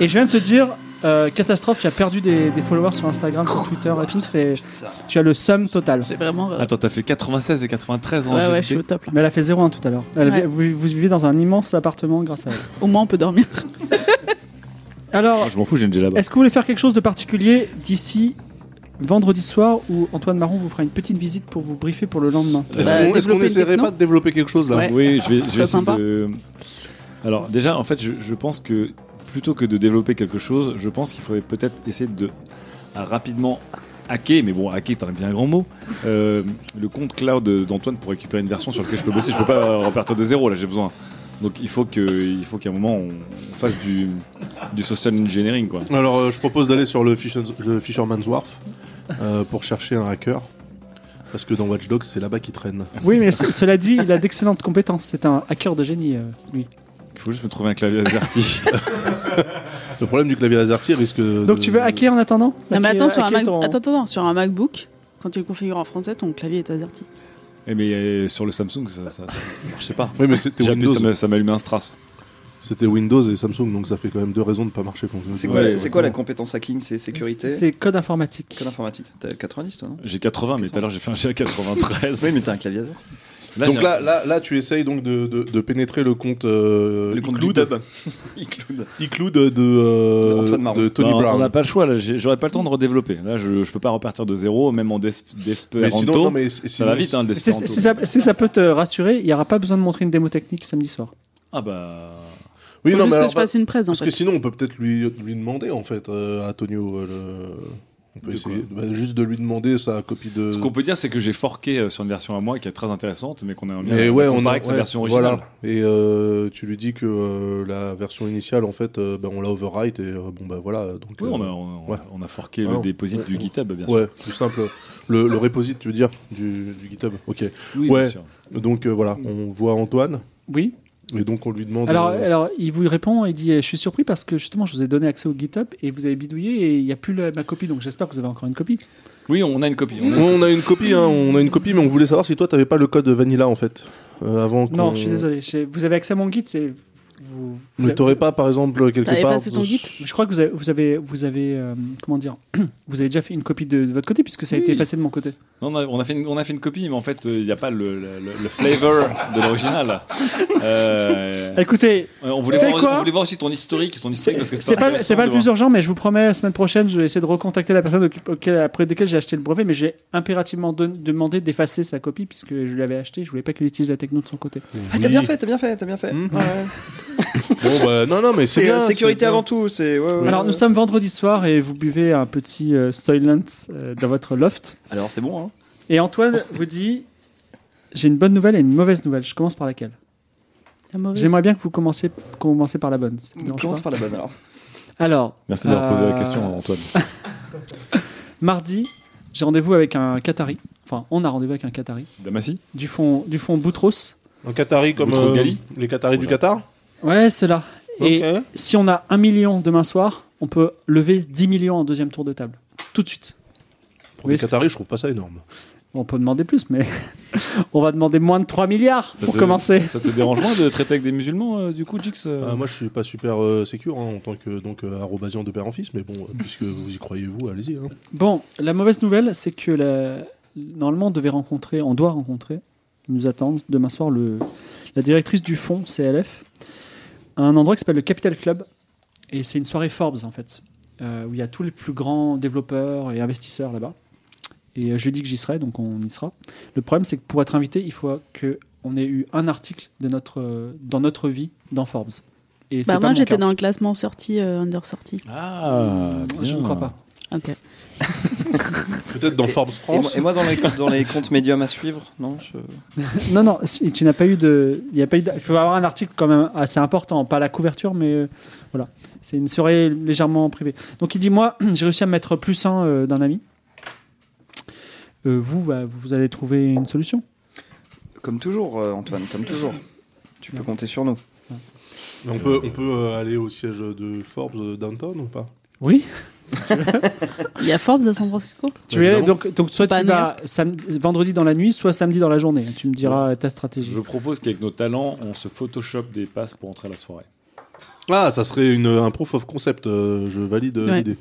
Et je vais même te dire, euh, catastrophe, tu as perdu des, des followers sur Instagram, sur Twitter et tout. C'est, c'est- tu as le sum total.
J'ai vraiment. euh,
Attends, t'as fait 96 et 93 en
Ouais, ouais,
GNT.
je suis au top là.
Mais elle a fait 0,1 tout à l'heure. Elle-
Ouais.
vous, vous vivez dans un immense appartement grâce à elle.
Au moins, on peut dormir.
Alors,
Ah, Je m'en fous, j'ai une là-bas.
Est-ce que vous voulez faire quelque chose de particulier d'ici vendredi soir où Antoine Marron vous fera une petite visite pour vous briefer pour le lendemain
Est-ce
Bah,
qu'on- est-ce qu'on
développer une
essaierait
techno
pas de développer quelque chose là
Ouais.
Oui, je vais, je vais
serait
essayer
sympa.
de- Alors déjà, en fait, je, je pense que plutôt que de développer quelque chose, je pense qu'il faudrait peut-être essayer de à rapidement hacker, mais bon, hacker, t'as un bien grand mot, euh, le compte cloud d'Antoine pour récupérer une version sur laquelle je peux bosser. Je peux pas repartir de zéro, là, j'ai besoin. Donc il faut que- il faut qu'à un moment, on, on fasse du, du social engineering, quoi.
Alors, euh, je propose d'aller sur le, Fisher's- le Fisherman's Wharf euh, pour chercher un hacker. Parce que dans Watch Dogs, c'est là-bas qu'il traîne.
Oui, mais ce- cela dit, il a d'excellentes compétences. C'est un hacker de génie, euh, lui.
Il faut juste me trouver un clavier AZERTY.
Le problème du clavier AZERTY risque.
Donc tu veux hacker en attendant
Non, mais
Hacker-
attends, sur un,
hacker
Mac-
ton-
attends, attends, attends, sur un MacBook, quand tu le configures en français, ton clavier est azerty.
Eh, mais euh, sur le Samsung, ça, ça, ça- ça marchait pas.
Oui, mais c'était
J'ai appuyé, ça
Windows.
m'a- ça m'a allumé un strass.
C'était Windows et Samsung, donc ça fait quand même deux raisons de pas marcher.
C'est quoi,
Ouais,
la- c'est quoi la compétence hacking C'est sécurité
C'est code informatique.
Quelle informatique T'as 90 toi, non
J'ai 80, mais tout à l'heure j'ai fait un GA 93.
Oui, mais t'as un clavier azerty.
Là,
donc
j'ai-
là, là, là, tu essayes donc de, de- de pénétrer le compte, euh,
Le compte
iCloud-
GitHub. iCloud.
iCloud de, euh,
De Antoine Marron.
de Tony
Bah, on- On
Brown.
n'a pas le choix, là, j'ai- j'aurais pas le temps de redévelopper. Là, je, je peux pas repartir de zéro, même en des-
Mais
d'espéranto.
sinon, non, mais si-
Ça
sinon-
va vite, hein, le
Si,
d'espéranto.
si ça, si ça peut te rassurer, il n'y aura pas besoin de montrer une démo technique samedi soir.
Ah bah.
Oui,
Faut
non,
juste
mais
que
alors,
je fasse une presse en
parce
fait.
que sinon, on peut peut-être lui, lui demander en fait euh, à Tonio. euh, le- On peut
De
essayer bah, juste de lui demander sa copie de.
Ce qu'on peut dire, c'est que j'ai forqué euh, sur une version à moi qui est très intéressante, mais qu'on a
Mais
bien
ouais, on
comparé
a-
avec sa
ouais,
version originale.
Voilà. Et euh, tu lui dis que euh, la version initiale, en fait, euh, bah, on l'a overwrite et euh, bon bah voilà. Donc,
Oui,
euh,
on a, on a-
Ouais.
on a forqué
Ah
le
non.
déposit
Ouais.
du GitHub, bien
Ouais, plus simple. Le, le reposite, tu veux dire, du, du GitHub. Ok.
sûr. Oui,
ouais.
bien sûr.
Donc euh, voilà, on voit Antoine
Oui
et donc on lui demande.
Alors,
euh,
alors, il vous répond, il dit Je suis surpris parce que justement, je vous ai donné accès au GitHub et vous avez bidouillé et il n'y a plus la- ma copie, donc j'espère que vous avez encore une copie.
Oui, on a une copie. on a-
on a une copie, hein, on a une copie, mais on voulait savoir si toi t'avais pas le code vanilla en fait euh, avant.
Non,
qu'on-
je suis désolé. je- Vous avez accès à mon guide, c'est vous, vous
Mais
avez-
t'aurais pas, par exemple, quelque
T'as
part.
effacé ton git
je crois que vous avez, vous avez, vous avez euh, comment dire, vous avez déjà fait une copie de, de votre côté puisque ça a été
Oui.
effacé de mon côté.
Non, on a, on a fait une, on a fait une copie, mais en fait, euh, il n'y a pas le, le, le- le flavor de l'original. Euh,
Écoutez,
ouais, on, voulait
C'est
voir,
quoi
on voulait voir aussi ton historique, ton historique. parce que
c'est pas,
intéressant
c'est pas
de
le plus
voir.
urgent, mais je vous promets, la semaine prochaine, je vais essayer de recontacter la personne auquel- auquel- auprès desquelles j'ai acheté le brevet, mais j'ai impérativement don- demandé d'effacer sa copie puisque je l'avais acheté, je voulais pas qu'il utilise la techno de son côté.
Ah, t'as
Oui.
bien fait, t'as bien fait, t'as bien fait.
Mhm.
Ouais, ouais.
Bon, bah, non, non, mais c'est
C'est
bien.
la sécurité
c'est bien.
avant tout. C'est. ouais, ouais,
Alors,
ouais.
nous sommes vendredi soir et vous buvez un petit euh, Soylent euh, dans votre loft.
Alors c'est bon. Hein.
Et Antoine vous dit J'ai une bonne nouvelle et une mauvaise nouvelle. Je commence par laquelle
La mauvaise.
J'aimerais bien que vous commenciez, commencez par la bonne. ça vous
On
dérange
commence
pas
par la bonne alors.
Alors,
Merci d'avoir posé la
Euh,
Ah.
question, hein. Antoine.
mardi, j'ai rendez-vous avec un Qatari. Enfin, on a rendez-vous avec un Qatari.
Damassi
Du fond, du fond Boutros.
Un Qatari comme.
Boutros
euh,
Ghali
les Qataris du
Voilà.
Qatar
Ouais, c'est là. Et
Ok.
si on a un million demain soir, on peut lever 10 millions en deuxième tour de table. Tout de suite.
Pour les
Oui, c'est- Euh.
Qataris, je trouve pas ça énorme.
On peut demander plus, mais on va demander moins de 3 milliards
Ça
pour
te-
commencer.
Ça te dérange moins de traiter avec des musulmans, euh, du coup, Jix euh
Euh, moi, je suis pas super euh, sécure hein, en tant que donc euh, arrobasian de père en fils, mais bon, euh, puisque vous y croyez vous, allez-y. hein.
Bon, la mauvaise nouvelle, c'est que la- normalement, on devait rencontrer, on doit rencontrer, ils nous attendent demain soir, le... la directrice du fonds CLF, à un endroit qui s'appelle le Capital Club. Et c'est une soirée Forbes, en fait, euh, où il y a tous les plus grands développeurs et investisseurs là-bas. Et euh, je lui ai dit que j'y serai, donc on y sera. Le problème, c'est que pour être invité, il faut qu'on ait eu un article de notre, euh, dans notre vie dans Forbes. Et c'est
Bah
pas
moi
mon
j'étais
cas.
dans le classement sorti euh, under sorti.
Ah,
Je ne
bien.
crois pas.
Ok.
Peut-être dans
Et-
Forbes
Et moi,
France.
et moi, dans les dans les comptes médiums à suivre, non. Je...
Non, non, si- tu n'as pas eu de. Il y a pas eu de- il faut avoir un article quand même assez important, pas la couverture, mais euh, voilà. C'est une soirée légèrement privée. Donc il dit Moi, j'ai réussi à me mettre plus un euh, d'un ami. Euh, vous, bah, vous allez trouver une solution.
Comme toujours, euh, Antoine, comme toujours. Tu peux compter sur nous.
On peut, on peut euh, aller au siège de Forbes euh, Downton ou pas
Oui.
Il y a Forbes à San Francisco
Tu veux y aller
évidemment.
donc, donc, soit
Pas à
tu
New
vas samedi- vendredi dans la nuit, soit samedi dans la journée. Tu me diras euh, ta stratégie.
Je propose qu'avec nos talents, on se Photoshop des passes pour entrer à la soirée.
Ah, ça serait une, un proof of concept. euh, je valide euh,
Ouais.
l'idée.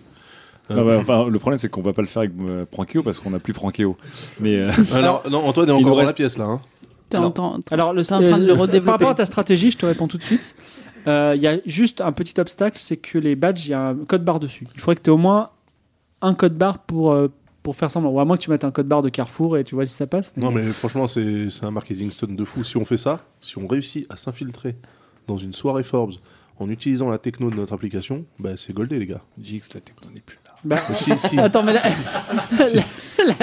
Euh,
Non, bah, enfin, le problème, c'est qu'on va pas le faire avec euh, Prankeo parce qu'on n'a plus Prankeo. Mais euh,
alors, non, Antoine est
Il nous
encore dans la
reste-
pièce là. hein.
T'es en
Alors-
temps- t'es-
Alors, le,
T'es en train de le
euh, Par
redévelopper.
rapport à ta stratégie, je te réponds tout de suite. Euh, Il y a juste un petit obstacle, c'est que les badges, il y a un code barre dessus. Il faudrait que tu aies au moins un code barre pour, euh, pour faire semblant. Ou à moins que tu mettes un code barre de Carrefour et tu vois si ça passe.
Non, mais franchement, c'est c'est un marketing stunt de fou. Si on fait ça, si on réussit à s'infiltrer dans une soirée Forbes en utilisant la techno de notre application, bah, c'est goldé, les gars.
Jix, la techno n'est plus là.
Bah,
Si, si.
Attends, mais la, la- la-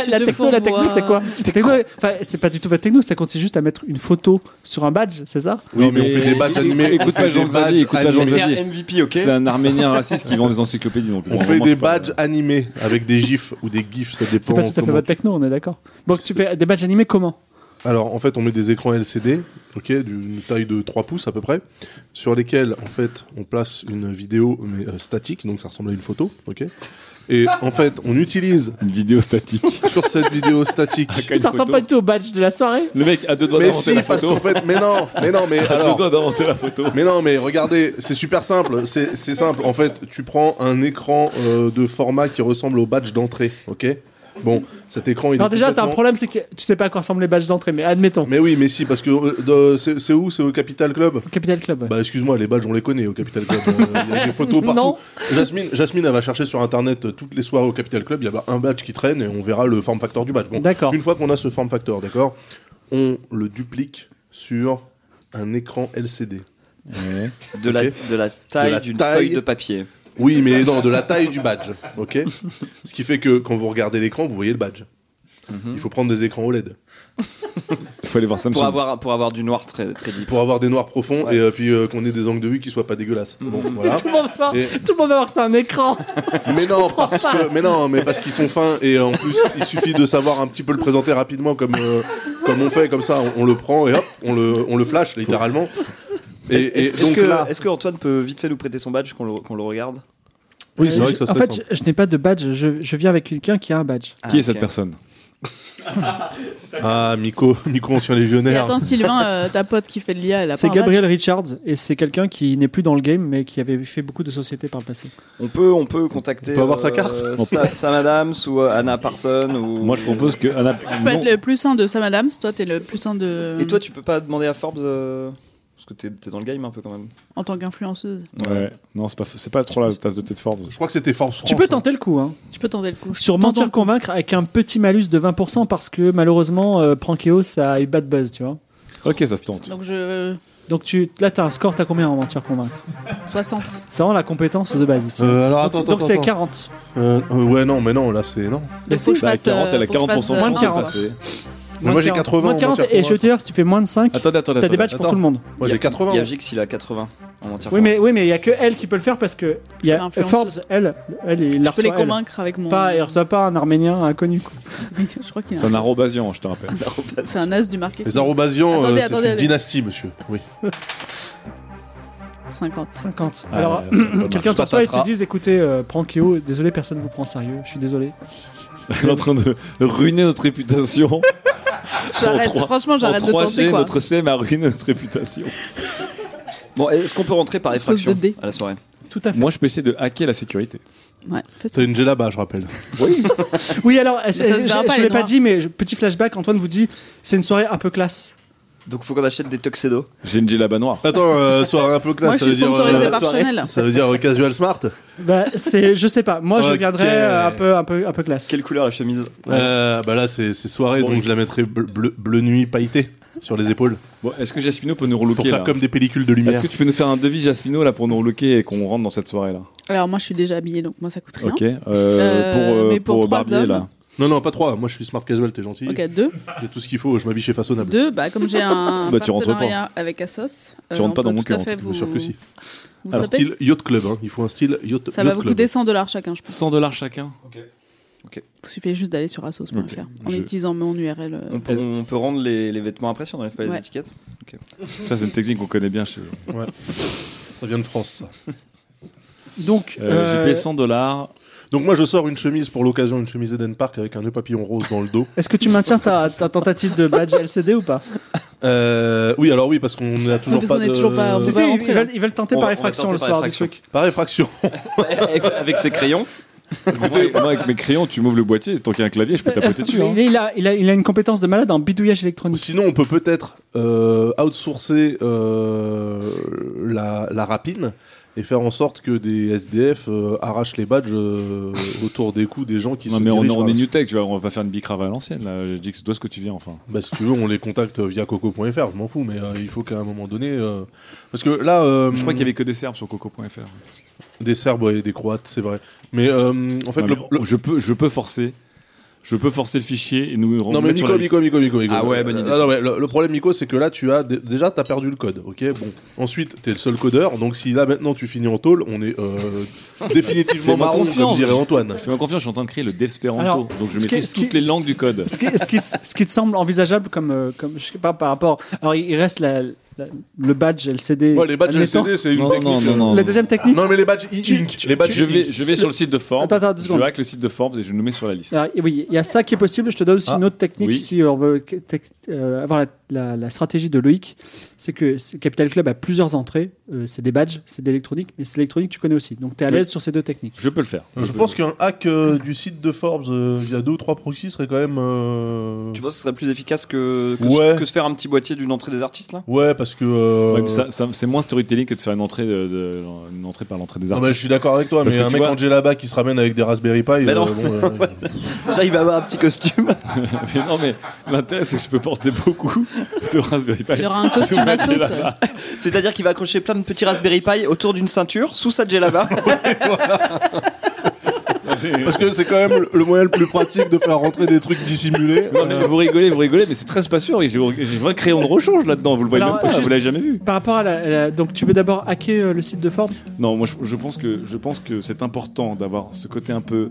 Tu
la
te
techno, la techno,
fourvoies.
c'est quoi La techno, enfin, C'est pas du tout votre techno, ça consiste juste à mettre une photo sur un badge, c'est ça
Oui, mais, on fait des badges
écoute
animés.
pas
on fait des
Jean-Xavier,
badges
écoute pas
animés.
Jean-Xavier.
C'est un MVP, ok.
C'est un Arménien raciste qui vend des encyclopédies. Donc
On fait des badges animés avec des gifs ou des gifs, ça
C'est
dépend.
pas tout à fait
comment
votre techno, on est d'accord. Donc tu fais des badges animés comment
Alors en fait on met des écrans LCD, ok, d'une taille de 3 pouces à peu près, sur lesquels en fait on place une vidéo mais euh, statique, donc ça ressemble à une photo, ok. Et en fait on utilise
Une vidéo statique.
sur cette vidéo statique.
Ça ressemble pas du tout au badge de la soirée
Le mec a deux doigts
mais
d'inventer
si
la
parce qu'en
photo.
fait mais non mais non mais
A deux
alors
doigts d'inventer la photo.
mais non mais regardez c'est super simple c'est c'est simple en fait tu prends un écran euh, de format qui ressemble au badge d'entrée, ok. Bon cet écran il
Alors
est
déjà, t'as un
complètement-
problème, c'est que tu sais pas à quoi ressemblent les badges d'entrée, mais admettons.
Mais oui mais si parce que euh, de- c'est c'est où c'est au Capital Club.
Capital Club. ouais.
Bah excuse-moi, les badges on les connaît au Capital Club. Euh, Il y a des photos partout.
Non.
Jasmine, Jasmine, elle va chercher sur internet euh, toutes les soirées au Capital Club. Il y a bah, un badge qui traîne et on verra le form factor du badge. Bon,
D'accord.
Une fois qu'on a ce form factor, d'accord, on le duplique sur un écran LCD.
De la,
Ok.
de la taille
De la
d'une
taille.
feuille de papier.
Oui, mais non, de la taille du badge, ok. Ce qui fait que quand vous regardez l'écran, vous voyez le badge. Il faut prendre des écrans E OLED
Il faut aller voir Samsung.
Pour avoir, pour avoir du noir très, très deep.
pour avoir des noirs profonds
Ouais.
et euh, puis euh, qu'on ait des angles de vue qui soient pas dégueulasses. Bon, voilà.
Tout le monde va voir-
Et-
tout le monde va voir, c'est un écran.
Mais non, parce que, mais non, mais parce qu'ils sont fins et euh, en plus il suffit de savoir un petit peu le présenter rapidement comme euh, comme on fait comme ça, on, on le prend et hop, on le on le flash littéralement. Et, et
Est-ce est-ce
donc
que,
là,
est-ce que Antoine peut vite fait nous prêter son badge qu'on le, qu'on le regarde
oui, c'est
Euh,
vrai
je-
que ça
en
serait
fait,
simple.
je, je n'ai pas de badge. Je, je viens avec quelqu'un qui a un badge.
Qui est
Ah,
cette
ok.
personne
Ah, Miko, Miko ancien
Et
légionnaire.
attends, Sylvain, euh, ta pote qui fait de l'IA, elle a
C'est
pas un badge
Gabriel Richards et c'est quelqu'un qui n'est plus dans le game mais qui avait fait beaucoup de sociétés par le passé.
On peut, on peut contacter.
On peut avoir sa carte.
euh, Sa, Sam Adams ou euh, Anna Parson ou.
Moi, je propose que. Anna-
Tu peux
Ah, non.
être le plus 1 de Sam Adams, toi t'es le plus 1 de.
Et toi, tu peux pas demander à Forbes euh, parce que t'es t'es dans le game un peu quand même.
En tant qu'influenceuse.
Ouais. Non, c'est pas, c'est pas trop la tasse de tête Forbes.
Je crois que c'était Forbes France.
tu peux
hein.
tenter le coup, hein.
Tu peux tenter le coup.
Sur
Tentons
mentir
le coup.
convaincre avec un petit malus de 20% parce que malheureusement euh, Prankeo ça a eu bad buzz, tu vois.
Ok, ça se tente.
Donc je. euh,
Donc tu là t'as un score, t'as combien en mentir convaincre
60.
C'est vraiment la compétence de base ici.
Euh, alors,
Donc-
attends,
donc
attends,
c'est
attends.
40.
Euh, euh, ouais, non, mais non, là, c'est. Non.
Donc faut que je
Bah, à
fasse.
40, elle a
euh, faut que je
40% de
fasse, euh,
chance de
moins 40.
passer.
Mais moi, j'ai 80.
Moins
en
40
matière
et
pour moi.
Shooter, si tu fais moins de 5,
Attendez, attendez,
t'as des
attendez.
badges pour
Attends.
tout le monde.
Moi, j'ai 80.
Il y a Vix, il a 80 en mentir.
Oui, mais oui, mais il y a que elle qui peut le faire parce que il y a
L'influenceuse.
Forbes, elle, elle, il la
Je peux les
reçoit, elle.
convaincre avec mon.
Pas, elle reçoit pas un Arménien inconnu. quoi.
je crois qu'il y
C'est
a
un
un-
arrobasian, je te rappelle.
C'est un as du marketing.
Les Arobasians, euh,
Attendez,
c'est
attendez,
une
attendez.
dynastie, monsieur. Oui.
50.
50.
Ah,
Alors,
ouais, ça va pas
quelqu'un
marcher.
t'entend et
Ça
te dit écoutez, euh, Prankeo, désolé, personne vous prend au sérieux, je suis désolé.
On est en train de ruiner notre réputation.
J'arrête,
trois-
franchement,
En
j'arrête de
3G,
tenter quoi.
notre CM a ruiné notre réputation.
Bon, est-ce qu'on peut rentrer par
Cause de
effraction
dés.
à la soirée
Tout à fait.
Moi, je peux essayer de hacker la sécurité.
Ouais, fais ça.
C'est une djellaba, je rappelle.
Oui, alors, euh,
ça se verra
je
pas,
ne
les
l'ai pas
noirs.
dit, mais je- petit flashback, Antoine vous dit c'est une soirée un peu classe.
Donc faut qu'on achète des tuxedos.
J'ai une djellaba noire.
Attends, euh, soirée un peu classe,
Moi, je
ça veut
suis
dire.
sponsorisé
euh,
par
soirée.
Chanel.
Ça veut dire euh, casual smart
Bah, c'est, je sais pas, moi je
Ok.
viendrais euh, un, peu, un, peu, un peu classe.
Quelle couleur la chemise
Euh, Bah là, c'est c'est soirée,
Bon,
donc
je-
je la mettrai bleu, bleu- bleu nuit pailleté sur les épaules
Bon, est-ce que Jaspino peut nous
pour
relooker
faire
là
comme des pellicules de
Est-ce
lumière.
que tu peux nous faire un devis Jaspino là pour nous relooker et qu'on rentre dans cette soirée là
Alors moi, je suis déjà habillée, donc moi, ça coûte rien.
Ok. euh,
Hein Euh,
pour euh,
mais pour trois
Barbier
hommes.
là.
Non, non, pas trois. Moi, je suis smart casual, t'es gentil.
Ok, deux.
J'ai tout ce qu'il faut, je m'habille chez Façonnable.
Deux, bah comme j'ai un
Bah, tu rentres pas.
partenariat avec Asos, euh,
rentres pas dans mon cœur, en
Fait,
tout
Bien
vous,
sûr que si.
vous
Un
sapez.
style yacht club, hein. il faut un style yacht,
Ça
yacht
va vous
club.
coûter 100 dollars chacun, je pense.
100 dollars chacun.
Il suffit juste d'aller sur asos.fr en
je-
utilisant mon URL. euh,
on peut, on peut rendre les, les vêtements après si on n'enlève pas les
Ouais.
étiquettes.
Ça, c'est une technique qu'on connaît bien chez eux.
Ça vient de France. ça.
Donc,
Euh, J'ai
euh,
payé 100 dollars.
Donc moi, je sors une chemise pour l'occasion, une chemise Eden Park avec un nœud papillon rose dans le dos.
est-ce que tu maintiens ta, ta tentative de badge LCD ou pas
Euh, oui, alors oui, parce qu'on a toujours
parce
pas
qu'on est
de.
toujours pas-
Si,
va
si, ils
rentrer, là.
veulent, ils veulent tenter
On
par
va- on va
effraction
tenter
le
par
soir du
effraction.
truc.
Par effraction.
avec, avec ses crayons.
Écoutez, moi, avec mes crayons, tu m'ouvres le boîtier. Tant qu'il y a un clavier, je peux tapoter dessus. hein.
Il, Euh, il a, il, a, il a une compétence de malade en bidouillage électronique.
Sinon, on peut peut-être euh, outsourcer euh, la, la rapine et faire en sorte que des SDF euh, arrachent les badges euh, autour des coups des gens qui
Non,
se
mais on,
dirigent
on
vers
est
la-
New Tech, tu vois, on va pas faire une bicrave à l'ancienne là. Je dis que c'est toi ce que tu viens enfin.
Bah, si tu veux, on les contacte via coco.fr, je m'en fous, mais euh, il faut qu'à un moment donné. euh, Parce que là. euh,
Je crois qu'il y avait que des Serbes sur coco.fr.
Des Serbes et des Croates, c'est vrai. Mais euh, en fait,
Non,
le.
mais
le-
Je, peux, je peux forcer. Je peux forcer le fichier et nous
Non
remettre
mais
sur
Nico,
la
Nico, Nico, Nico, Nico.
Ah ouais, bonne idée.
Ah non, mais le, le problème Nico, c'est que là, tu as dé- déjà t'as perdu le code, ok. Bon, ensuite t'es le seul codeur, donc si là maintenant tu finis en tôle, on est euh, définitivement
Fais-moi
marron, comme
confiance.
dirait Antoine.
Fais-moi confiance, je suis en train de créer le Desperanto.
Alors,
donc je
ce qui-
maîtrise
ce qui-
toutes les langues du code.
ce, qui, ce qui te- ce qui te semble envisageable comme, euh, comme je sais pas par rapport. Alors il il reste la, la- le badge LCD.
Ouais, les badges
admettons.
LCD, c'est une
Non,
technique.
non, non,
euh,
non.
La deuxième technique.
non, mais les badges e-ink, les badges
Je vais,
e-ink.
je vais sur le site de Forbes.
Attends, attends, deux
je
secondes. Ah.
hack le site de Forbes et je nous mets sur la liste.
Alors, oui, il y a ça qui est possible. Je te donne aussi
Ah,
une autre technique
oui.
si on veut que- tec- euh, avoir la, la- la stratégie de Loïc. C'est que c'est- Capital Club a plusieurs entrées. Euh, c'est des badges, c'est de l'électronique, mais c'est l'électronique tu connais aussi. Donc tu es à
Oui.
l'aise sur ces deux techniques.
Je peux le faire.
Euh, Je pense qu'un hack euh, du site de Forbes euh, via deux ou trois proxys serait quand même. euh,
Tu penses que ce serait plus efficace que, que, se-
Ouais.
que se faire un petit boîtier d'une entrée des artistes là
Ouais, parce que. euh,
Ouais, mais ça- ça- c'est moins storytelling que de faire une entrée, de, de- une entrée par l'entrée des
non,
artistes.
mais je suis d'accord avec toi,
Parce
mais
que
un
tu
mec
vois-
en djellaba qui se ramène avec des Raspberry Pi.
Mais non.
euh, bon, euh,
Déjà, il va avoir un petit costume.
Mais non, mais l'intérêt, c'est que je peux porter beaucoup de Raspberry Pi.
Il aura un costume
Sous ma
à sauce.
djellaba.
C'est-à-dire qu'il va accrocher plein de petits Raspberry Pi autour d'une ceinture sous sa djellaba.
euh,
Parce que c'est quand même le- le moyen le plus pratique de faire rentrer des trucs dissimulés.
Non, mais vous rigolez, vous rigolez, mais c'est très spacieux. J'ai j'ai 20 crayons de rechange là-dedans. Vous le voyez
Alors,
même pas,
juste-
vous l'avez jamais vu.
Par rapport à la, à la- donc tu veux d'abord hacker euh, le site de Forbes.
Non, moi, je, je pense que, je pense que c'est important d'avoir ce côté un peu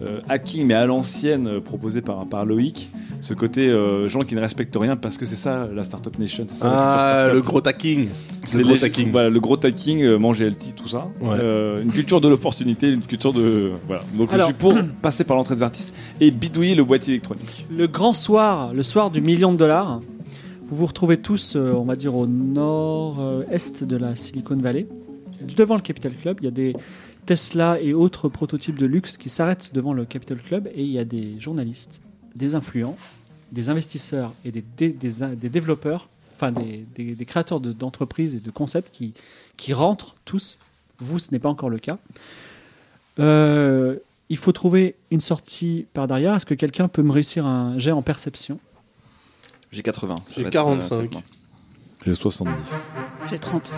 euh, hacking mais à l'ancienne euh, proposé par, par Loïc, ce côté euh, gens qui ne respectent rien parce que c'est ça la Startup Nation, c'est ça la culture
Ah,
startup.
le gros tacking.
C'est
Le gros
les-
tacking.
Voilà, le gros tacking, euh, manger healthy, tout ça.
Ouais.
Euh, une culture de l'opportunité, une culture de. Voilà. Donc
Alors-
je suis pour passer par l'entrée des artistes et bidouiller le boîtier électronique.
Le grand soir, le soir du million de dollars, vous vous retrouvez tous, euh, on va dire, au nord-est de la Silicon Valley. Devant le Capital Club, il y a des Tesla et autres prototypes de luxe qui s'arrêtent devant le Capital Club et il y a des journalistes, des influents, des investisseurs et des, dé- des, in- des développeurs, enfin des, des- des créateurs de- d'entreprises et de concepts qui, qui rentrent tous. Vous, ce n'est pas encore le cas. Euh, il faut trouver une sortie par derrière. Est-ce que quelqu'un peut me réussir un jet en perception
J'ai 80. ça
J'ai
va être, euh,
45.
ça va être moi.
J'ai 70.
euh, J'ai 30.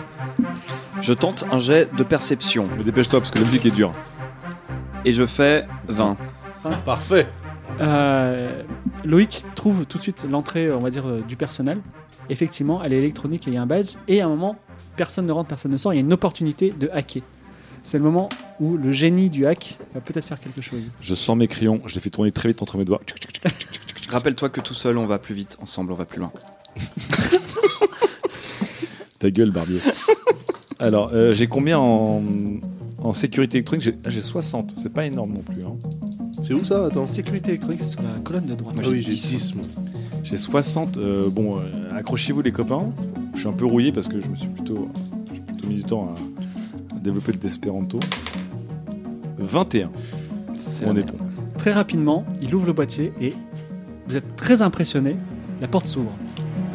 Je tente un jet de perception
Mais dépêche-toi parce que la musique est dure.
et je fais 20.
Parfait.
Euh, Loïc trouve tout de suite l'entrée, on va dire, euh, du personnel. Effectivement, elle est électronique et il y a un badge. Et à un moment, personne ne rentre, personne ne sort. Il y a une opportunité de hacker. C'est le moment où le génie du hack va peut-être faire quelque chose.
Je sors mes crayons, je les fais tourner très vite entre mes doigts. Tchic, tchic, tchic.
Rappelle-toi que tout seul on va plus vite, ensemble on va plus loin.
Ta gueule, Barbier. Alors, euh, j'ai combien en, en sécurité électronique J'ai- ah, J'ai 60. C'est pas énorme non plus. hein.
C'est où ça Attends.
Sécurité électronique, c'est sur la colonne de droite.
Ah oui, j'ai 10. moi.
J'ai 60. euh, bon, euh, accrochez-vous les copains. Je suis un peu rouillé parce que je me suis plutôt, j'ai plutôt mis du temps à, à développer le Desperanto. 21.
C'est
On
la
est bon.
Très rapidement, il ouvre le boîtier et vous êtes très impressionné. La porte s'ouvre.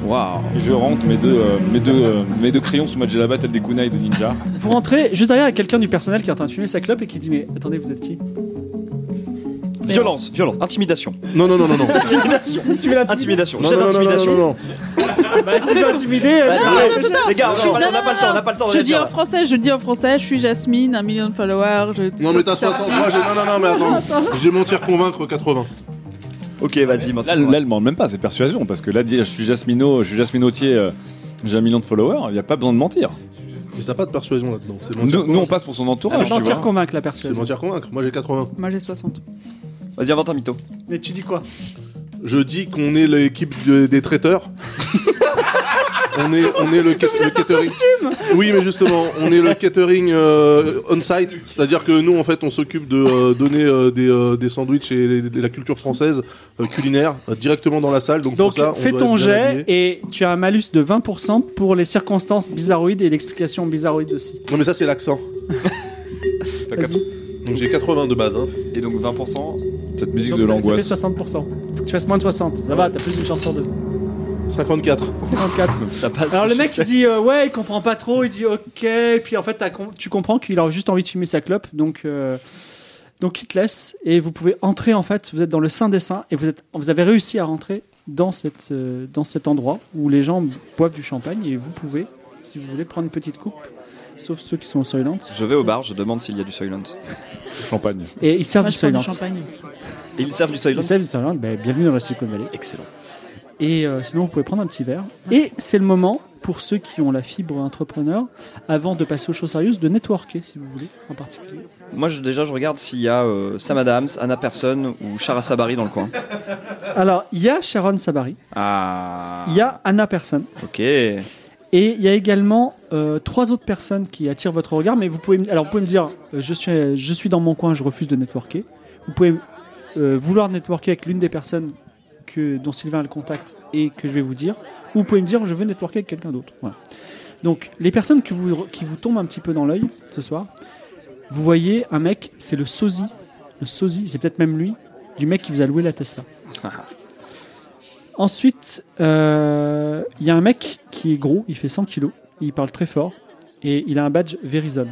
Waouh
Et je rentre mes deux, euh, mes deux, euh, mes deux crayons sous ma gelabate et des kunai de ninja.
Vous rentrez juste derrière il y a quelqu'un du personnel qui est en train de fumer sa clope et qui dit Mais attendez, vous êtes qui
Violence, violence, intimidation.
Non, non, non, non, non.
Intimidation Intimidation, jet d'intimidation.
non, non, non, non,
Bah, si vous intimidé, euh,
Les gars,
Je-
on a- on n'a
non,
pas le temps, on n'a pas le temps.
Je
de
dis en français, je dis en français, je suis Jasmine, un million de followers. Je...
Non, mais t'as 60. Moi, j'ai. Non, non, non, mais attends. J'ai mentir convaincre 80.
Ok, vas-y,
Là,
maintenant.
là, elle demande même pas, c'est persuasion. Parce que là, dire je suis Jasmino, je suis Jasminotier, euh, j'ai un million de followers, il n'y a pas besoin de mentir.
Mais t'as pas de persuasion là-dedans. C'est mentir
Nous, nous, on
convaincre.
passe pour son entourage.
Ah, c'est
tu vois.
mentir convaincre la
hein. C'est
persuasion.
mentir convaincre. Moi, j'ai 80.
Moi j'ai 60.
Vas-y, invente un mytho.
Mais tu dis quoi
Je dis qu'on est l'équipe de- des traiteurs. on est, on est le, ca- le catering. oui, mais justement, on est le catering euh, on-site. C'est-à-dire que nous, en fait, on s'occupe de euh, donner euh, des, euh, des sandwichs et les- de la culture française euh, culinaire euh, directement dans la salle. Donc,
Donc
pour ça, on
fais
doit
ton
être bien
jet
habillé.
et tu as un malus de 20% pour les circonstances bizarroïdes et l'explication bizarroïde aussi.
Non, mais ça, c'est l'accent.
T'as
Vas-y.
80.
Donc, j'ai 80 de base. hein.
Et donc 20%.
Cette musique
Donc,
de
ça
l'angoisse.
fait 60%. Faut que tu fasses moins de 60. Ça va, t'as plus d'une chance sur deux.
54.
54.
Ça passe.
Alors le mec il dit euh, ouais, il comprend pas trop, il dit ok, puis en fait t'as com- tu comprends qu'il a juste envie de fumer sa clope, donc euh, donc il te laisse et vous pouvez entrer en fait, vous êtes dans le saint des saints et vous êtes vous avez réussi à rentrer dans cette euh, dans cet endroit où les gens boivent du champagne et vous pouvez si vous voulez prendre une petite coupe, sauf ceux qui sont au Soylent
Je vais au bar, je demande s'il y a du Soylent.
Champagne.
et ils servent
Moi
du
je prends
Soylent.
du champagne.
Et ils servent du Soylent
Ils servent du Soylent, ben, bienvenue dans la Silicon Valley.
Excellent.
Et euh, sinon, vous pouvez prendre un petit verre. Et c'est le moment, pour ceux qui ont la fibre entrepreneur, avant de passer aux choses sérieuses, de networker, si vous voulez, en particulier.
Moi, je- déjà, je regarde s'il y a euh, Sam Adams, Anna Person ou Shara Sabari dans le coin.
Alors, il y a Sharon Sabari,
Ah.
il y a Anna Person,
Ok.
et il y a également euh, trois autres personnes qui attirent votre regard. Mais vous pouvez, me- alors, vous pouvez me dire, euh, je, suis, je suis dans mon coin, je refuse de networker. Vous pouvez euh, vouloir networker avec l'une des personnes que, dont Sylvain a le contact et que je vais vous dire, ou vous pouvez me dire je veux networker avec quelqu'un d'autre. Voilà. Donc les personnes que vous, qui vous tombent un petit peu dans l'œil ce soir, vous voyez un mec, c'est le sosie, le sosie, c'est peut-être même lui, du mec qui vous a loué la Tesla. Ensuite, euh, il y a un mec qui est gros, il fait 100 kilos, il parle très fort et il a un badge Verizon.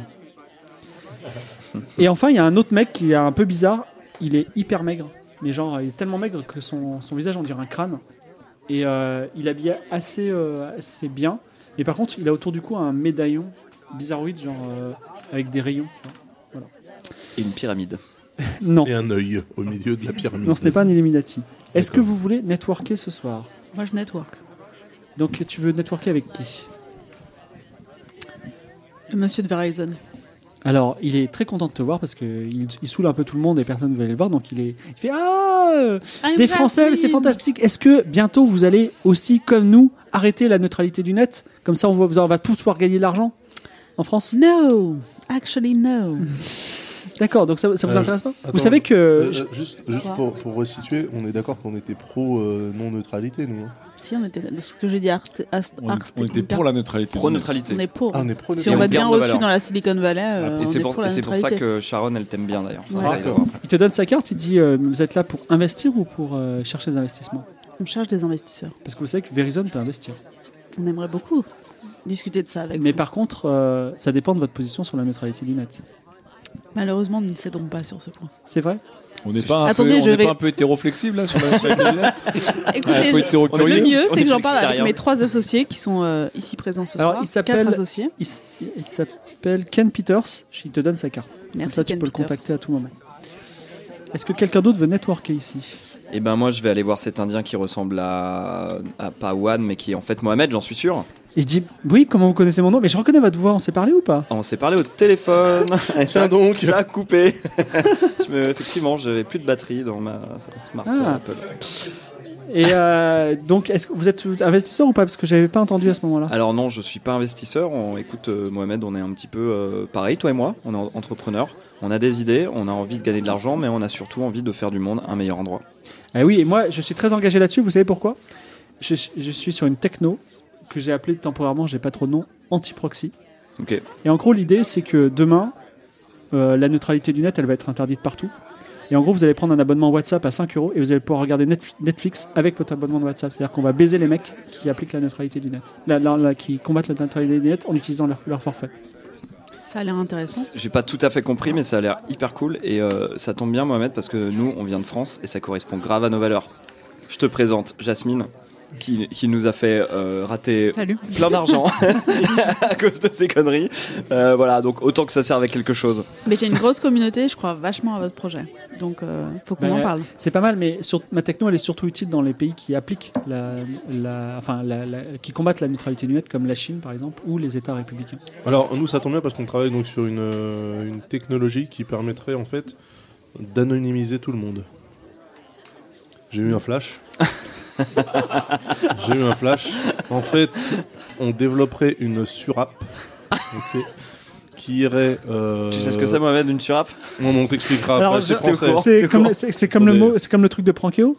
Et enfin, il y a un autre mec qui est un peu bizarre, il est hyper maigre, mais genre il est tellement maigre que son, son visage on dirait un crâne. Et euh, il habillait assez, euh, assez bien. Et par contre, il a autour du cou un médaillon bizarroïde, genre euh, avec des rayons. tu vois.
Et une pyramide.
Non,
Et un œil au milieu de la pyramide.
non, ce n'est pas un Illuminati. Est-ce que
D'accord.
vous voulez networker ce soir
Moi, je network.
Donc, tu veux networker avec qui
Le monsieur de Verizon.
Alors, il est très content de te voir parce qu'il il saoule un peu tout le monde et personne ne veut aller le voir. Donc, il, est, il fait Ah euh, Des Français, mais c'est fantastique. Est-ce que bientôt vous allez aussi, comme nous, arrêter la neutralité du net Comme ça, on va, vous en- on va tous pouvoir gagner de l'argent en France
No, actually no.
D'accord, donc ça, ça vous
Euh,
intéresse pas
attends,
Vous savez que.
Euh,
je-
euh, juste juste
Quoi
pour, pour resituer, on est d'accord qu'on était pro euh, non-neutralité, nous. hein.
si on était là, ce que j'ai dit, Arte- Ast-
On,
Arte-
on était pour la neutralité.
Pro-neutralité.
On est pour.
Ah, on est pro
Si on va
Et on
bien
garde nos
reçu
valeurs.
dans la Silicon Valley, euh,
Et
on
c'est
est
pour,
pour la
et c'est pour ça
neutralité.
que Sharon, elle t'aime bien d'ailleurs. Enfin,
Ouais.
d'ailleurs, après.
Il te donne sa carte, il dit euh, Vous êtes là pour investir ou pour euh, chercher des investissements
On cherche des investisseurs.
Parce que vous savez que Verizon peut investir.
On aimerait beaucoup discuter de ça avec
Mais
vous.
par contre, euh, ça dépend de votre position sur la neutralité du net.
Malheureusement, nous ne cédons pas sur ce point.
C'est vrai
On n'est pas, un
Attendez,
peu- on
je
n'est
vais-
pas un peu hétéroflexible là sur la sur la lunette
Écoutez,
Un peu
je-
hétérocurieux.
le mieux,
On
c'est
est
que j'en parle avec
flexitariens.
mes trois associés qui sont euh, ici présents ce
Alors,
soir.
il s'appelle-
Quatre associés.
Il, s- il s'appelle Ken Peters, il te donne sa carte. Comme
Merci,
ça, tu
Ken
peux le
Peters.
contacter à tout moment. Est-ce que quelqu'un d'autre veut networker ici
Et ben moi, je vais aller voir cet Indien qui ressemble à, à pas Wan, mais qui est en fait Mohamed, j'en suis sûr.
Il dit Oui, comment vous connaissez mon nom Mais je reconnais votre voix, on s'est parlé ou pas
On s'est parlé au téléphone.
Tiens
Et ça-
donc.
Ça a coupé. Je me- effectivement, j'avais plus de batterie dans ma smart
Ah.
Apple.
Et euh, donc, est-ce que vous êtes investisseur ou pas Parce que j'avais pas entendu à ce moment-là.
Alors non, je suis pas investisseur. On écoute euh, Mohamed, on est un petit peu euh, pareil, toi et moi. On est en- entrepreneur. On a des idées, on a envie de gagner de l'argent, mais on a surtout envie de faire du monde un meilleur endroit.
Ah oui, et moi, je suis très engagé là-dessus. Vous savez pourquoi je, je suis sur une techno que j'ai appelée temporairement, j'ai pas trop de nom, anti-proxy.
Ok.
Et en gros, l'idée, c'est que demain, euh, la neutralité du net, elle va être interdite partout. Et en gros, vous allez prendre un abonnement WhatsApp à 5 euros et vous allez pouvoir regarder Netf- Netflix avec votre abonnement de WhatsApp. C'est-à-dire qu'on va baiser les mecs qui appliquent la neutralité du net, la- la- la- qui combattent la neutralité du net en utilisant leur, leur forfait.
Ça a l'air intéressant.
J'ai pas tout à fait compris, mais ça a l'air hyper cool et euh, ça tombe bien, Mohamed, parce que nous, on vient de France et ça correspond grave à nos valeurs. Je te présente Jasmine, qui, qui nous a fait euh, rater
Salut.
plein d'argent à cause de ces conneries. Euh, voilà, donc autant que ça serve à quelque chose.
Mais j'ai une grosse communauté, je crois vachement à votre projet. Donc, euh, faut qu'on
Bah,
en parle.
C'est pas mal, mais sur- ma techno, elle est surtout utile dans les pays qui appliquent la, la- enfin, la- la- qui combattent la neutralité du net, comme la Chine, par exemple, ou les États républicains.
Alors nous ça tombe bien parce qu'on travaille donc sur une, euh, une technologie qui permettrait en fait d'anonymiser tout le monde. J'ai eu un flash. J'ai eu un flash. En fait, on développerait une surapp ok, qui irait. euh,
Tu sais ce que c'est, Mohamed, une surapp
On, on t'expliquera
Alors, je-
après. C'est français.
C'est comme, c'est- c'est comme le
Attendez.
mot, c'est comme le truc de Prankeo.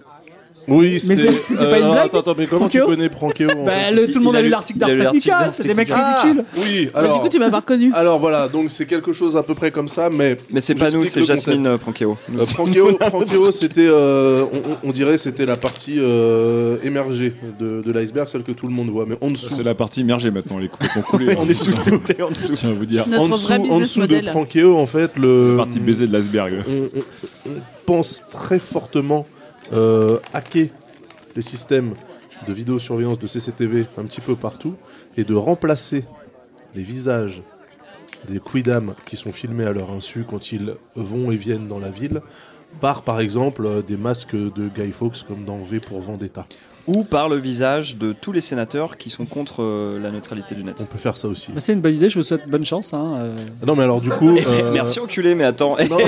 Oui,
Mais
c'est.
c'est- c'est pas une
alors,
blague
Attends, attends, mais comment
Prankeo
tu connais Prankeo en fait Ah,
Bah, le- tout le
Il
monde a
a
lu
lu-
l'article
il a
d'Ars
lu l'article
Technica,
d'Ars
c'est des mecs
Technica.
ridicules.
Oui,
Bah,
Mais
alors.
du coup, tu m'as pas reconnu.
Alors voilà, donc c'est quelque chose à peu près comme ça, mais
Mais c'est pas nous, c'est
J'explique le
Jasmine euh, Prankéo. Nous-
Euh, Prankeo, Prankeo, c'était, euh, on, on- on dirait, c'était la partie euh, émergée de, de l'iceberg, celle que tout le monde voit, mais en dessous.
C'est la partie immergée maintenant, les coupes ont coulé.
on est tout doutés en
Je
dessous.
tiens à vous dire.
Notre
en dessous,
vrai
en
business
dessous de
model.
Prankeo, en fait, le.
Partie baiser de l'iceberg.
On, on- on pense très fortement euh, hacker les systèmes de vidéosurveillance de CCTV un petit peu partout et de remplacer les visages des quidam qui sont filmés à leur insu quand ils vont et viennent dans la ville par par exemple euh, des masques de Guy Fawkes comme dans V pour Vendetta.
Ou par le visage de tous les sénateurs qui sont contre euh, la neutralité du net.
On peut faire ça aussi.
Bah, c'est une bonne idée, je vous souhaite bonne chance. hein, euh.
Non mais alors du coup euh,
Merci enculé, mais attends, Oh,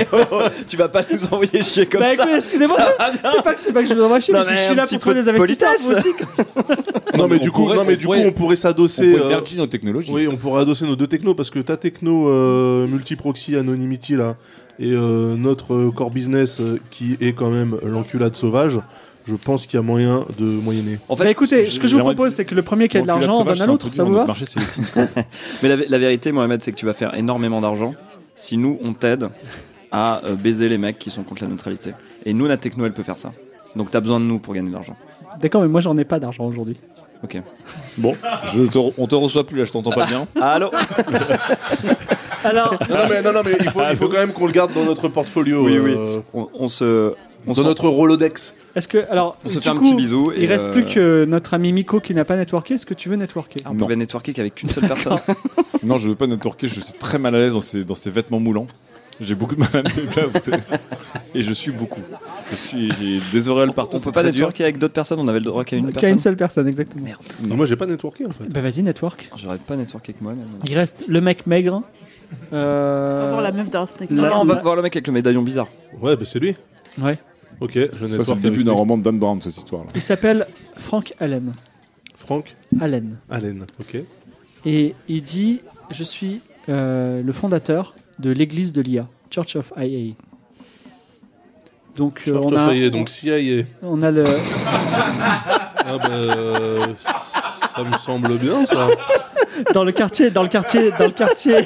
tu vas pas nous envoyer chier comme
Bah,
ça.
écoutez, excusez-moi, c'est pas, que- c'est pas que je vous envoie chier,
Non,
mais c'est que je
mais
suis
un
là
petit
pour trouver
peu
des
de
investisseurs.
politesse.
vous aussi, quoi.
non mais
on
du coup
pourrait-
non mais
on
du
pourrait-
coup on pourrait
On
s'adosser
peut
euh,
émerger nos technologies.
Oui, on pourrait adosser nos deux technos parce que ta techno euh, multiproxy anonymity là et euh, notre euh, core business euh, qui est quand même l'enculade sauvage, je pense qu'il y a moyen de moyenner.
En
Bah, écoutez, ce que je vous
j'aimerais-
propose, c'est que le premier qui a de
Enculade
l'argent, on donne à
sauvage, c'est un
l'autre,
produit,
ça vous
notre
va
marché, c'est les petits.
Mais la, la vérité, Mohamed, c'est que tu vas faire énormément d'argent si nous, on t'aide à euh, baiser les mecs qui sont contre la neutralité. Et nous, la techno, elle peut faire ça. Donc t'as besoin de nous pour gagner de l'argent.
D'accord, mais moi j'en ai pas d'argent aujourd'hui.
Ok.
Bon, je te re- on te reçoit plus là, je t'entends pas bien.
Allô
Alors,
Non, non, mais, non, non, mais il, faut, il faut quand même qu'on le garde dans notre portfolio.
Oui,
euh,
on, on se, On
dans
s'en-
notre Rolodex.
Est-ce que alors
on se
du
fait un
coup,
petit bisou.
Il
et,
reste
euh, Ah,
plus que notre ami Miko qui n'a pas networké. Est-ce que tu veux networker
On pouvait networker qu'avec qu'une seule personne.
Non, je veux pas networker, je suis très mal à l'aise dans ces, dans ces vêtements moulants. J'ai beaucoup de mal à me déplacer. Et je suis beaucoup. Je suis, j'ai des oreilles partout.
on
c'est
peut pas
très dur.
networker avec d'autres personnes, on avait le droit qu'à une
Qu'à
personne.
une seule personne, exactement.
Non, moi, j'ai pas networké en fait.
Bah vas-y, network.
J'aurais pas networké avec moi-même.
Il reste le mec maigre. euh,
On va voir la meuf dans Snake.
Non, non, on va
la-
voir le mec avec le médaillon bizarre.
Ouais, bah c'est lui.
Ouais.
Ok, je
Ça, c'est le
network
début
avec
d'un
lui.
roman de Dan Brown, cette histoire-là.
Il s'appelle Frank Allen.
Franck
Allen.
Allen. Ok.
Et il dit Je suis euh, le fondateur de l'église de l'IA, Church of IA. Donc, euh,
Short
on,
of
a,
IA, donc CIA.
on a le.
Ah bah, euh, ça me semble bien ça.
Dans le quartier, dans le quartier, dans le quartier.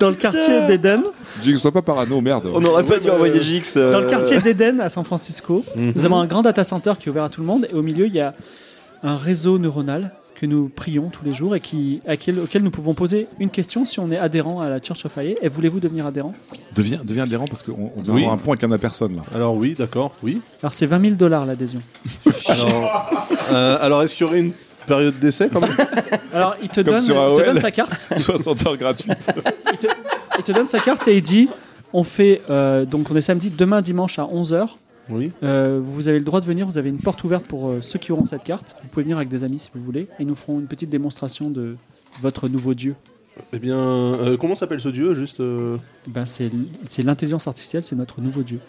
Dans le quartier d'Eden,
Jig, sois pas parano, merde.
On aurait pas dû envoyer euh, JX.
dans le quartier d'Eden à San Francisco, nous avons un grand data center qui est ouvert à tout le monde et au milieu il y a un réseau neuronal que nous prions tous les jours et qui, à quel- auquel nous pouvons poser une question si on est adhérent à la Church of IA. Et voulez-vous devenir adhérent
Deviens, deviens adhérent parce qu'on on vient
Oui.
avoir un point avec un de la personne, là.
Alors oui, d'accord, oui.
Alors c'est 20 000 dollars l'adhésion.
Alors, euh, alors est-ce qu'il y aurait une période d'essai quand même
Alors il te,
Comme
donne,
sur
il te
AOL.
donne sa carte.
60 heures gratuites.
Il te, il te donne sa carte et il dit on fait euh, donc on est samedi demain dimanche à 11h.
Oui.
vous avez le droit de venir, vous avez une porte ouverte pour euh, ceux qui auront cette carte. Vous pouvez venir avec des amis si vous voulez et nous ferons une petite démonstration de votre nouveau dieu.
Eh bien, euh, comment s'appelle ce dieu Juste. euh,
Ben c'est l- c'est l'intelligence artificielle, c'est notre nouveau dieu.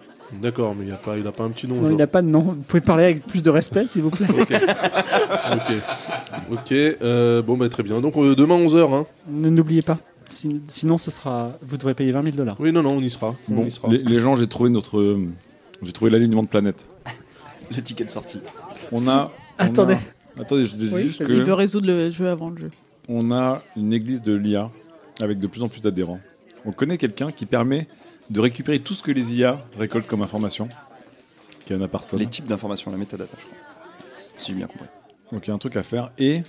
D'accord, mais il a pas, il a pas un petit nom.
Non, il
genre.
n'a pas de nom. Vous pouvez parler avec plus de respect s'il vous plaît.
Ok. Ok. euh, bon bah très bien. Donc euh, demain 11 h Hein.
Ne- N'oubliez pas. Sin- Sinon, ce sera, vous devrez payer 20 000 dollars.
Oui, non, non, on y sera. On
Bon,
y sera.
les, les gens, j'ai trouvé notre. euh, J'ai trouvé l'alignement de planète.
Le ticket de sortie.
On a. on
Attendez.
a- attendez, je dis
Oui,
juste
vas-y.
Il
que
veut résoudre le jeu avant le jeu.
on a une église de l'IA avec de plus en plus d'adhérents. On connaît quelqu'un qui permet de récupérer tout ce que les IA récoltent comme information. Qu'il y en a par sol.
Les types d'informations, la métadata, je crois. Si j'ai bien compris.
Donc il y a un truc à faire et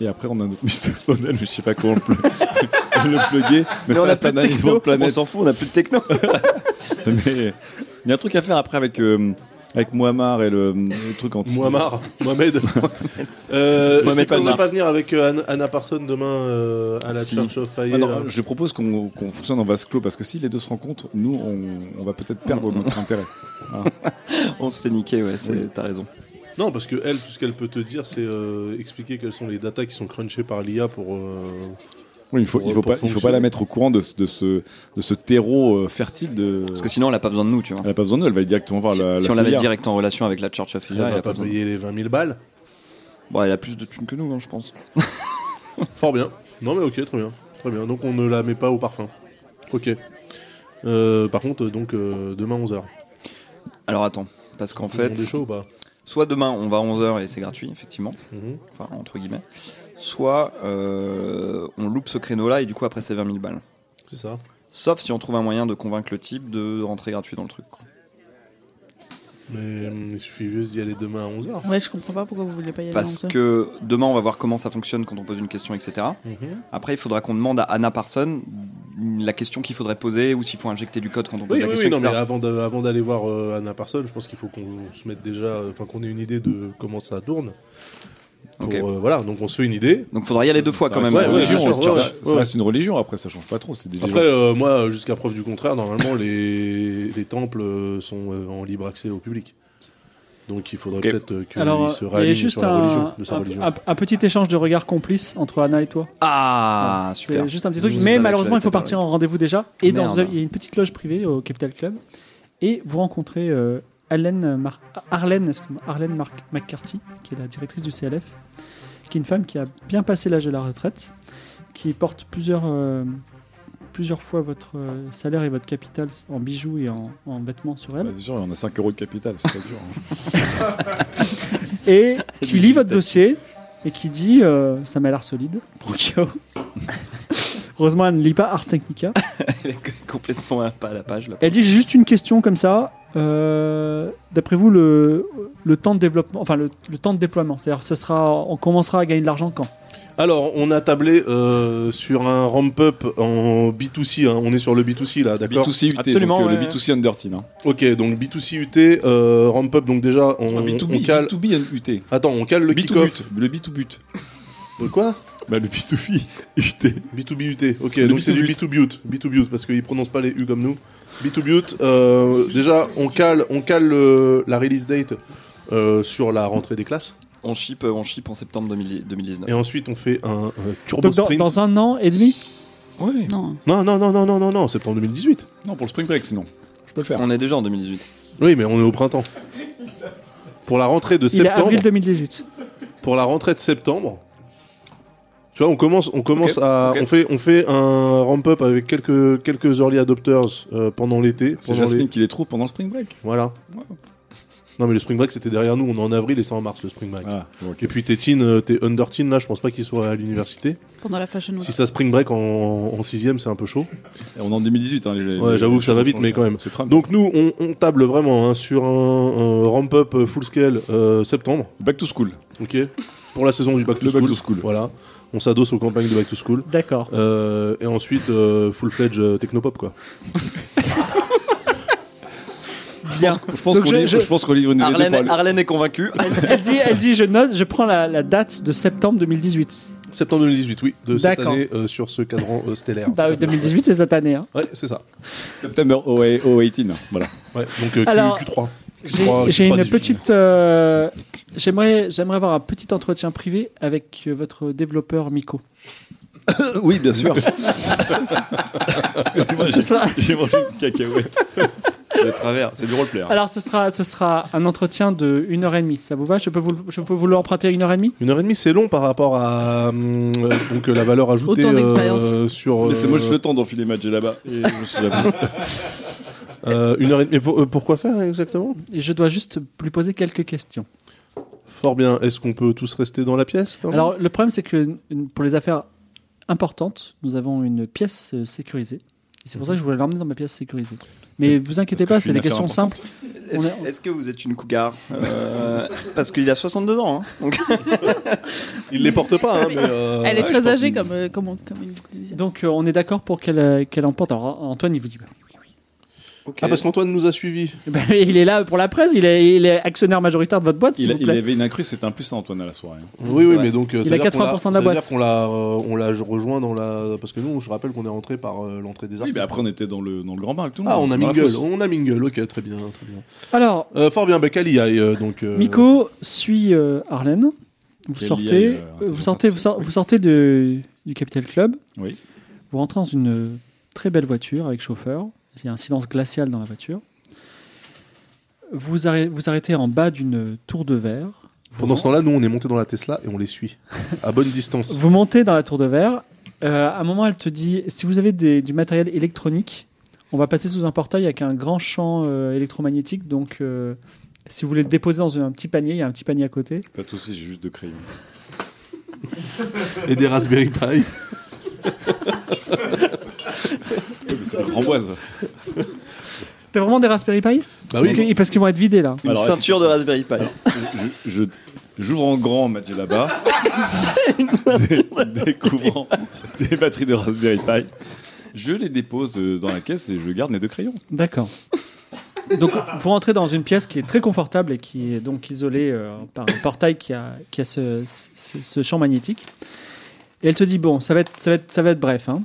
et après on a notre business model, mais je sais pas comment le, pl- le plugger. Mais, ça reste un alignement de
on
planète.
s'en fout, on a plus de techno.
Mais il y a un truc à faire après avec euh, avec Muammar et le, le truc anti.
Muammar, Mohamed. euh,
Mohamed
Mohamed, on va
Pannar.
pas venir avec euh, Anna, Anna Parson demain euh, à la
Si.
Church of
Ah
Fire.
non, je propose qu'on qu'on fonctionne en vase clos parce que si les deux se rencontrent, nous on, on va peut-être perdre notre intérêt.
on se fait niquer, ouais, c'est- t'as raison.
Non, parce que elle, tout ce qu'elle peut te dire, c'est euh, expliquer quelles sont les datas qui sont crunchées par l'IA pour. euh,
Oui, il faut il
Pour- pour
faut pas il faut pas
fonctionner.
la mettre au courant de ce de ce de ce terreau euh, fertile de.
Parce que sinon, on n'a pas besoin de nous, tu vois.
elle a pas besoin d'eux, elle va directement
Oh,
voir
si
la.
si
la
on la met
CIA.
direct en relation avec la Church of
Elle
IA,
va
elle a
pas
pas besoin.
payer les 20 000 balles.
Bon, elle a plus de thunes que nous, hein, je pense.
Fort bien. Non, mais ok, très bien. Très bien. Donc on ne la met pas au parfum. Ok. Euh, par contre, donc euh, demain 11h.
Alors attends, parce qu'en fait,
Des chaud ou pas
soit demain on va à 11h et c'est gratuit, effectivement,
Mhm.
enfin entre guillemets, soit euh, on loupe ce créneau-là et du coup après c'est 20 000 balles.
C'est ça.
Sauf si on trouve un moyen de convaincre le type de rentrer gratuit dans le truc. quoi.
Mais hum, il suffit juste d'y aller demain à 11h.
Ouais, je comprends pas pourquoi vous voulez pas y aller.
Parce
en
euh,
que demain on va voir comment ça fonctionne quand on pose une question, etc. Après il faudra qu'on demande à Anna Parson la question qu'il faudrait poser ou s'il faut injecter du code quand on pose
Oui,
la
oui, oui,
question.
non, mais
etc.
avant de- avant d'aller voir euh, Anna Parson, je pense qu'il faut qu'on se mette déjà, euh, enfin qu'on ait une idée de comment ça tourne. Pour,
Ok.
euh, voilà, donc on se fait une idée.
Donc faudra Ah, y aller deux fois
Ça
quand
reste
même.
ouais,
une
ouais,
religion,
bien sûr,
ça-
ouais,
ça- ça
ouais.
reste une religion après, ça change pas trop. C'est des
Après, euh, moi, jusqu'à preuve du contraire, normalement, les, les temples euh, sont euh, en libre accès au public. Donc il faudrait
Ok.
peut-être euh, qu'ils
Alors,
se
il y a
réalignent
juste
sur la
un,
religion, de sa
un-
religion.
un- un petit échange de regards complices entre Anna et toi.
Ah,
C'est
super.
juste un petit truc.
Je savais
Mais
que
malheureusement,
j'allais
il faut
t'appeler.
partir en rendez-vous déjà. Et dans,
Merde.
il y a une petite loge privée au Capital Club. Et vous rencontrez euh, Allen Mar- Arlène, excuse-moi, Arlène Mar- McCarthy, qui est la directrice du CLF, qui est une femme qui a bien passé l'âge de la retraite, qui porte plusieurs, euh, plusieurs fois votre euh, salaire et votre capital en bijoux et en, en vêtements sur
euh,
elle.
c'est sûr, on a 5 euros de capital, c'est pas dur. hein.
et
Et
qui lit votre
t'as-
dossier et qui dit euh, ça m'a l'air solide. Procure. Heureusement, elle ne lit pas Ars Technica.
Elle est complètement à pas à la page là.
Elle dit j'ai juste une question comme ça. Euh, D'après vous, le, le temps de développement, enfin le, le temps de déploiement, c'est-à-dire ce sera, on commencera à gagner de l'argent quand
Alors, on a tablé euh, sur un ramp-up en B2C. hein. On est sur le B2C là, d'accord
B2C UT,
Absolument,
donc, euh,
ouais,
le B2C Undertime. Hein.
Ok, donc B2C UT, euh, ramp-up. Donc déjà, on, on
B2B,
cale.
B2B and UT.
Attends, on cale le kick-off.
B2But, le B2But.
De quoi
Bah, le B2B, UT.
B2BUT, ok,
Le
donc c'est du B2BUT, B2BUT, parce qu'ils prononcent pas les U comme nous. B2BUT, euh, déjà, on cale, on cale le- la release date euh, sur la rentrée des classes,
On ship, euh, on ship en septembre 2000 2019.
et ensuite on fait un euh, turbo
Donc dans,
sprint.
dans un an et demi
Ouais.
Non.
Non, non, non, non, non, non, non, septembre 2018.
Non, pour le Spring Break, sinon. Je peux le faire.
On est déjà en 2018.
Oui, mais on est au printemps. Pour la rentrée de
Il est
septembre,
avril 2018.
pour la rentrée de septembre, tu vois, on commence, on commence
Ok,
à,
ok.
on fait, on fait un ramp-up avec quelques quelques early adopters euh, pendant l'été.
C'est
pendant les-
Jasmine qui les trouve pendant le Spring Break.
Voilà. Non, mais le Spring Break, c'était derrière nous. On est en avril et c'est en mars, le Spring Break.
Voilà. Bon, ok.
Et puis tes teens, euh, tes under teens, là, je pense pas qu'ils soient à l'université.
Pendant la Fashion Week.
Si ça Spring Break en, en sixième, c'est un peu chaud.
Et on est en 2018. Hein, les,
Ouais,
les-
j'avoue que ça va vite,
les-
mais quand même.
C'est Trump.
Donc nous, on, on table vraiment hein, sur un, un ramp-up euh, full scale euh, septembre,
Back to school.
ok Pour la saison du back to,
Le
school.
back to school.
Voilà. On s'adosse aux campagnes de back to school.
D'accord.
Euh, et ensuite, euh, full-fledged euh, technopop, quoi.
Bien.
Je pense
Ah. Donc
qu'on
je-
livre,
je-
je pense qu'on livre une idée
Arlène,
pour aller-
Arlène est convaincue.
Elle dit, elle dit, je note, je prends la, la date de septembre 2018.
Septembre 2018, oui, de cette
D'accord.
année euh, sur ce cadran euh, stellaire.
Bah, 2018, c'est cette année. hein.
Ouais, c'est ça.
September 018. Voilà.
Ouais, donc euh, Q-
Alors,
Q3.
J'ai
Q3,
j'ai une
18.
petite. euh, J'aimerais, j'aimerais avoir un petit entretien privé avec euh, votre développeur Miko.
Oui, bien sûr.
Ce sera-
J'ai mangé une cacahuète. De travers. C'est du roleplay. hein.
alors, ce sera, ce sera un entretien de une heure et demie. Ça vous va Je peux vous, le- je peux vous l'emprunter une heure et demie
Une heure et demie, c'est long par rapport à hum, euh, donc euh, la valeur ajoutée
Autant
euh,
d'expérience.
sur. euh,
Mais c'est moi, je le temps d'enfiler ma là-bas. Et je suis là-bas.
euh, une heure et demie. Et pour, euh, pour quoi faire exactement
Et je dois juste lui poser quelques questions.
Fort bien. Est-ce qu'on peut tous rester dans la pièce quand même
Alors, le problème, c'est que une- pour les affaires importantes, nous avons une pièce euh, sécurisée. Et c'est pour ça que je voulais l'emmener dans ma pièce sécurisée. Mais vous inquiétez
Parce que
pas,
je suis
c'est des
une affaire
questions simples.
Est-ce
On est-
est-ce que vous êtes une cougar Euh, Parce qu'il a 62 ans. hein. Donc,
Il les porte pas, hein, mais. euh,
Elle est
ouais, je
très
pense
âgée
que-
comme, euh, comme, on- comme une.
Donc, euh, on est d'accord pour qu'elle euh, qu'elle emporte. Alors, Antoine, il vous dit.
Ah, parce qu'Antoine nous a suivis.
Eh ben, il est là pour la presse, il est, il est actionnaire majoritaire de votre boîte, s'il
Il,
vous
il
plaît.
avait une incrue, c'était un plus à Antoine à la soirée. hein.
Oui, oui,
vrai.
mais donc. euh,
Il a
c'est-à-dire qu'on
80% de la boîte.
C'est-à-dire qu'on l'a, euh, on l'a rejoint dans la. Parce que nous, je rappelle qu'on est rentré par euh, l'entrée des
Oui,
artistes.
mais après, on était dans le, dans le grand bain avec tout le
Ah, on
monde.
a
dans la
mingle,
fosse.
on a mingle, ok, très bien, très bien.
Alors,
Euh, fort bien, bah, Kali aille, euh, donc. euh,
Miko suit euh, Arlène. Vous
Quelle
sortez,
IA, euh,
euh, vous
intelligence
sortez, vous,
artificielle,
sor- vous sortez de, du Capital Club.
Oui.
Vous rentrez dans une euh, très belle voiture avec chauffeur. Il y a un silence glacial dans la voiture. Vous, arrê- vous arrêtez en bas d'une tour de verre. Vous
Pendant ce temps-là, nous, on est monté dans la Tesla et on les suit. À bonne distance.
Vous montez dans la tour de verre. Euh, à un moment, elle te dit si vous avez des- du matériel électronique, on va passer sous un portail avec un grand champ euh, électromagnétique. Donc, euh, si vous voulez le déposer dans un, un petit panier, il y a un petit panier à côté.
Pas de soucis, j'ai juste deux crayons.
Et des Raspberry Pi. Bah
Ouais, mais C'est des framboises.
T'as vraiment des Raspberry Pi
Bah
Parce que- Parce qu'ils vont être vidés là.
une
Alors,
ceinture de Raspberry Pi.
Je- je- J'ouvre en grand ma là-bas, découvrant des batteries de Raspberry Pi. Je les dépose euh, dans la caisse et je garde mes deux crayons.
D'accord. Donc, vous rentrez dans une pièce qui est très confortable et qui est donc isolée euh, par un portail qui a, qui a ce, ce- ce champ magnétique. Et elle te dit Bon, ça va être, ça va être, ça va être bref. hein.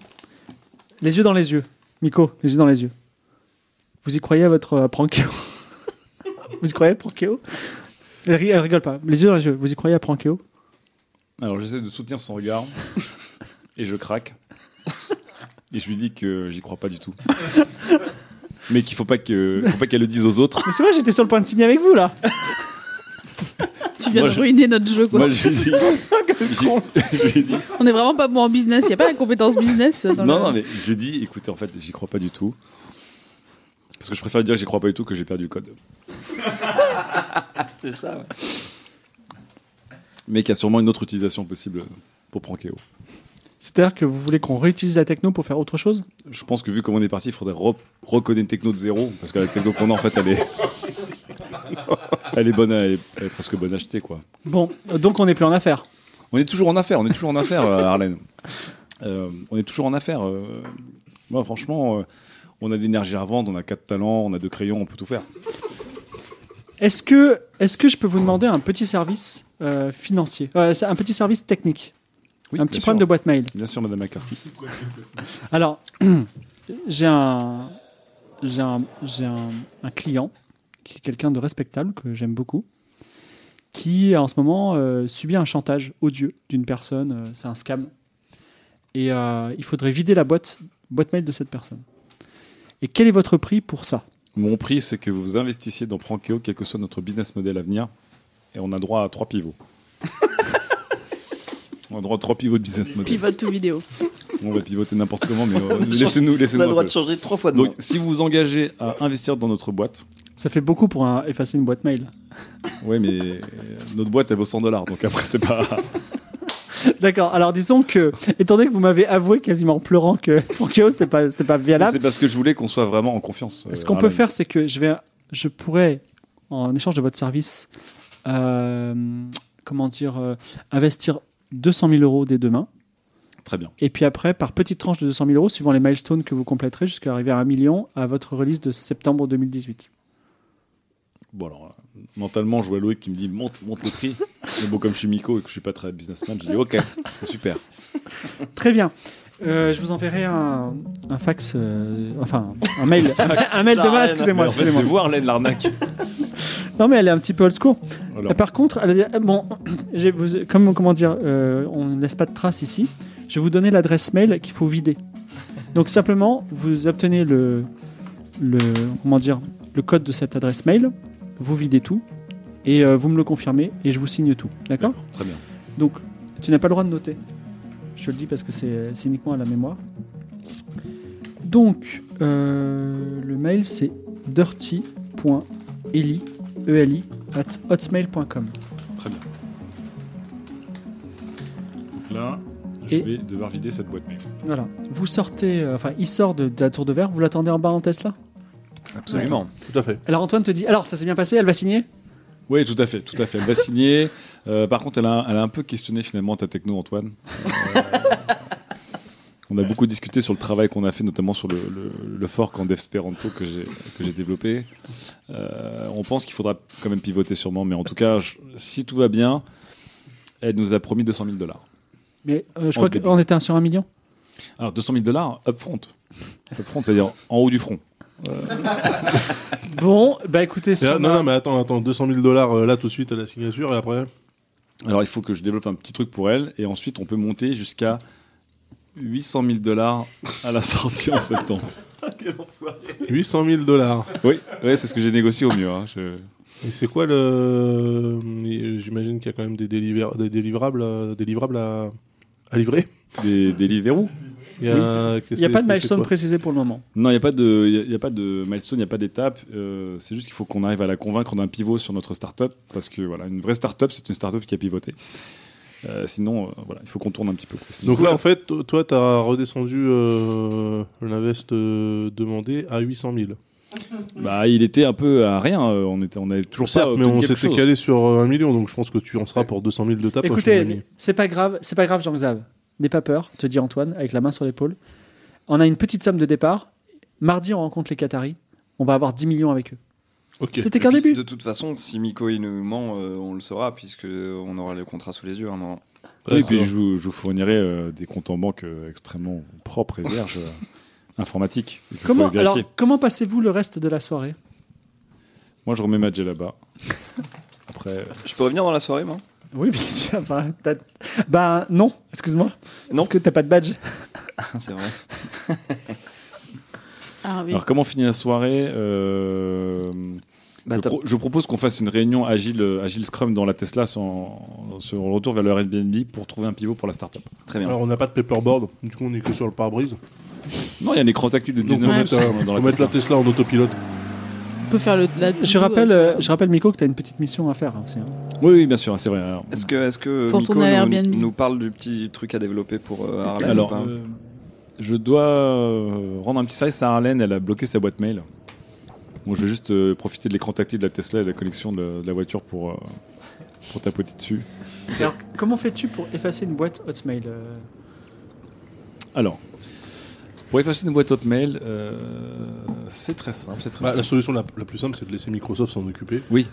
Les yeux dans les yeux. Miko, les yeux dans les yeux. Vous y croyez à votre euh, Prankeo Vous y croyez, Prankeo elle, ri- elle rigole pas. Les yeux dans les yeux. Vous y croyez à Prankeo
Alors j'essaie de soutenir son regard et je craque. Et je lui dis que j'y crois pas du tout. Mais qu'il faut pas que- faut pas qu'elle le dise aux autres.
Mais c'est vrai, j'étais sur le point de signer avec vous là.
Tu viens
Moi,
de
je-
ruiner notre jeu, quoi.
Moi je lui dis, j'ai- je lui dis
On est vraiment pas bon en business. Il n'y a pas la compétence business. Dans
non,
le-
non, mais je lui dis, écoutez, en fait, j'y crois pas du tout. Parce que je préfère dire que j'y crois pas du tout que j'ai perdu le code.
C'est ça. ouais.
Mais qu'il y a sûrement une autre utilisation possible pour Prankeo.
C'est-à-dire que vous voulez qu'on réutilise la techno pour faire autre chose
Je pense que vu comment on est parti, il faudrait re- recoder une techno de zéro. Parce que la techno qu'on a, en fait, elle est. elle est bonne, à- elle est, elle est presque bonne à acheter, quoi.
Bon, donc on n'est plus en affaires.
On est toujours en affaires, on est toujours en affaires, euh, Arlène. Euh, on est toujours en affaires. euh. moi, franchement, euh, on a de l'énergie à vendre, on a quatre talents, on a deux crayons, on peut tout faire.
Est-ce que, est que je peux vous demander un petit service euh, financier Euh, c'est Un petit service technique
Oui,
Un petit
point
problème de boîte mail
Bien sûr, Madame McCarthy.
Alors, j'ai un, j'ai un, j'ai un, un client qui est quelqu'un de respectable que j'aime beaucoup, qui en ce moment euh, subit un chantage odieux d'une personne. euh, c'est un scam. Et euh, il faudrait vider la boîte, boîte mail de cette personne. Et quel est votre prix pour ça
Mon prix, c'est que vous investissiez dans Prankeo, quel que soit notre business model à venir, et on a droit à trois pivots. on a droit à trois pivots de business model.
Pivot to vidéo.
On va pivoter n'importe comment, mais euh, laissez-nous,
On a
laissez-nous.
le
un
droit
peu.
de changer trois fois de nom.
Donc, si vous vous engagez à investir dans notre boîte,
Ça fait beaucoup pour un- effacer une boîte mail.
ouais, mais euh, notre boîte, elle vaut 100 dollars, donc après, c'est pas.
D'accord. Alors disons que, étant donné que vous m'avez avoué quasiment en pleurant que Frankio c'était pas c'était pas viable,
C'est parce que je voulais qu'on soit vraiment en confiance. euh,
ce qu'on peut
Arlène.
faire c'est Ah, que je vais je pourrais en échange de votre service euh, comment dire euh, investir 200 000 euros dès demain
Très bien.
et puis après par petites tranches de 200 000 euros suivant les milestones que vous compléterez jusqu'à arriver à 1 million à votre release de septembre 2018.
Bon, alors, euh, mentalement, je vois Loïc qui me dit monte, monte le prix. Mais bon, comme je suis Miko et que je suis pas très businessman, je dis ok, c'est super.
Très bien. Euh, je vous enverrai un, un fax, euh, enfin un mail, un, mail
Ça a
demain.
rien à
Excusez-moi,
Mais en fait, c'est
excusez-moi.
voir Arlène l'arnaque.
Non mais elle est un petit peu old school.
Alors,
Euh, Par contre, elle a dit- euh, bon, j'ai- vous- comme, comment dire, euh, on ne laisse pas de traces ici, je vais vous donner l'adresse mail qu'il faut vider. Donc simplement, vous obtenez le, le, comment dire, le code de cette adresse mail, vous videz tout, et euh, vous me le confirmez, et je vous signe tout. D'accord
d'accord, Très bien.
Donc, tu n'as pas le droit de noter. Je te le dis parce que c'est c'est uniquement à la mémoire. Donc, euh, le mail, c'est dirty.eli, E-L-I, at hotmail.com.
Très bien. Donc là, je
Et-
vais devoir vider cette boîte mail.
Voilà. Vous sortez, euh, enfin, il sort de, de la tour de verre, vous l'attendez en bas en Tesla
Absolument.
Tout à fait.
Alors Antoine te dit, alors ça s'est bien passé, elle va signer
Oui, tout à fait, tout à fait. Elle va signer. Euh, par contre, elle a, elle a un peu questionné finalement ta techno, Antoine. Euh, on a beaucoup discuté sur le travail qu'on a fait, notamment sur le, le, le fork en Esperanto que j'ai que j'ai développé. Euh, on pense qu'il faudra quand même pivoter sûrement, mais en tout cas, je- si tout va bien, elle nous a promis 200 000 dollars.
Mais euh, je
En
crois qu'on était sur un million.
Alors 200 000 dollars upfront, upfront, c'est-à-dire en haut du front.
Bon, bah écoutez, si
Et là,
on
Ah, non,
a-
non, mais attends, attends, 200 000 dollars euh, là tout de suite à la signature et après.
Alors il faut que je développe un petit truc pour elle et ensuite on peut monter jusqu'à 800 000 dollars à la sortie en septembre.
800 000 dollars.
Oui, ouais, c'est ce que j'ai négocié au mieux. hein, je-
Et c'est quoi le. et euh, J'imagine qu'il y a quand même des, délivra- des délivrables, à- des livrables à, à livrer.
Des, des Deliveroo
Il y a,
il n'y a pas de milestone
précis.
précisé pour le moment.
Non, il n'y a, pas de- il y a- il y a pas de milestone, il n'y a pas d'étape. euh, c'est juste qu'il faut qu'on arrive à la convaincre d'un pivot sur notre startup. Parce que voilà, une vraie startup, c'est une startup qui a pivoté. Euh, sinon, euh, voilà, il faut qu'on tourne un petit peu.
Donc là, en fait, to- toi, t'as redescendu euh, l'invest euh, demandé à 800 000.
bah, il était un peu à rien. euh, On était, on avait toujours
Certes,
pas
mais
obtenu
on
quelque
s'était
chose.
calé sur euh, 1 million, donc je pense que tu en seras pour 200 000 de ta poche. mon ami.
Écoutez, c'est pas grave, c'est pas grave Jean-Xav. N'aie pas peur, te dit Antoine avec la main sur l'épaule. On a une petite somme de départ. Mardi, on rencontre les Qataris. On va avoir 10 millions avec eux.
Ok.
C'était qu'un
Et puis,
début.
De toute façon, si Miko il nous ment, euh, on le saura, puisque euh, on aura le contrat sous les yeux. hein, à un moment.
Oui,
Ouais,
puis
c'est
je vous, je vous fournirai euh, des comptes en banque euh, extrêmement propres et vierges euh, informatiques. Vous pouvez
Comment, alors,
vérifier.
comment passez-vous le reste de la soirée
Moi, je remets ma là-bas. Après, euh,
Je peux revenir dans la soirée, moi
Oui, bien sûr. Bah, t'as- bah, non, excuse-moi.
Non.
Parce que t'as pas de badge.
C'est vrai.
Ah oui.
alors comment finit la soirée Euh,
Bah,
je,
t'as-
pro- je propose qu'on fasse une réunion agile, euh, agile Scrum dans la Tesla sans- sur le retour vers leur Airbnb pour trouver un pivot pour la startup.
Très bien.
Alors, on n'a pas de paperboard, du coup, on est que sur le pare-brise.
Non, il y a un écran tactile de
Donc,
19
on
mètres dans
va
la
mettre
Tesla.
la Tesla en autopilote.
On peut faire le. la- hein,
Je rappelle, euh, je rappelle Miko que t'as une petite mission à faire. hein, aussi, hein.
Oui, oui, bien sûr, c'est vrai. hein. Alors,
Est-ce que, est-ce que
Faut
Miko
retourner à
nous,
l'Airbnb.
nous parle du petit truc à développer pour euh, Harlem ou
alors,
pas
euh, je dois euh, rendre un petit service à Arlène, elle a bloqué sa boîte mail. Bon, je vais juste euh, profiter de l'écran tactile de la Tesla et de la connexion de, de la voiture pour euh, pour tapoter dessus.
Alors, comment fais-tu pour effacer une boîte Hotmail euh,
Alors, pour effacer une boîte Hotmail, euh, c'est très simple, c'est très
Bah, la
simple.
solution la, la plus simple, c'est de laisser Microsoft s'en occuper.
Oui,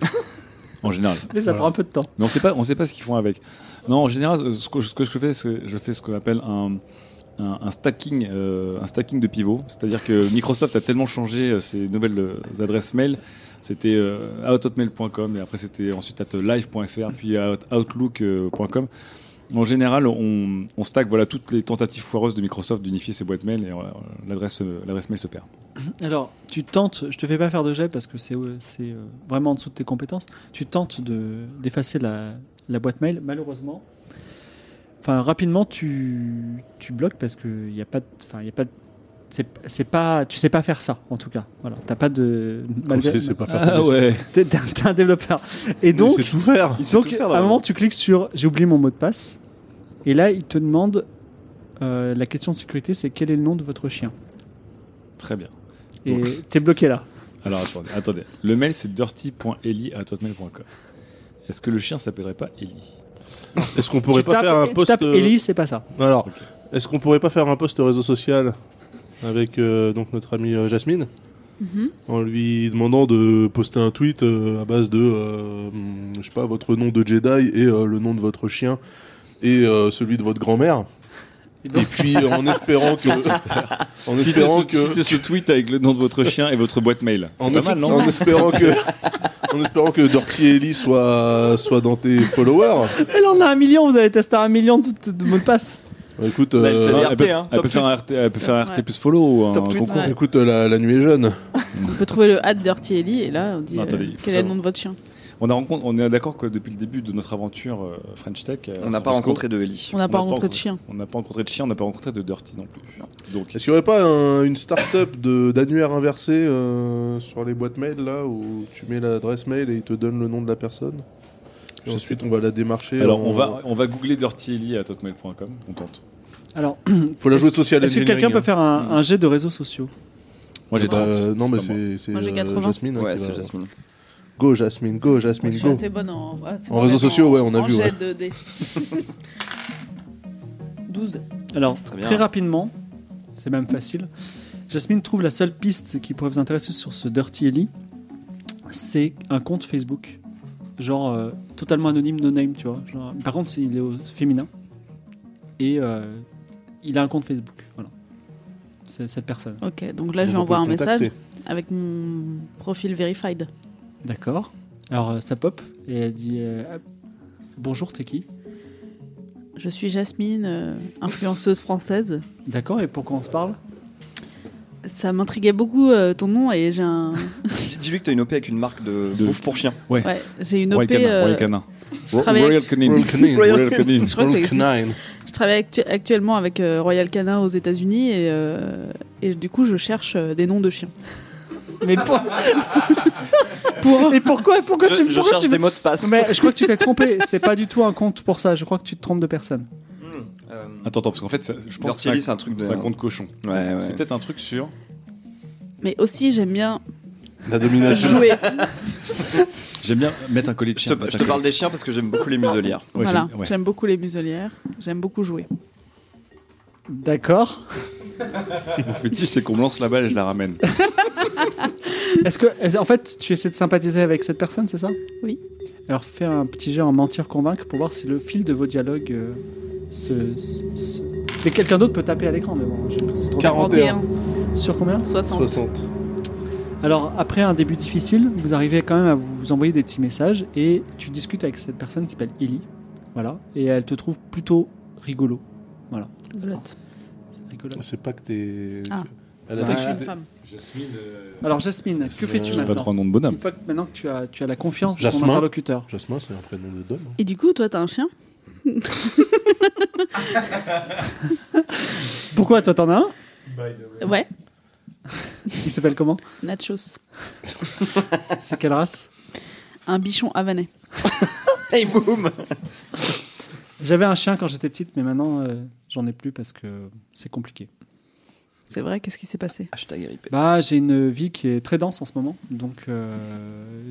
en général.
Mais ça
Voilà.
prend un peu de temps.
Mais on sait pas, on sait pas ce qu'ils font avec. Non, en général, euh, ce que, ce que je fais, c'est je fais ce qu'on appelle un, un, un stacking, euh, un stacking de pivots. C'est-à-dire que Microsoft a tellement changé euh, ses nouvelles euh, adresses mail. C'était euh, outhotmail.com et après c'était ensuite at live.fr puis out- outlook.com. En général, on, on stack voilà toutes les tentatives foireuses de Microsoft d'unifier ses boîtes mail et euh, l'adresse euh, l'adresse mail se perd.
Alors, tu tentes, je te fais pas faire de jet parce que c'est euh, c'est, euh, vraiment en dessous de tes compétences, tu tentes de- d'effacer la, la boîte mail, malheureusement. Enfin, rapidement, tu, tu bloques parce que il n'y a pas de. Enfin, il a pas de- c'est- c'est pas tu sais pas faire ça en tout cas voilà t'as pas de
Comme
malgré-
si c'est pas faire
Ah ouais.
t'es t'es un- t'es un développeur et donc
c'est tout faire.
Il sait
donc,
tout faire,
à un
là-bas.
moment, tu cliques sur j'ai oublié mon mot de passe. Et là, il te demande euh, la question de sécurité, c'est quel est le nom de votre chien
Très bien.
Et t'es bloqué là.
Alors attendez, attendez. Le mail c'est dirty.eli@hotmail.com. Est-ce que le chien s'appellerait pas Eli
Est-ce qu'on pourrait
tu
pas
tapes,
faire un
tu
post
tapes
euh,
Ellie, c'est pas ça.
Alors, est-ce qu'on pourrait pas faire un post réseau social avec euh, donc notre amie euh, Jasmine
Mm-hmm.
en lui demandant de poster un tweet euh, à base de euh, hum, je sais pas votre nom de Jedi et euh, le nom de votre chien et euh, celui de votre grand-mère et puis en espérant que en espérant que
Citez ce tweet avec le nom de votre chien et votre boîte mail.
en,
C'est pas mal,
es-
non
en espérant que en espérant que Dorothy et Ellie soient soit dans tes followers
Elle en a un million, vous allez tester un million de, de- de mots de passe.
Bah, écoute
Bah, elle
euh,
fait des
Elle peut,
RT, hein,
elle
top
peut faire un RT, elle peut faire un RT plus follow ou un
Top tweet.
concours.
Ouais.
écoute euh, la, la nuit est jeune
On peut trouver le hat Dirty Ellie et là on dit
Non, attendez,
euh,
il faut
quel est le
savoir.
nom de votre chien.
On, a rencontre, on est d'accord que depuis le début de notre aventure euh, French Tech, euh,
On n'a
San
pas
Francisco,
rencontré de Ellie.
On n'a pas rencontré de chien.
On n'a pas rencontré de chien, on n'a pas rencontré de Dirty non plus. Donc,
Est-ce qu'il n'y aurait pas un- une start-up de- d'annuaire inversé euh, sur les boîtes mail là où tu mets l'adresse mail et il te donne le nom de la personne Et
Je
ensuite
sais
on va la démarcher.
alors
en-
on va, on va googler Dirty Ellie à hotmail.com. On tente.
Alors,
Faut la jouer social
est-ce que
engineering,
quelqu'un peut
hein.
faire un, un jet de réseaux sociaux
Moi j'ai
Bah,
30.
euh, Non mais
pas moi.
c'est c'est,
Moi, j'ai
euh,
80.
Jasmine. hein,
Ouais,
qui
c'est
va-
Jasmine.
Go Jasmine, go
Moi,
Jasmine,
je suis
go.
assez bonne en, ah, c'est
En
bon,
réseaux
en-
sociaux, ouais, on a
en
vu,
jet
ouais.
de dés. 12.
Alors,
Très
très,
bien.
rapidement, c'est même facile, Jasmine trouve la seule piste qui pourrait vous intéresser sur ce Dirty Ellie. C'est un compte Facebook. Genre euh, totalement anonyme, no name, tu vois. Genre- par contre, c'est- il est au féminin. Et euh, il a un compte Facebook. Voilà. C'est cette personne.
Ok, donc là je
Donc,
lui
on
envoie
peut
un
le contacter.
message avec mon profil verified.
D'accord. Alors, euh, ça pop. Et elle dit euh, Ah, Bonjour, t'es qui
Je suis Jasmine, euh, influenceuse française.
D'accord, et pourquoi on se parle
Ça m'intriguait beaucoup euh, ton nom et j'ai un...
Dis- Dis-lui que t'as une OP avec une marque de,
De-
bouffe pour chien.
ouais, j'ai une
Royal
OP.
Canin,
euh,
Royal Canin.
je travaille
Royal
avec-
Canin.
Royal Canin.
Royal Canin.
Je crois que
Roll
ça existe.
Canine.
Je travaille actu- actuellement avec euh, Royal Canin aux États-Unis et, euh, et du coup je cherche euh, des noms de chiens.
Mais pour- Pour- Et pourquoi, pourquoi
Je,
tu
je
pourquoi
cherche
tu me-
des mots de passe.
Mais je crois que tu t'es trompé. C'est pas du tout un compte pour ça. Je crois que tu te trompes de personne.
Euh,
Attends, attends, parce qu'en fait, ça- je pense
Dirty Ellie, c'est un truc de.
c'est un compte cochon.
Ouais, ouais.
C'est peut-être un truc sur.
Mais aussi j'aime bien
La domination.
jouer.
J'aime bien mettre un collier de
Je
chien.
te, je te parle des chiens parce que j'aime beaucoup les muselières.
Ouais,
voilà,
j'aime- ouais.
j'aime beaucoup les muselières, j'aime beaucoup jouer.
D'accord.
Mon fétiche, c'est qu'on me lance la balle et je la ramène.
Est-ce que, en fait, tu essaies de sympathiser avec cette personne, c'est ça
Oui.
Alors fais un petit jeu en mentir convaincre pour voir si le fil de vos dialogues euh, se, se- se- Mais quelqu'un d'autre peut taper à l'écran, mais bon. je- c'est trop
41,
tard. Sur combien
60.
60.
Alors après un début difficile, vous arrivez quand même à vous envoyer des petits messages et tu discutes avec cette personne qui s'appelle Ellie. Voilà. Et elle te trouve plutôt rigolo.
Zlotte.
Rigolo.
Ah, C'est pas que t'es.
Ah.
Elle
C'est
a
pas
pas
que
Je suis une
que
femme.
Alors Jasmine, que
C'est-
fais-tu
c'est
C'est pas
maintenant
trop un nom de bonhomme.
Une fois que maintenant que tu as, tu as la confiance de ton
Jasmin.
interlocuteur.
Jasmin, c'est un prénom de dame. hein.
Et du coup toi t'as un chien
Pourquoi toi t'en as un
Ouais,
Il s'appelle comment
Nachos.
C'est quelle race
Un bichon havanais.
Hey boum
J'avais un chien quand j'étais petite, mais maintenant euh, j'en ai plus parce que c'est compliqué.
C'est vrai, qu'est-ce qui s'est passé
Hashtag RIP.
Bah j'ai une vie qui est très dense en ce moment, donc euh,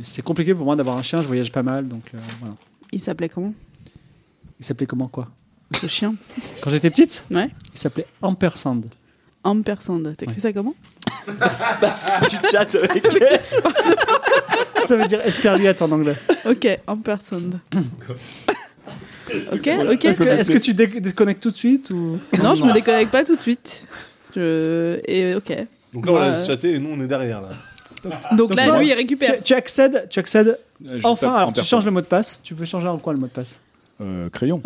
c'est compliqué pour moi d'avoir un chien. Je voyage pas mal, donc euh, voilà.
Il s'appelait comment
Il s'appelait comment quoi
Le chien
Quand j'étais petite,
Ouais.
il s'appelait Ampersand.
Ampersand. T'écris ça comment
tu chattes avec elle.
Ah, Ça veut dire esperluette en anglais.
Ok, Ampersand. ok, ok.
Est-ce que, est-ce que tu dé- déconnectes tout de suite ou
Non, je me déconnecte pas tout de suite. Je... Et ok.
Donc là, on
Ouais.
laisse chatter et nous, on est derrière là.
Ah. Donc,
Donc
là,
toi,
lui, il récupère.
tu, tu accèdes, tu accèdes.
Je tape
Enfin,
en
alors tu
perso.
changes le mot de passe. Tu veux changer en quoi le mot de passe
Euh, crayon.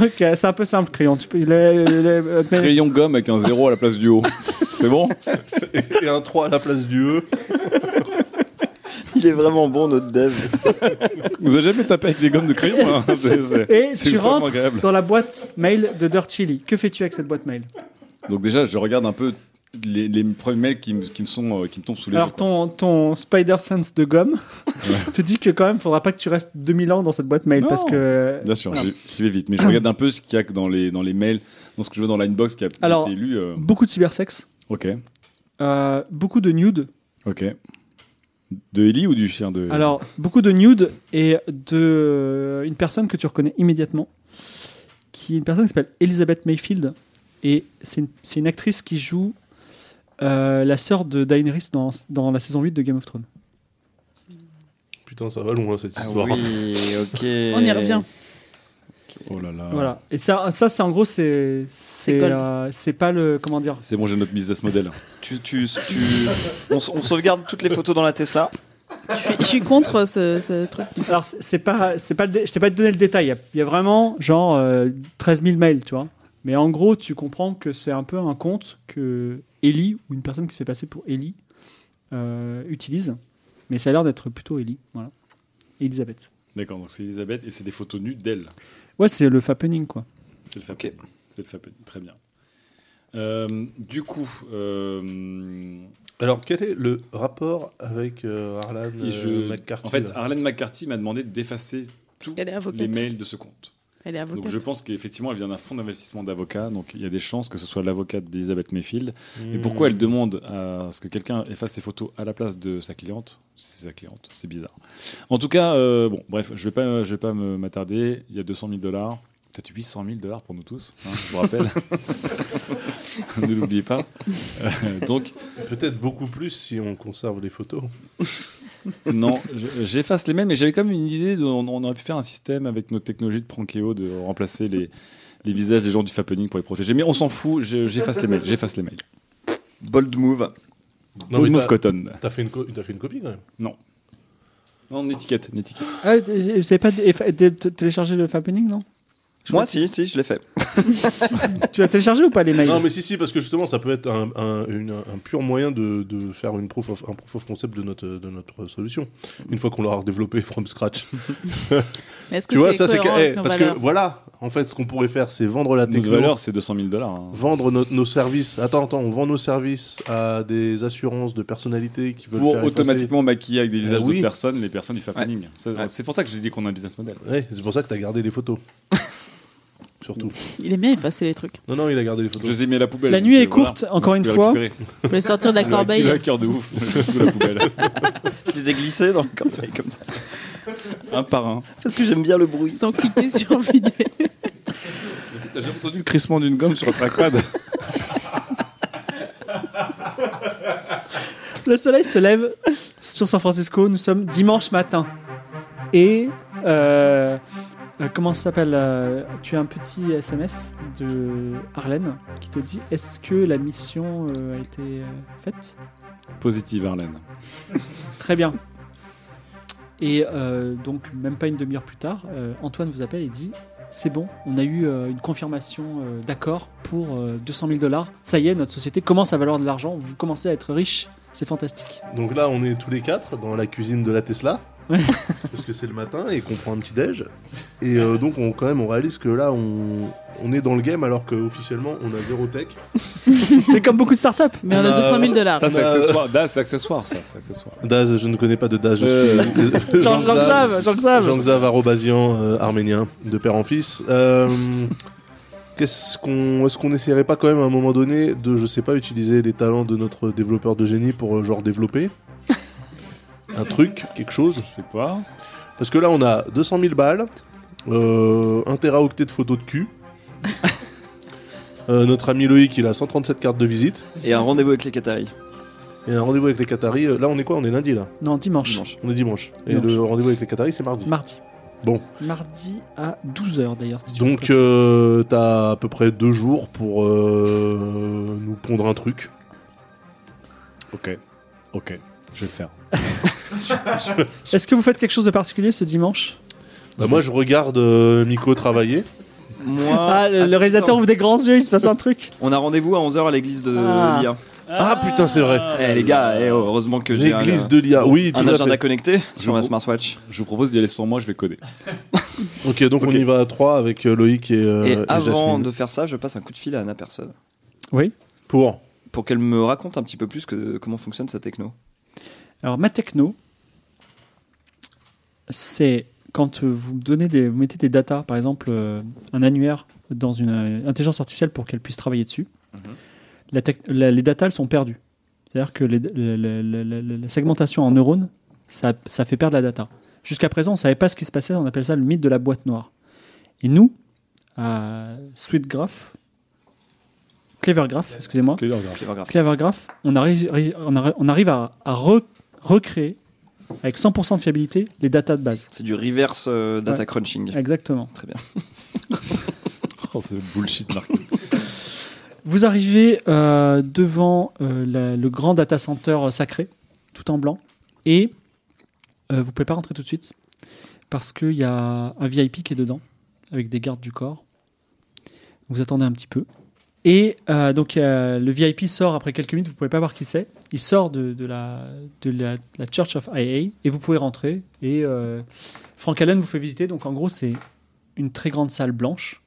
Ok, c'est un peu simple, crayon. Tu peux, il est- il est- euh, mais-
Crayon gomme avec un zéro à la place du haut. C'est bon
Et un 3 à la place du E.
Il est vraiment bon, notre dev.
Vous avez jamais tapé avec des gommes de crayon hein C'est- c'est-
Et
c'est
tu
extrêmement
rentres
agréable.
dans la boîte mail de Dirt Chili. Que fais-tu avec cette boîte mail
Donc déjà, je regarde un peu les, les premiers mails qui, me- qui me sont, euh, qui me tombent sous les yeux.
Alors
quoi.
ton, ton Spider Sense de gomme te dit que quand même, faudra pas que tu restes 2000 ans dans cette boîte mail
Non.
parce que.
Bien sûr,
Voilà.
j'y- j'y vais vite. Mais je regarde un peu ce qu'il y a que dans les, dans les mails, dans ce que je vois dans la inbox qui a
Alors-
été lu. euh,
Beaucoup de cybersex,
Ok,
euh, beaucoup de nude.
ok. De Ellie ou du chien de...
Alors, beaucoup de nude et de euh, une personne que tu reconnais immédiatement, qui est une personne qui s'appelle Elizabeth Mayfield. Et c'est une, c'est une actrice qui joue euh, la sœur de Daenerys dans, dans la saison 8 de Game of Thrones.
Putain, ça va loin cette
Ah
histoire.
oui, ok.
On y revient.
Oh là là.
Voilà. Et ça, ça c'est en gros, c'est
C'est
c'est
gold.
euh, c'est pas le comment dire.
C'est bon, j'ai notre business model. hein.
Tu, tu, tu- on, s- on sauvegarde toutes les photos dans la Tesla.
Je suis, je suis contre ce, ce truc.
Alors c'est- c'est pas c'est pas le dé- je t'ai pas donné le détail. Il y a- il y, a vraiment genre euh, 13 000 mails, tu vois. Mais en gros, tu comprends que c'est un peu un compte que Ellie ou une personne qui se fait passer pour Ellie euh, utilise. Mais ça a l'air d'être plutôt Ellie, voilà. Elisabeth.
D'accord, donc c'est Elisabeth et c'est des photos nues d'elle.
Ouais, c'est le fappening quoi.
C'est le FAPED. C'est le FAPED. Très bien. Euh, du coup, euh,
Alors, quel est le rapport avec euh, Arlan
et je-
euh, McCarthy
en fait,
là
Arlene McCarthy m'a demandé d'effacer tous
Elle est
les
avocate.
mails de ce compte.
Elle est avocate.
Donc je pense qu'effectivement, elle vient d'un fonds d'investissement d'avocats, donc il y a des chances que ce soit l'avocate d'Elisabeth Mayfield. Mais pourquoi elle demande à ce que quelqu'un efface ses photos à la place de sa cliente C'est sa cliente, c'est bizarre. En tout cas, euh, bon, bref, je vais pas, je vais pas me- m'attarder. Il y a 200 000 dollars, peut-être 800 000 dollars pour nous tous, hein, je vous rappelle. ne l'oubliez pas. Euh, donc,
Peut-être beaucoup plus si on conserve les photos.
non, je- j'efface les mails, mais j'avais quand même une idée. de- on, on aurait pu faire un système avec nos technologies de Prankeo de remplacer les, les visages des gens du Fappening pour les protéger. Mais on s'en fout, je- j'efface les mails. J'efface les mails.
Bold move.
Non,
Good
mais
move
t'as-
cotton.
t'as fait, une co- t'as fait une copie quand même.
Non, une étiquette, une étiquette.
Ah, vous savez pas téléchargé le fappening non
Moi, si, si, je l'ai fait.
Tu l'as téléchargé ou pas les mails
Non, mais si, si, parce que justement, ça peut être un, un- une- un pur moyen de, de faire une proof of, un proof of concept de notre, de notre solution. Une fois qu'on l'aura développé from scratch.
Mais est-ce que
tu vois,
c'est
ça, c'est.
cohérent
que- eh,
avec nos
parce que
valeurs
voilà, en fait, ce qu'on pourrait faire, c'est vendre la
Notre
technologie.
valeur, c'est 200 000 dollars. hein.
Vendre nos- nos services. Attends, attends, on vend nos services à des assurances de personnalités qui veulent
Pour
faire effacer- Eh
automatiquement maquiller avec des visages
oui.
d'autres personnes les personnes du Fappening. Ça- C'est pour ça que j'ai dit qu'on a un business model.
Ouais, c'est pour ça que t'as gardé les photos. Surtout.
Il aime bien effacer les trucs.
Non, non, il a gardé les photos.
Je les ai mis à la poubelle.
La
donc,
nuit est
euh, voilà.
courte, encore
Tu
une
peux
fois.
récupérer.
Vous voulez sortir de la
Il a
corbeille.
un cœur de ouf. Sous la poubelle.
Je les ai glissés dans le corbeille comme ça.
un par un.
Parce que j'aime bien le bruit.
Sans cliquer sur vidéo.
T'as jamais entendu le crissement d'une gomme sur un trackpad
Le soleil se lève sur San Francisco. Nous sommes dimanche matin. Et. euh, euh, comment ça s'appelle euh, Tu as un petit SMS de Arlène qui te dit Est-ce que la mission euh, a été euh, faite
Positive, Arlène.
Très bien. Et euh, donc, même pas une demi-heure plus tard, euh, Antoine vous appelle et dit C'est bon, on a eu euh, une confirmation euh, d'accord pour euh, 200 000 dollars. Ça y est, notre société commence à valoir de l'argent. Vous commencez à être riche. C'est fantastique.
Donc là, on est tous les quatre dans la cuisine de la Tesla.
Ouais.
parce que c'est le matin et qu'on prend un petit déj. Et euh, donc, on, quand même, on réalise que là, on, on est dans le game alors qu'officiellement, on a zéro tech.
Mais comme beaucoup de startups
Mais on a
Euh,
200 000
Ah.
dollars.
Ça, c'est
Euh,
accessoire. Da, c'est accessoire, ça. C'est accessoire.
Daz, je ne connais pas de Daz. Je
Euh,
suis
Jean-Xav,
Ah, bah,
Jean-Xav.
Jean-Xav Arobasian, euh, arménien, de père en fils. Euh, Qu'est-ce qu'on, est-ce qu'on essaierait pas quand même à un moment donné de, je sais pas, utiliser les talents de notre développeur de génie pour euh, genre développer un truc, quelque chose
Je sais pas.
Parce que là, on a 200 000 balles, euh, 1 téraoctet de photos de cul. Euh, notre ami Loïc, il a 137 cartes de visite.
Et un rendez-vous avec les Qataris.
Et un rendez-vous avec les Qataris. Euh, Là, on est quoi On est lundi, là
Non, dimanche.
Dimanche.
On est dimanche. Et
Dimanche.
le rendez-vous avec les Qataris, c'est mardi.
Mardi.
Bon.
Mardi à 12h d'ailleurs. si tu veux
Donc,
préciser.
euh, t'as à peu près deux jours pour euh, nous pondre un truc.
Ok, ok, je vais le faire.
Est-ce que vous faites quelque chose de particulier ce dimanche
Bah, moi, je regarde euh, Miko travailler.
Moi,
Ah, le, le
attends,
réalisateur
attends.
ouvre des grands yeux, il se passe un truc.
On a rendez-vous à 11h à l'église de
Ah.
l'IA.
Ah, putain, c'est vrai.
Eh les gars, eh, heureusement que j'ai un,
L'église de l'IA. Oui, tout
un
à
agenda
fait.
connecté
Je
sur ma
vous-
smartwatch.
Je vous propose d'y aller sans moi, je vais coder.
Ok, donc on y va à 3 avec euh, Loïc et, euh,
et
et
avant
Jasmine.
de faire ça, je passe un coup de fil à Anna Personne
Pour.
pour qu'elle me raconte un petit peu plus que, comment fonctionne sa techno.
Alors, ma techno, c'est quand euh, vous, me donnez des, vous mettez des data, par exemple euh, un annuaire dans une euh, intelligence artificielle pour qu'elle puisse travailler dessus. La tec- la- les data, elles sont perdues. C'est-à-dire que les- la- la- la- la- la segmentation en neurones, ça, ça fait perdre la data. Jusqu'à présent, on ne savait pas ce qui se passait, on appelle ça le mythe de la boîte noire. Et nous, à SweetGraph, CleverGraph, excusez-moi,
Clevergraph.
Clavergraph, on arrive, arri- on arri- on arrive à, à re- recréer avec 100% de fiabilité les datas de base.
C'est du reverse euh, data
Ouais.
crunching.
Exactement.
Très bien.
Oh, ce bullshit, Marc.
Vous arrivez euh, devant euh, la- le grand data center euh, sacré, tout en blanc, et euh, vous pouvez pas rentrer tout de suite parce qu'il y a un VIP qui est dedans avec des gardes du corps. Vous attendez un petit peu. Et euh, donc euh, le VIP sort après quelques minutes, vous pouvez pas voir qui c'est. Il sort de, de la, de la, de la Church of IA et vous pouvez rentrer. Et euh, Frank Allen vous fait visiter. Donc en gros, c'est une très grande salle blanche.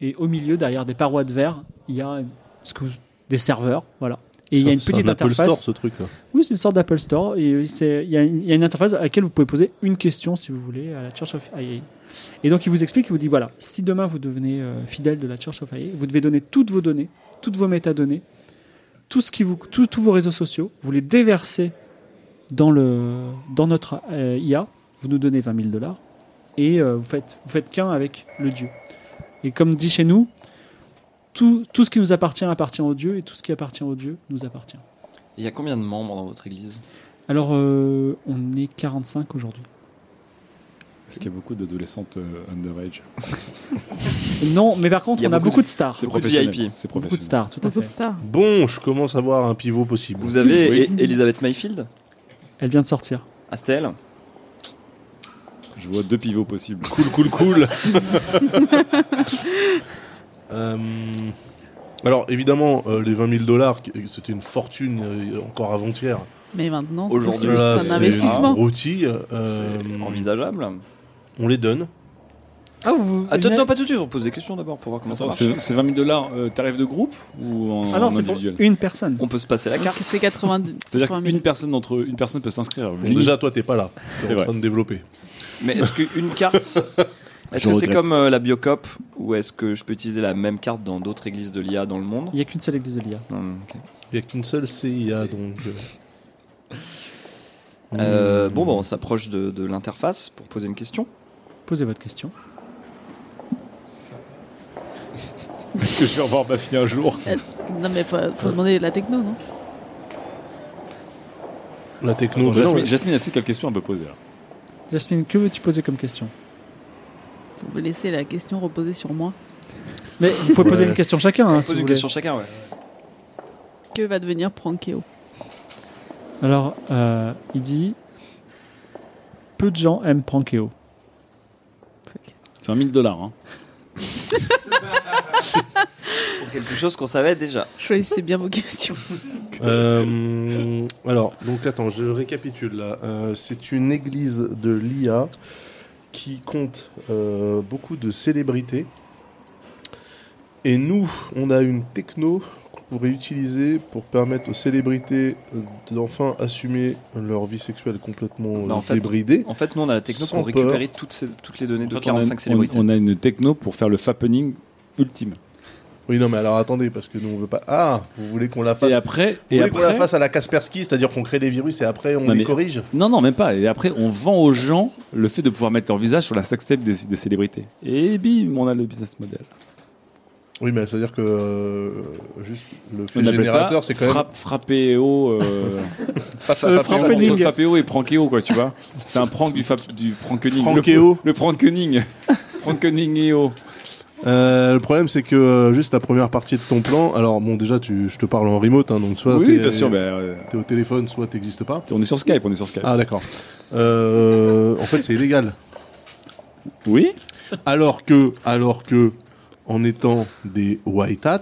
Et au milieu, derrière des parois de verre, il y a ce que vous- des serveurs. Voilà. Et il y a une
C'est un
petite
Apple
interface.
Store, ce truc. là.
Oui, c'est une sorte d'Apple Store. Et euh, c'est- il y, a une- il y a une interface à laquelle vous pouvez poser une question, si vous voulez, à la Church of IA. Et donc, il vous explique, il vous dit voilà, si demain vous devenez euh, fidèle de la Church of IA, vous devez donner toutes vos données, toutes vos métadonnées, tout ce qui vous, tout- tous vos réseaux sociaux, vous les déversez dans, le, dans notre euh, IA, vous nous donnez 20 000 dollars, et euh, vous faites, vous faites qu'un avec le Dieu. Et comme dit chez nous, tout, tout ce qui nous appartient appartient au Dieu, et tout ce qui appartient au Dieu nous appartient.
Il y a combien de membres dans votre église
Alors, euh, on est 45 aujourd'hui.
Est-ce qu'il y a beaucoup d'adolescentes euh, underage
Non, mais par contre,
Il y a
on a
beaucoup
beaucoup de stars.
C'est
Beaucoup de
professionnel.
VIP.
C'est
Beaucoup de
professionnel.
stars, tout à
Beaucoup de
fait.
stars.
Bon, je commence à voir un pivot possible.
Vous avez E- Elisabeth Mayfield
Elle vient de sortir.
Astel
Je vois deux pivots possibles.
Cool, cool, cool. Euh, alors, évidemment, euh, les 20 000 dollars, c'était une fortune euh, encore avant-hier.
Mais maintenant, c'est
Aujourd'hui,
possible, c'est
là,
un
c'est-
investissement.
Rôti, euh,
C'est envisageable.
on les donne.
Ah, vous,
Attends, non, pas tout de suite, on pose des questions d'abord pour voir comment ça
Attends,
marche.
c'est c'est 20 000 dollars euh, tarif de groupe ou en,
Ah non,
en
c'est pour
individuel
une personne.
On peut se passer la
Donc,
carte.
C'est 90
C'est-à-dire
80
qu'une
000.
personne d'entre eux- une personne peut s'inscrire.
Bon, déjà, toi, t'es pas là.
C'est
T'es en
vrai.
train de développer.
Mais est-ce qu'une carte, est-ce
Je
que c'est
regrette.
comme euh, la Biocop ou est-ce que je peux utiliser la même carte dans d'autres églises de l'IA dans le monde
Il n'y a qu'une seule église de l'IA.
Non, ok.
Il n'y a qu'une seule CIA, donc. euh.
Euh, Bon, bah, on s'approche de, de l'interface pour poser une question.
Ah, Posez votre question.
Est-ce que je vais revoir ma fille un jour
Eh, Non, mais faut, faut demander la techno, non
La techno.
Attends,
bah non,
Jasmine,
mais-
Jasmine, elle sait quelle question elle peut poser. là.
Jasmine, que veux-tu poser comme question
Vous laissez la question reposer sur moi.
Mais vous pouvez poser
Ouais.
une question chacun. hein, si
Pose
vous
une
voulez.
question chacun, ouais.
Que va devenir Prankeo
Alors, euh, il dit Peu de gens aiment Prankeo.
Enfin, 1000 dollars. Hein.
Pour quelque chose qu'on savait déjà.
Choisissez bien vos questions.
Euh, alors, donc attends, je récapitule là. Euh, c'est une église de l'IA qui compte euh, beaucoup de célébrités. Et nous, on a une techno qu'on pourrait utiliser pour permettre aux célébrités euh, d'enfin assumer leur vie sexuelle complètement euh,
Bah, en fait,
débridée.
En fait, nous, on a la techno
Sans
pour récupérer toutes, ces- toutes les données de
En fait, on a-
45
on-
célébrités.
On a une techno pour faire le fappening ultime.
Oui, non, mais alors attendez, parce que nous, on veut pas. Ah, vous voulez qu'on la fasse.
Et après,
Vous
et
voulez qu'on la
après,
fasse à la Kaspersky, c'est-à-dire qu'on crée des virus et après on
Non,
les
mais-
corrige
non, non, même pas. Et après, on vend aux gens le fait de pouvoir mettre leur visage sur la sextape des, des célébrités. Et bim, on a le business model.
Oui, mais c'est-à-dire que euh, juste le fait
On appelle ça
générateur, c'est quand même.
frappe, frappéo, euh,
Fa- fa- fa-
frappéo,
fa-
entre frappéo et prankéo, quoi, tu vois. C'est un prank du, fap- du prankening.
Frankéo.
Le, le prankening. Prankeningo.
Euh, le problème, c'est que euh, juste la première partie de ton plan. Alors bon, déjà, tu, je te parle en remote, hein, donc soit
Oui,
t'es-
bien sûr, mais, euh,
t'es au téléphone, soit t'existes pas.
on est sur Skype, on est sur Skype.
Ah d'accord. Euh, en fait, c'est illégal.
Oui
Alors que, alors que, en étant des white hats,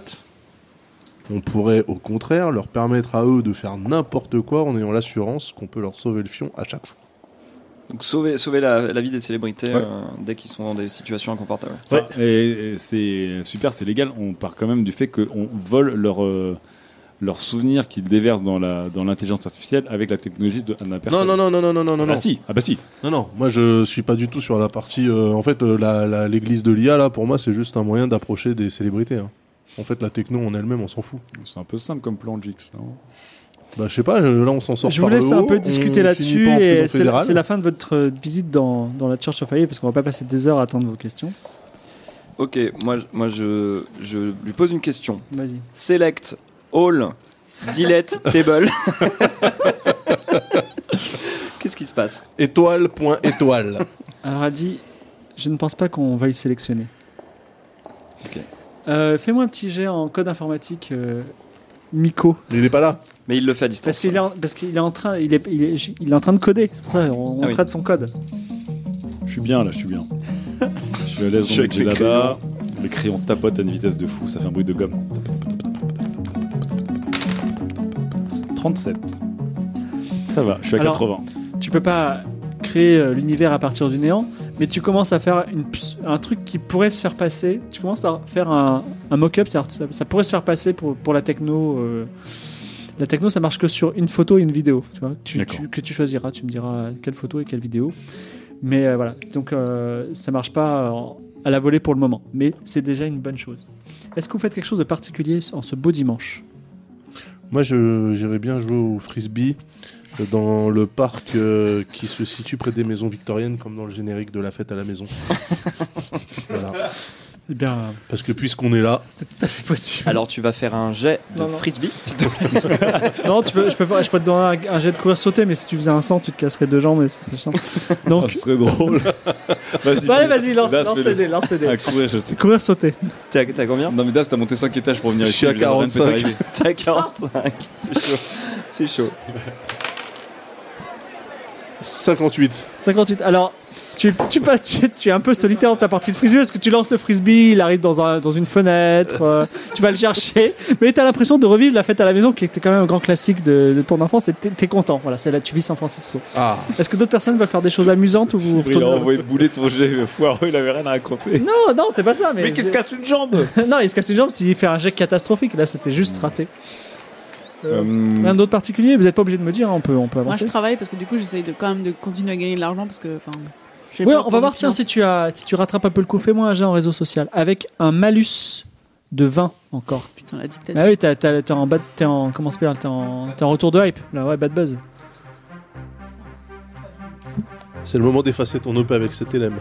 on pourrait au contraire leur permettre à eux de faire n'importe quoi en ayant l'assurance qu'on peut leur sauver le fion à chaque fois.
Donc sauver, sauver la, la vie des célébrités
Ouais.
euh, dès qu'ils sont dans des situations inconfortables.
Ouais.
Enfin, et, et c'est super, c'est légal. On part quand même du fait qu'on vole leur. euh, leurs souvenirs qu'ils déversent dans la dans l'intelligence artificielle avec la technologie de la
Non,
personne.
non, non, non, non, non, non, non, non.
Ah si, ah bah si.
Non, non. Moi, je suis pas du tout sur la partie. euh, en fait, euh, la- la- l'église de l'IA, là, pour moi, c'est juste un moyen d'approcher des célébrités. hein. En fait, la techno en elle-même, on s'en fout.
C'est un peu simple comme plan Jix. non
Bah, je sais pas, je- là, on s'en sort
Je vous
par le
laisse un
haut,
peu
on
discuter
finit
là-dessus
pas en
et
prison
c'est
fédérale.
c'est la fin de votre euh, visite dans, dans la Church of Fire parce qu'on va pas passer des heures à attendre vos questions.
Ok, moi, je- moi je, je lui pose une question.
Vas-y.
Select all delete table. Qu'est-ce qui se passe
Étoile, point, étoile.
Alors elle dit, je ne pense pas qu'on va le sélectionner.
Ok.
Euh, Fais-moi un petit jet en code informatique, euh, Miko,
Mais il est pas là.
Mais il le fait à
parce
distance.
qu'il est, en- parce qu'il est en train, il est, il est- il est en train de coder. C'est pour ça on, on
Ah oui.
traite son code.
Je suis bien là, je suis bien. je suis à l'aise
Je suis
dans
avec
le
les
là-bas. Les crayons tapotent à une vitesse de fou, ça fait un bruit de gomme. 37. Ça va, je suis à
Alors-
80.
Tu peux pas créer euh, l'univers à partir du néant, mais tu commences à faire une ps- un truc qui pourrait se faire passer. Tu commences par faire un, un mock-up, c'est-à-dire que ça, ça pourrait se faire passer pour, pour la techno. euh, la techno, ça marche que sur une photo et une vidéo, tu vois, tu-
D'accord.
tu- que tu choisiras. Tu me diras quelle photo et quelle vidéo. Mais euh, voilà, donc euh, ça marche pas en- à la volée pour le moment, mais c'est déjà une bonne chose. Est-ce que vous faites quelque chose de particulier en ce beau dimanche
Moi, je- j'irais bien jouer au frisbee euh, dans le parc euh, qui se situe près des maisons victoriennes, comme dans le générique de la fête à la maison. Voilà.
Eh bien,
Parce que puisqu'on est là,
c'est tout à fait possible.
Alors tu vas faire un jet de
Non, non.
frisbee, s'il te plaît.
Non, tu peux, je, peux, faire- je peux te donner un, un jet de courir sauter, mais si tu faisais un 100, tu te casserais deux jambes et ça serait chiant.
Ah,
Donc,
ce serait drôle. vas-y,
Bon, allez, vas-y, lance,
Das,
lance
fais-le.
tes dés, lance tes dés.
À courir, je sais.
Courir sauter.
T'es à, t'es à combien
Non, mais Das, t'as monté 5 étages pour venir
Je
ici,
suis à
le Jordan, c'est
45.
arrivé.
T'es à 45. C'est chaud. C'est chaud.
58.
58. Alors, tu, tu, passes- tu, tu es un peu solitaire dans ta partie de frisbee parce que tu lances le frisbee, il arrive dans, un- dans une fenêtre, euh, tu vas le chercher, mais tu as l'impression de revivre la fête à la maison qui était quand même un grand classique de, de ton enfance et t'es t'es content. Voilà, c'est là, tu vis San Francisco.
Ah,
Est-ce que d'autres personnes veulent faire des choses amusantes ou vous
Il a
retournez dans
envoyé
votre-
bouler ton jet foireux, oh, il avait rien à raconter.
Non, non, c'est pas ça, mais. c'est-
casse une jambe Hmm.
non, il se casse une jambe s'il fait un jet catastrophique. Là, c'était juste raté.
Euh, Mm.
Rien d'autre particulier Vous n'êtes pas obligé de me dire, hein, on peut, on peut
Moi, je
avancer.
travaille parce que du coup, j'essaye de quand même de continuer à gagner de l'argent parce que. enfin, j'ai
ouais,
peur
on
pour
va
mes
voir, tiens,
finances.
si tu, as, si tu rattrapes un peu le coup, fais-moi un jet en réseau social avec un malus de 20 encore.
Putain, la dictature.
Ah oui, t'as- t'as- t'es en, bad- t'es en, comment ça s'appelle T'es en, t'es en retour de hype, là, ouais, bad buzz.
c'est le moment d'effacer ton OP avec cet LM.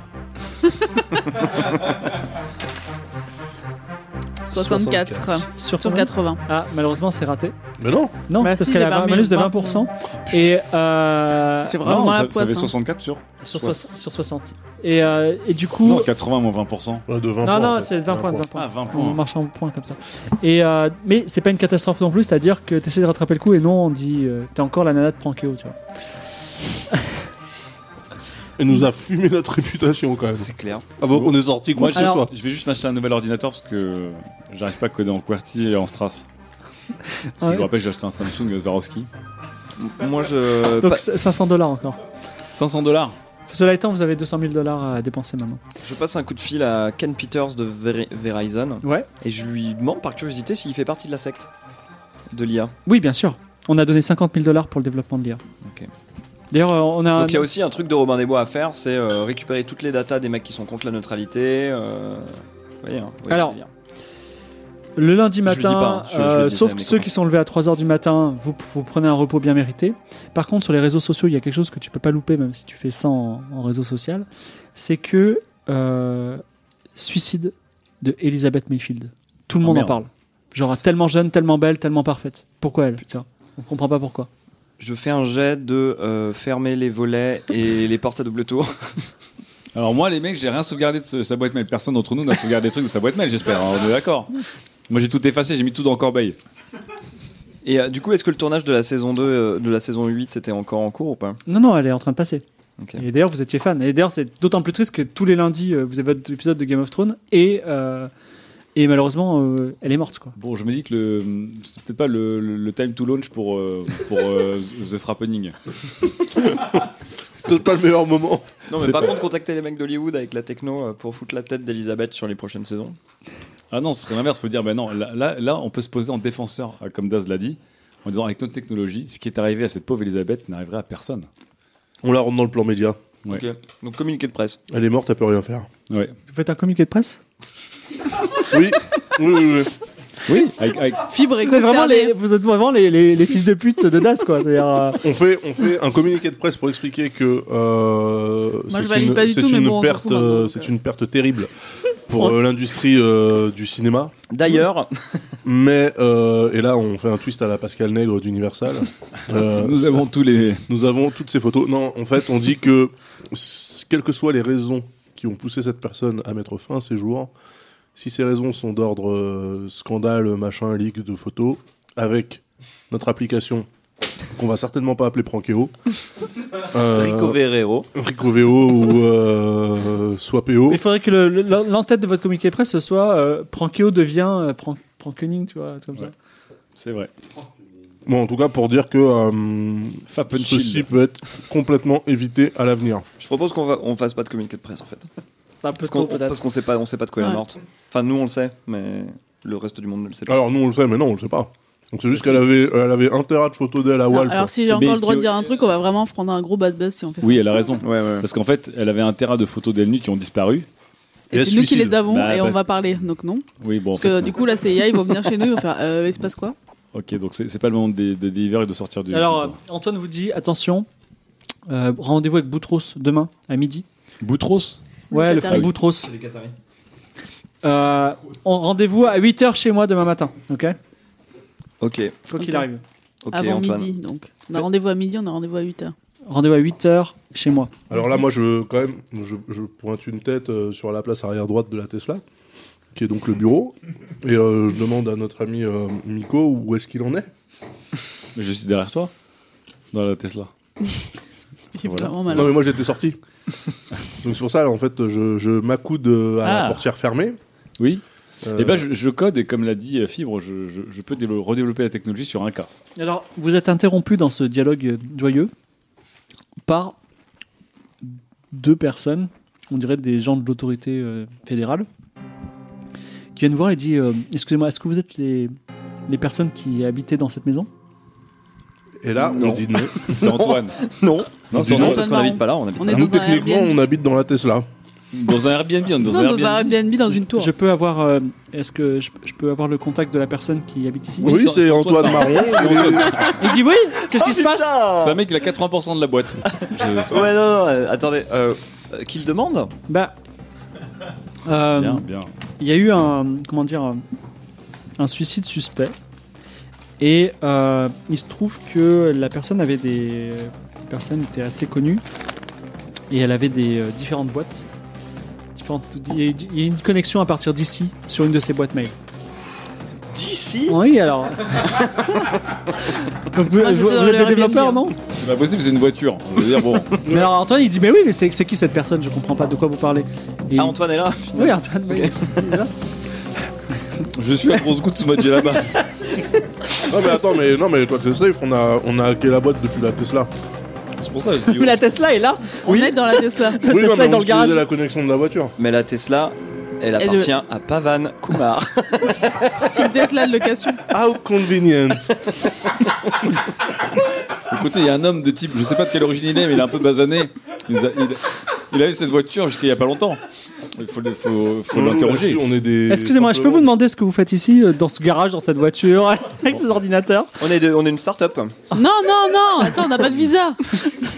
64
Sur ton
sur 80.
Ah, malheureusement, c'est raté.
Mais non
Non,
Bah
parce
si,
qu'elle
j'ai
a un
parmi
malus de
le
20%. Et euh,
J'ai vraiment
Non,
la
ça, ça
poisse.
fait
hein.
64 sur
sur, soix- sur 60. Et, euh, et du coup.
Non, 80 moins 20%.
Ouais, de 20
Non,
points,
non,
en fait.
c'est 20 points, 20 points.
Ah, 20
On
hein.
points.
marche en point comme ça. Et euh, mais c'est pas une catastrophe non plus, c'est-à-dire que t'essaies de rattraper le coup et non, on dit euh, t'es encore la nana de Prankeo, tu vois.
Elle nous a fumé notre réputation quand même.
C'est clair.
Avant qu'on ait sorti quoi
Moi,
que
je,
ce soit.
je vais juste m'acheter un nouvel ordinateur parce que j'arrive pas à coder en QWERTY et en Strass. Parce que
Ah
Je vous
ouais.
rappelle, j'ai acheté un Samsung Swarovski.
Moi je.
Donc
pa-
c- 500 dollars encore.
500 dollars
Cela étant, vous avez 200 000 dollars à dépenser maintenant.
Je passe un coup de fil à Ken Peters de Ver- Verizon
Ouais.
et je lui demande par curiosité s'il fait partie de la secte de l'IA.
Oui, bien sûr. On a donné 50 000 dollars pour le développement de l'IA.
Ok.
D'ailleurs, euh, on a.
Donc il y a aussi un truc de Robin des Bois à faire, c'est euh, récupérer toutes les datas des mecs qui sont contre la neutralité. euh, vous voyez, hein, vous voyez
Alors,
le délire.
Le lundi
le dis
matin,
pas, hein, je- je le
euh,
dis, c'est
sauf
un
que
écran.
ceux qui sont levés à 3h du matin, vous, vous prenez un repos bien mérité. Par contre, sur les réseaux sociaux, il y a quelque chose que tu peux pas louper, même si tu fais ça en, en réseau social, c'est que euh, suicide de Elizabeth Mayfield. Tout le
Oh,
monde en
merde.
parle. Genre tellement jeune, tellement belle, tellement parfaite. Pourquoi elle Putain, on comprend pas pourquoi.
Je fais un jet de euh, fermer les volets et les portes à double tour.
Alors moi, les mecs, j'ai rien sauvegardé de ce- sa boîte mail. Personne d'entre nous n'a sauvegardé des trucs de sa boîte mail, j'espère. hein, on est d'accord. Moi, j'ai tout effacé, j'ai mis tout dans Corbeil.
Et euh, du coup, est-ce que le tournage de la saison 2, euh, de la saison 8 était encore en cours ou pas
Non, non, elle est en train de passer.
Ok.
Et d'ailleurs, vous étiez fan. Et d'ailleurs, c'est d'autant plus triste que tous les lundis, euh, vous avez votre épisode de Game of Thrones et, euh, et malheureusement, euh, elle est morte. quoi.
Bon, je me dis que le, c'est peut-être pas le, le- le time to launch pour, euh, pour euh, The Frappening.
C'est peut-être pas le meilleur moment.
Non, mais
C'est
par
pas-
contre, contacter les mecs d'Hollywood avec la techno euh, pour foutre la tête d'Elisabeth sur les prochaines saisons.
Ah non, ce serait l'inverse. Faut dire, ben non, là, là, là, on peut se poser en défenseur, euh, comme Daz l'a dit, en disant avec notre technologie, ce qui est arrivé à cette pauvre Elisabeth n'arriverait à personne.
On la rentre dans le plan média.
Ouais.
Ok. Donc, communiqué de presse.
Elle est morte, elle peut rien faire.
Ouais.
Vous faites un communiqué de presse
Oui, oui, oui. oui.
Oui. Avec, avec-
Fibre
Vous êtes vraiment les, vous êtes vraiment les, les- les fils de pute de Das, quoi. C'est-à-dire, euh,
On, fait, on fait un communiqué de presse pour expliquer que euh,
Moi,
c'est
je valide
une,
pas du
c'est
tout, mais
une
bon, on s'en
perte,
fout maintenant,
euh,
donc,
c'est
euh.
une perte terrible pour euh, l'industrie euh, du cinéma.
D'ailleurs,
Mais, euh, et là, on fait un twist à la Pascal Nègre d'Universal. Euh,
nous avons tous les.
Nous avons toutes ces photos. Non, en fait, on dit que, s- quelles que soient les raisons qui ont poussé cette personne à mettre fin à ses jours, si ces raisons sont d'ordre euh, scandale, machin, leak de photos, avec notre application qu'on va certainement pas appeler Prankeo, euh,
Rico Verrero.
Ricoveo ou euh, Swapeo,
il faudrait que le- le- l'entête de votre communiqué de presse ce soit euh, Prankeo devient euh, Pran- Prankening, tu vois, un truc comme
Ouais. C'est vrai.
bon, en tout cas pour dire que euh,
Fappen
ceci peut être complètement évité à l'avenir.
Je propose qu'on va- on fasse pas de communiqué de presse en fait.
ça. C'est un peu
Parce qu'on
trop,
on-
peut-être.
parce qu'on sait pas, on sait pas de quoi elle est
Ouais.
morte. Enfin, nous on le sait, mais le reste du monde ne le sait pas.
Alors nous on le sait, mais non, on le sait pas. Donc c'est juste qu'elle avait, elle avait un terrain de photos d'elle à Wall.
Alors, alors si j'ai
Mais
encore le droit de
qui-
dire un truc, on va vraiment prendre un gros bad buzz si on fait ça.
Oui, elle a raison.
Ouais, ouais.
Parce qu'en fait, elle avait un terrain de photos d'elle nue qui ont disparu.
Et
elle
c'est nous qui
suicide.
les avons
Bah,
et
parce-
on va parler, donc non.
Oui, bon. en
Parce
fait,
que
non.
du coup, la CIA, ils vont venir chez nous, ils vont faire euh, il se passe quoi
Ok, donc c'est c'est pas le moment de, de délivrer et de sortir du.
Alors, euh, Antoine vous dit attention, euh, rendez-vous avec Boutros demain à midi.
Boutros
Ouais, le
Qatari.
frère Boutros. Euh, on- rendez-vous à 8h chez moi demain matin, ok
Ok,
Quoi qu'il
Ok.
arrive.
ok
Avant
Antoine.
midi, donc. On a rendez-vous à midi, on a rendez-vous à 8h.
Rendez-vous à 8h chez moi.
Alors là, moi, je quand même, je, je pointe une tête euh, sur la place arrière droite de la Tesla, qui est donc le bureau, et euh, je demande à notre ami euh, Miko où est-ce qu'il en est.
Mais Je suis derrière toi Dans la Tesla.
Il est
Voilà.
vraiment
non, mais
malade.
moi, j'étais sorti. donc c'est pour ça, en fait, je, je m'accoude euh, à
Ah.
la portière fermée.
Oui
Euh,
Eh ben, je, je code et comme l'a dit euh, Fibre, je, je- je peux dévelop- redévelopper la technologie sur un cas.
Alors, vous êtes interrompu dans ce dialogue euh, joyeux par deux personnes, on dirait des gens de l'autorité euh, fédérale, qui viennent voir et dit euh, Excusez-moi, est-ce que vous êtes les, les personnes qui habitaient dans cette maison
Euh, Et là, on
Non.
dit non.
C'est Antoine.
Non,
Non, c'est
Dis
non
Antoine.
parce qu'on n'habite pas là, on habite
On
pas
est
là.
Nous,
dans un
techniquement, on
Airbnb.
habite dans la Tesla.
Dans un Airbnb, on est dans
Non,
un
dans un
Airbnb.
Airbnb dans une tour.
Je peux avoir. euh, est-ce que je, je peux avoir le contact de la personne qui habite ici
Oui,
sans-
c'est
sans
Antoine Ah,
toi,
Marron.
Il dit Oui Qu'est-ce qui se passe
C'est un mec, il a 80% de la boîte. Je-
Ouais, non, non, euh, attendez, euh, euh, qui le demande
Bah. euh,
Bien, bien.
Il y a eu un, comment dire, un- un suicide suspect. Et euh, il se trouve que la personne avait des... La personne était assez connue. Et elle avait des euh, différentes boîtes. Différentes... Il y a eu- il y a eu une connexion à partir d'ici sur une de ses boîtes mail.
D'ici
Oui, alors... Donc vous,
Moi, j'étais
vous-
dans
vous êtes
le
des développeurs,
Airbnb,
non
C'est pas possible, c'est une voiture. Je veux dire, bon.
Mais alors Antoine, il dit, mais oui, mais c'est c'est qui cette personne Je comprends pas de quoi vous parlez. Et-
Ah, Antoine est là
Oui, Antoine, mais...
Je suis à grosse goutte sous ma là-bas.
non, mais attends, mais, non, mais toi, t'es safe. On a, on a hacké la boîte depuis la Tesla.
C'est pour ça que je dis.
Mais la Tesla est là
On est dans la Tesla.
Oui,
Tesla
non, mais
est dans
on
le garage.
utilisait la connexion de la voiture.
Mais la Tesla, elle
Elle
appartient à Pavan Kumar.
C'est une Tesla de location.
How convenient.
Écoutez, il y a un homme de type, je sais pas de quelle origine il est, mais il est un peu basané. Il a, il- il avait cette voiture jusqu'à il y a pas longtemps. Il faut, le- faut- faut
Bah, Nous,
l'interroger.
là-dessus, On est des.
Excusez-moi, je peux vous
simplement-
demander ce que vous faites ici, euh, dans ce garage, dans cette voiture, avec ces ordinateurs
On est, de- on est une start-up.
Non, non, non, attends, on n'a pas de visa.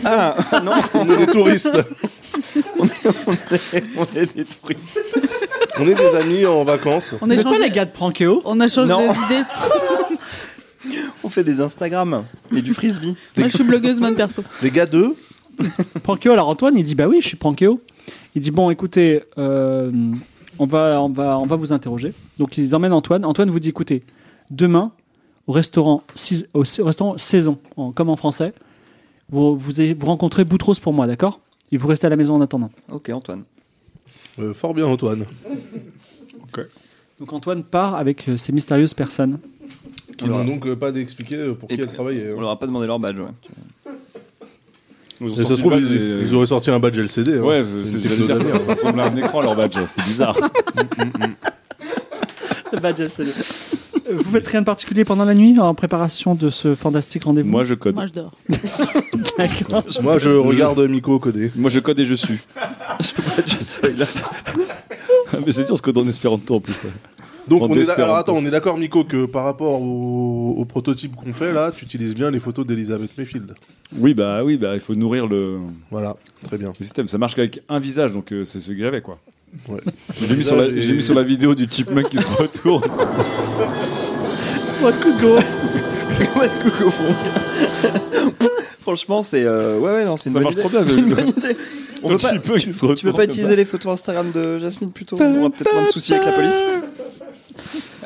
Ah, non,
On est des touristes.
on est des touristes.
On est des amis en vacances.
On échange,
les gars de Prankeo
on a changé
Non.
les idées.
On fait des Instagram et du frisbee.
Moi, je suis blogueuse mode perso.
Les gars d'eux,
Prankeo, alors Antoine, il dit Bah oui, je suis Prankeo. Il dit Bon, écoutez, euh, on, va, on, va, on va vous interroger. Donc, ils emmènent Antoine. Antoine vous dit Écoutez, demain, au restaurant, Sis- au Sa- restaurant Saison, en- comme en français, vous, vous, avez- vous rencontrez Boutros pour moi, d'accord Et vous restez à la maison en attendant.
Ok, Antoine.
euh, fort bien Antoine.
Donc, Antoine part avec euh, ces mystérieuses personnes.
Qui n'ont donc euh, pas d'expliquer euh, pour qui
Et
elle
puis,
travaillait.
On
hein.
leur a pas demandé leur badge. ouais.
Ils ont
Et ça
sorti
se trouve,
le badge
ils,
et-
ils auraient sorti un badge LCD. hein.
Ouais,
Une
c'est-
petite
j'allais dire,
dose
ça, ça ressemble à un écran leur badge, c'est bizarre.
Badge LCD. Euh, Vous faites rien de particulier pendant la nuit en préparation de ce fantastique rendez-vous
Moi je code.
Moi, je dors.
D'accord.
d'air. Moi, je regarde Miko coder.
Moi je code et je suis. Ah, Mais c'est dur ce code en espéranto en plus.
Donc,
En
on est d'a-
désespérant.
alors attends, on est d'accord, Miko, que par rapport au, au prototype qu'on fait là, tu utilises bien les photos d'Elizabeth Mayfield.
Oui bah oui bah il faut nourrir le,
Voilà, très bien.
le système. Ça marche qu'avec un visage donc euh, c'est ce que j'avais quoi.
Ouais.
Je l'ai mis, sur la-
Visage et-
je l'ai mis sur la vidéo du chipmunk qui se retourne.
What could go
Ouais, coucou, Franck. Franchement, c'est euh, ouais ouais non, c'est une
Ça
bonne
marche
idée.
trop bien,
C'est
le-
une bonne idée. On
Le
veut pas-
chipmunk qui se retourne.
tu veux pas utiliser les photos Instagram de Jasmine plutôt On aura peut-être moins de soucis avec la police.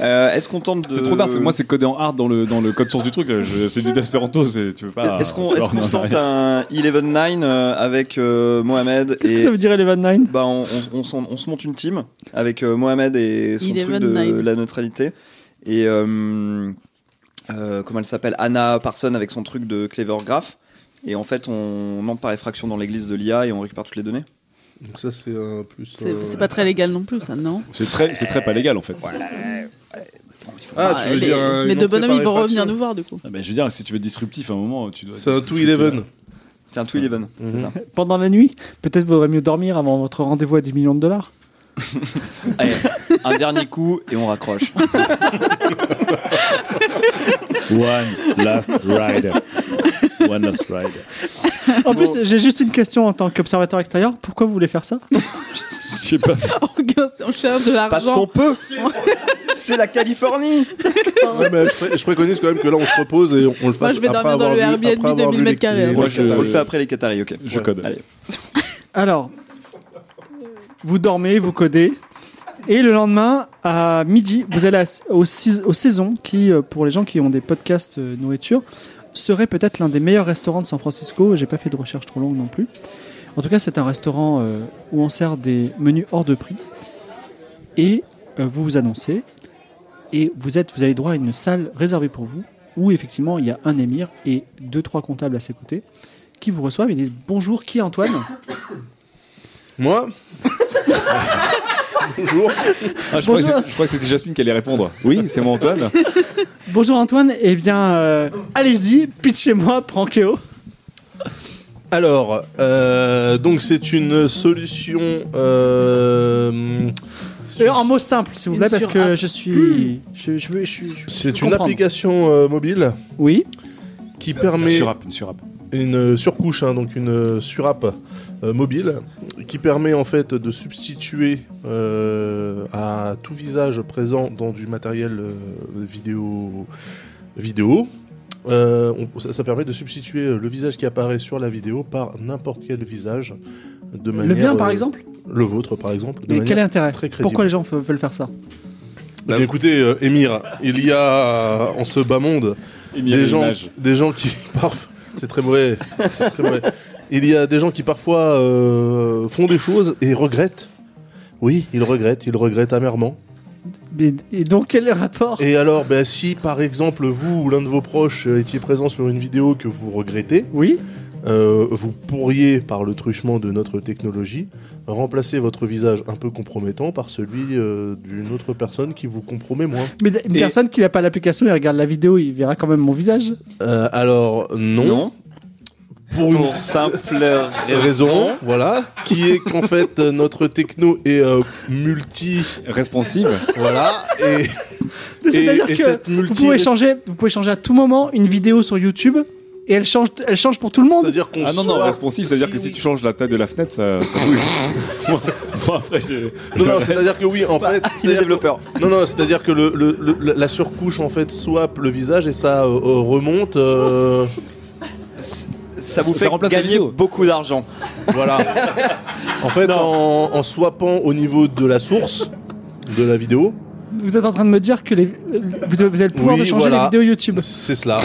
Euh, Est-ce qu'on tente de
C'est trop tard, c'est- moi c'est codé en hard dans le, dans le code source du truc, là. Je- c'est du d'espéranto, c'est- tu veux pas...
Est-ce qu'on
Bah,
est-ce
Alors,
qu'on se
non,
tente un 11-9 euh, avec euh, Mohamed
Qu'est-ce que
et
ça veut dire Eleven Nine
bah, on, on- on s'en- on se monte une team avec euh, Mohamed et son truc de
11-9.
la neutralité et euh, euh, comment elle s'appelle Anna Parson avec son truc de clever graph et en fait on entre par effraction dans l'église de l'IA et on récupère toutes les données.
Donc, ça, c'est un plus. euh,
C'est
un-
c'est pas très légal non plus, ça, non
C'est très, c'est très pas légal en fait.
Ah, tu veux
Bah, les,
dire. euh,
les
une
deux
entrée par
bonhommes, ils vont
effraction.
revenir nous voir, du coup.
Ah, ben, je veux dire, si tu veux être disruptif à un moment, tu dois...
C'est un
disrupter.
2-11.
Tiens, tout 11, c'est ça.
Pendant la nuit Peut-être vaudrait mieux dormir avant votre rendez-vous à 10 millions de dollars.
Allez, un dernier coup et on raccroche.
One last ride. One last ride.
En plus, j'ai juste une question en tant qu'observateur extérieur. Pourquoi vous voulez faire ça
Je sais pas,
on cherche de
Parce
l'argent.
qu'on peut C'est la Californie
Ouais, mais je, pré- je préconise quand même que là, on se repose et on, on le fasse.
Moi, je vais
après
dormir dans
avoir
le
vu-
Airbnb
après avoir
2000
vu les-
mètres carrés,
les-
hein.
les
Moi, je-
catalogues.
On le fait après les Qataris, ok.
je code.
Allez.
Alors, vous dormez, vous codez. Et le lendemain, à midi, vous allez à- au, Sais- au Saison, qui, euh, pour les gens qui ont des podcasts euh, nourriture, serait peut-être l'un des meilleurs restaurants de San Francisco. J'ai pas fait de recherche trop longue non plus. En tout cas, c'est un restaurant euh, où on sert des menus hors de prix. Et euh, vous vous annoncez. Et vous, êtes, vous avez droit à une salle réservée pour vous, où effectivement il y a un émir et deux, trois comptables à ses côtés qui vous reçoivent et disent Bonjour, qui est Antoine
Moi Bonjour.
Ah, je, crois que
Bonjour.
c'est- je crois que c'était Jasmine qui allait répondre. Oui, c'est moi Antoine.
Bonjour Antoine, eh bien euh, allez-y, pitchez-moi, Prankeo.
Alors, euh, donc c'est une solution. euh, c'est
Euh,
une,
En mots simples, s'il vous
Une
plaît, parce que
surapp.
je suis. Je, je veux, je, suis- je
c'est
veux
une
comprendre.
application euh, mobile
Oui,
qui
Une
permet
surapp, une surapp.
une euh, surcouche, hein, donc une euh, surapp euh, mobile, qui permet en fait de substituer euh, à tout visage présent dans du matériel euh, vidéo. vidéo euh, on- ça, ça permet de substituer euh, le visage qui apparaît sur la vidéo par n'importe quel visage de manière
le mien par
euh,
exemple.
le vôtre par exemple de
Mais quel est
manière
l'intérêt
très crédible.
Pourquoi les gens fe- veulent faire ça
Eh bien, écoutez, euh, Émir, il y a euh, en ce bas monde
Et
des gens, des gens qui parf- c'est très mauvais, c'est très mauvais. Il y a des gens qui parfois euh, font des choses et regrettent. Oui, ils regrettent, ils regrettent amèrement.
Mais- Et donc quel est le rapport
Et alors, ben, si par exemple vous ou l'un de vos proches euh, étiez présent sur une vidéo que vous regrettez,
Oui,
euh, vous pourriez, par le truchement de notre technologie, remplacer votre visage un peu compromettant par celui euh, d'une autre personne qui vous compromet moins.
mais d- une
Et-
personne qui n'a pas l'application et regarde la vidéo, il verra quand même mon visage.
Euh, alors, non.
Non
Euh, pour une
Pour simple raison.
raison, voilà, qui est qu'en fait euh, notre techno est euh, multi,
Responsive.
voilà, et,
C'est-à-dire
et
que
cette
vous
multi-
pouvez changer, vous pouvez changer à tout moment une vidéo sur YouTube et elle change, elle change pour tout le monde.
c'est-à-dire qu'on
Ah non, non,
soit-
responsive, c'est-à-dire que si tu changes la taille de la fenêtre, ça. ça bouge. moi, moi, après, j'ai.
Non, non, c'est-à-dire que oui, en
Bah,
fait,
Il est
c'est-à-dire
développeur.
Non, non, c'est-à-dire que le, le- le- la surcouche en fait swap le visage et ça euh, euh, remonte. euh,
Ça vous
Ça
fait
remplace la
gagner
vidéo.
beaucoup d'argent.
voilà. En fait, en, en swappant au niveau de la source de la vidéo,
Vous êtes en train de me dire que les, vous avez, vous avez le pouvoir
Oui,
de changer
voilà.
les vidéos YouTube.
c'est cela.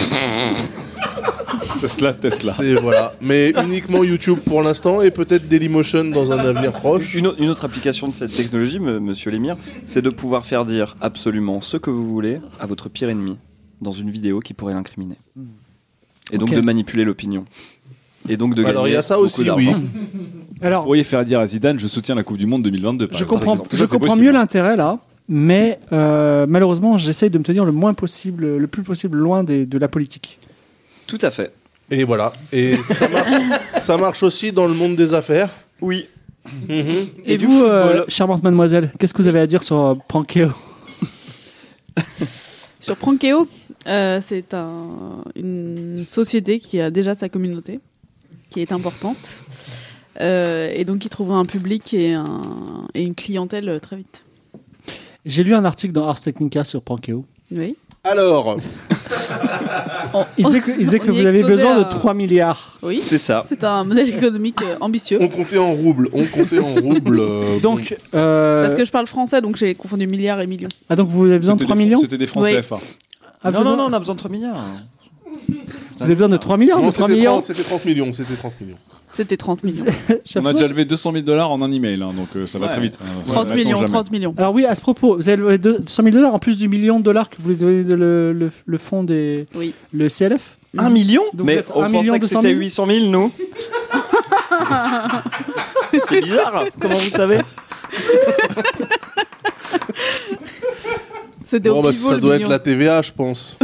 C'est cela, Tesla.
C'est voilà. Mais uniquement YouTube pour l'instant et peut-être Dailymotion dans un avenir proche.
Une, au- une autre application de cette technologie, me- monsieur Lémire, c'est de pouvoir faire dire absolument ce que vous voulez à votre pire ennemi dans une vidéo qui pourrait l'incriminer. Et donc
Ok.
de manipuler l'opinion. Et donc de gagner.
Bah Alors il y a ça
beaucoup
aussi, oui.
d'argent.
Vous
Alors,
pourriez faire dire à Zidane, je soutiens la Coupe du Monde 2022. par
je
exemple.
comprends,
Tout ça,
je
c'est
comprends
possible.
mieux l'intérêt là, mais euh, malheureusement, j'essaye de me tenir le moins possible, le plus possible loin des- de la politique.
Tout à fait.
Et voilà. Et ça marche, ça marche aussi dans le monde des affaires.
Oui.
Mhm.
Et,
Et du
vous, euh,
football.
charmante mademoiselle, qu'est-ce que vous avez à dire sur euh, Prankeo
Sur Prankeo, euh, c'est un- une société qui a déjà sa communauté, qui est importante, euh, et donc qui trouve un public et, un- et une clientèle euh, très vite.
J'ai lu un article dans Ars Technica sur Prankeo.
Oui.
Alors,
Oh, Il disait que, il disait que
On y
vous avez
exposait
besoin
à-
de 3 milliards.
Oui.
C'est ça.
C'est un modèle économique euh, ambitieux.
on comptait en roubles. On comptait en roubles. euh,
Donc, euh,
Parce que je parle français, donc j'ai confondu milliards et millions.
ah, donc vous avez besoin de
C'était
3
des-
millions Ah,
C'était des francs
Oui.
CFA.
Non,
Absolument.
non, non, on a besoin de 3 milliards.
Vous avez besoin de 3 milliards
non,
de 3
c'était
millions
30, c'était 30 millions, c'était 30 millions.
C'était 30 millions.
Chaque
On a
fois.
déjà levé 200 000 dollars en un email, hein, donc euh, ça va
Ouais.
très vite.
30 millions, 30 millions.
Alors oui, à ce propos, vous avez levé deux- 100 000 dollars en plus du million de dollars que vous voulez donner de le, le- le fonds des
Oui.
le CLF.
1 million
Donc vous
Mais
êtes
on
un million
pensait que
200 000?
c'était 800 000, nous. c'est bizarre. Comment vous le savez
C'était
Bon,
au
bah,
pivot
ça
le
doit
million.
être la TVA, je pense.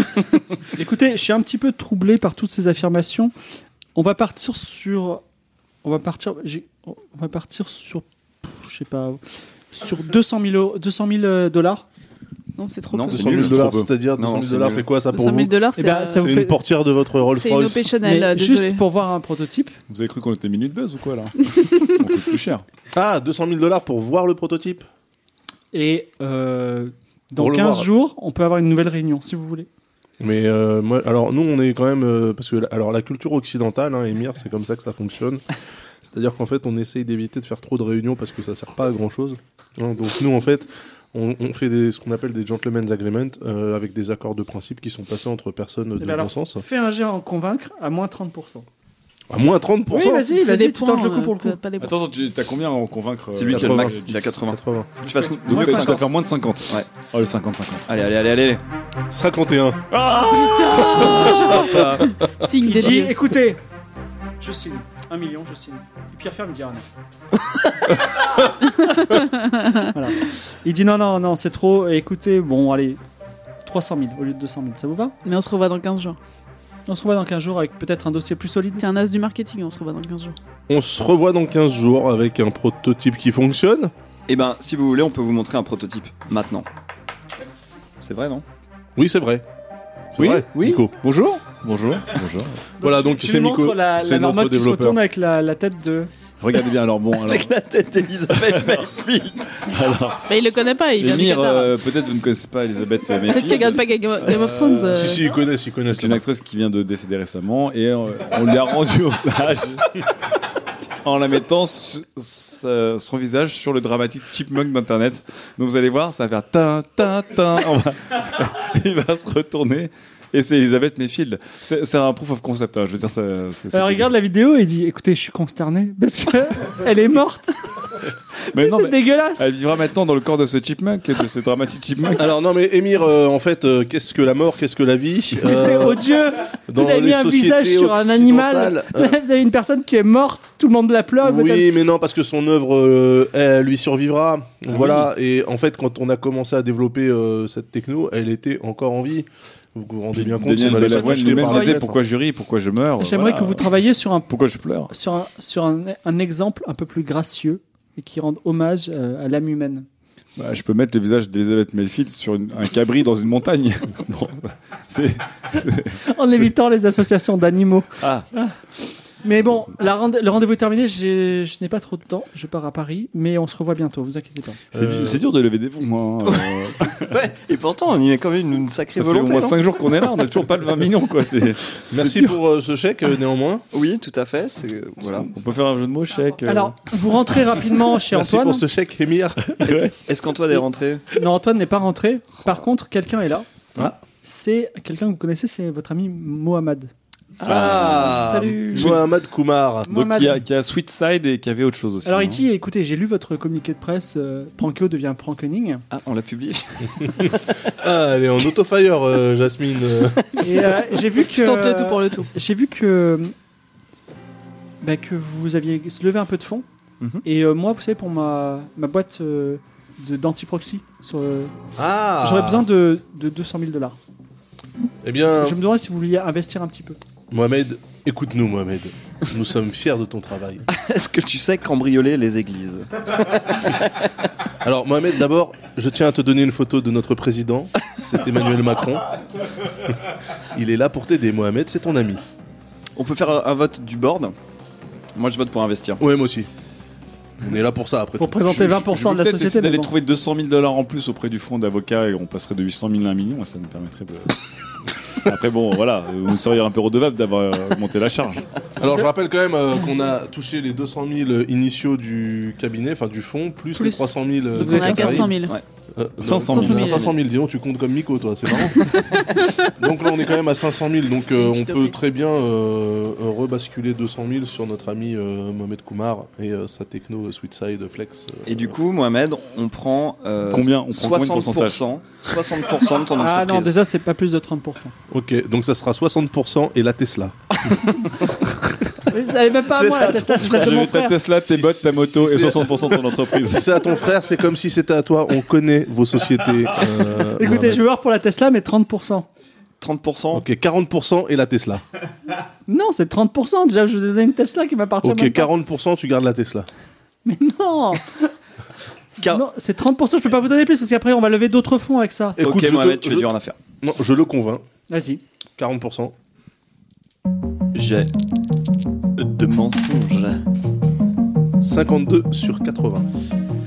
Écoutez, je suis un petit peu troublé par toutes ces affirmations. On va partir sur, on va partir, j'ai- on va partir sur, pff, je sais pas, sur 200 000 euros- 200 000 euh, dollars.
Non, c'est trop
Non,
peu.
c'est
200 000
nul,
dollars,
trop peu.
c'est-à-dire
Non,
200
c'est
000 dollars,
nul.
c'est quoi ça pour
100
vous
000 dollars,
Eh
c'est
ben,
euh,
ça vous
C'est
fait-
une portière de votre Rolls
c'est
Royce.
Mais
inopérationnel, euh, désolé.
juste pour voir un prototype.
Vous avez cru qu'on était Minute Buzz ou quoi là On coûte plus cher.
Ah, 200 000 dollars pour voir le prototype
Et euh, dans
Pour le
15
voir.
jours, on peut avoir une nouvelle réunion, si vous voulez.
Mais euh, moi, alors nous, on est quand même euh, parce que la- alors la culture occidentale, hein, Emir, c'est comme ça que ça fonctionne. C'est-à-dire qu'en fait, on essaye d'éviter de faire trop de réunions parce que ça sert pas à grand chose. donc nous, en fait, on, on fait des, ce qu'on appelle des gentlemen's agreements euh, avec des accords de principe qui sont passés entre personnes de
Eh ben
bon
alors,
sens.
Fais un jet à en convaincre à moins 30%.
À moins 30
Oui, vas-y,
C'est
vas-y,
des
tu tentes
points,
le coup pour le coup.
euh, pas des points.
Attends, tu- t'as combien à en convaincre euh,
C'est lui qui a le
80.
max. Il a 80.
80.
Faut que tu fasses donc
Donc
Ouais,
ça, tu
50.
dois faire moins de 50.
Ouais.
Oh, le 50-50.
Allez, allez, allez, allez. allez.
51.
Signe
Il dit,
dédié.
écoutez, je signe. Un million, je signe. Et Pierre Ferme, il dit, ah non. Voilà. Il dit, non, non, non, c'est trop. Et Écoutez, bon, allez, 300 000 au lieu de 200 000. Ça vous va
Mais on se revoit dans 15 jours.
On se revoit dans 15 jours avec peut-être un dossier plus solide.
T'es un as du marketing, on se revoit dans 15 jours.
On se revoit dans 15 jours avec un prototype qui fonctionne.
Eh ben, si vous voulez, on peut vous montrer un prototype maintenant. C'est vrai, non
Oui, c'est vrai. C'est vrai, Nico.
Bonjour. Bonjour. Bonjour.
Voilà, donc
Tu
c'est
lui montres
Nico.
la,
c'est
la
notre
marmotte qui hein. se
développeur.
retourne avec la, la tête de.
Regardez bien. Alors bon, alors,
Avec la tête d'Elisabeth magnifique.
Mais Bah, il le connaît pas, il vient du
Émir,
Qatar.
euh, peut-être vous ne connaissez pas Elisabeth euh,
Peut-être
Mayfield.
qu'il regarde pas Game of Game of Thrones. euh.
Si, si, ils connaissent, ils connaissent.
C'est une actrice qui vient de décéder récemment et euh, on lui a rendu hommage en la mettant su- sa- son visage sur le dramatique chipmunk d'internet. Donc vous allez voir, ça va faire tin tin tin. On va- Il va se retourner et c'est Elisabeth Mayfield. C'est c'est un proof of concept. hein, Je veux dire, ça, c'est- c'est-
Alors, il Euh, regarde la vidéo et il dit, écoutez, je suis consterné parce qu'elle est morte.
Mais non,
c'est
mais
dégueulasse.
elle vivra maintenant dans le corps de ce chipmunk, et de ce dramatique chipmunk.
Alors non mais Émir, euh, en fait, euh, qu'est-ce que la mort, qu'est-ce que la vie
Mais c'est
Euh,
odieux.
dans
vous avez
les
mis un
sociétés
visage sur un animal. Ah,
occidentales, euh,
vous avez une personne qui est morte, tout le monde l'applaudit.
oui, mais non, parce que son œuvre euh, elle lui survivra.
Ah
Voilà. Et en fait, quand on a commencé à développer euh, cette techno, elle était encore en vie. Vous vous rendez bien compte si
Daniel
on allait
Balavoine
s'acheter
lui-même
par
disait
Internet,
pourquoi
hein.
je ris, pourquoi je meurs.
J'aimerais
voilà.
que vous travailliez sur, un,
Pourquoi je pleure
sur, un, sur un, un exemple un peu plus gracieux et qui rende hommage euh, à l'âme humaine.
Bah, Je peux mettre le visage d'Elisabeth Melfield sur une- un cabri dans une montagne. Bon, c'est-
En évitant les associations d'animaux.
Ah.
Mais bon, la rende- le rendez-vous est terminé. j'ai- Je n'ai pas trop de temps. Je pars à Paris, mais on se revoit bientôt. Vous inquiétez pas.
c'est
Euh.
du- c'est dur de lever des fonds. hein, euh,
Ouais, et pourtant, on y met quand même une, une sacrée
Ça fait au
volonté.
moins
non
5 jours qu'on est là, on n'a toujours pas le 20 millions. Quoi. c'est- c'est
hein. Merci
dur.
pour euh, ce chèque, euh, néanmoins.
Oui, tout à fait. c'est- euh, Voilà.
On peut faire un jeu de mots, chèque. euh,
Alors, vous rentrez rapidement chez
Merci
Antoine.
pour ce chèque, Emir.
ouais.
Est-ce qu'Antoine est rentré
Non, Antoine n'est pas rentré. Par contre, quelqu'un est là.
Ah.
C'est quelqu'un que vous connaissez, c'est votre ami Mohamed.
Ah,
Salut.
Mohamed Koumar.
Donc
Mohamed.
il y, a- il y a Sweet Side et qu'il y avait autre chose aussi.
Alors il
hein.
dit, écoutez, j'ai lu votre communiqué de presse, euh, Prankeo devient Prankening.
Ah, on l'a publié.
Ah, elle est en autofire, euh, Jasmine. euh.
Et euh, j'ai vu que...
Je tente le tout pour le tout.
J'ai vu que... bah, que vous aviez levé un peu de fonds.
Mhm.
Et euh, moi, vous savez, pour ma, ma boîte euh, de- d'antiproxy, sur le-
Ah
j'aurais besoin de, de 200 000 dollars.
Eh
Ah.
bien,
Je me demandais si vous vouliez investir un petit peu.
Mohamed, écoute-nous, Mohamed. Nous sommes fiers de ton travail.
Est-ce que tu sais cambrioler les églises
Alors, Mohamed, d'abord, je tiens à te donner une photo de notre président. C'est Emmanuel Macron. Il est là pour t'aider, Mohamed, c'est ton ami.
On peut faire un un vote du board. Moi, je vote pour investir.
OM aussi. On est là pour ça, après
Pour
tout.
présenter 20%
Je vais
de la
peut-être essayer
société. mais
d'aller
bon.
trouver 200 000 dollars en plus auprès du fonds d'avocats et on passerait de 800 000 à 1 million et ça nous permettrait de. Après bon, voilà, euh, vous seriez un peu redevable d'avoir euh, monté la charge.
Alors, je rappelle quand même euh, qu'on a touché les 200 000 initiaux du cabinet, enfin du fonds, plus, les
Plus.
300 000. euh,
Donc,
On
Ouais,
a
ça, ça
400 000.
Euh, non,
500 000.
500 000, dis donc, tu comptes comme Nico, toi, c'est marrant. donc là, on est quand même à 500 000, donc euh, on
Petit
peut
dopé.
très bien euh, euh, rebasculer 200 000 sur notre ami euh, Mohamed Koumar et euh, sa techno euh, Sweetside Flex. euh.
Et du coup, Mohamed, on prend euh,
Combien On prend combien de
60%,
pourcentage
60% de ton entreprise.
Ah non, déjà, c'est pas plus de 30%.
Ok, donc ça sera 60% et la Tesla.
Vous savez même pas à
C'est
moi,
ça,
la Tesla,
c'est
c'est la
Je
de mon
vais ta
frère.
Tesla, tes
Si-
bottes, ta
si-
moto
si-
et 60% de ton entreprise.
Si c'est à ton frère, c'est comme si c'était à toi. On connaît vos sociétés. euh,
Écoutez,
Mohamed.
je vais voir pour la Tesla, mais 30%.
30%.
Ok, 40% et la Tesla.
Ah, Non, c'est 30%. Déjà, je vous ai donné une Tesla qui m'appartient.
Ok,
même pas.
40%, tu gardes la Tesla.
Mais non
Car-
Non, c'est 30%. Je peux pas vous donner plus parce qu'après, on va lever d'autres fonds avec ça.
Écoute,
ok,
je,
Mohamed,
te-
tu es
je-
dur en affaires.
non, je le convainc.
Vas-y.
40%.
J'ai de mensonges.
52 sur 80.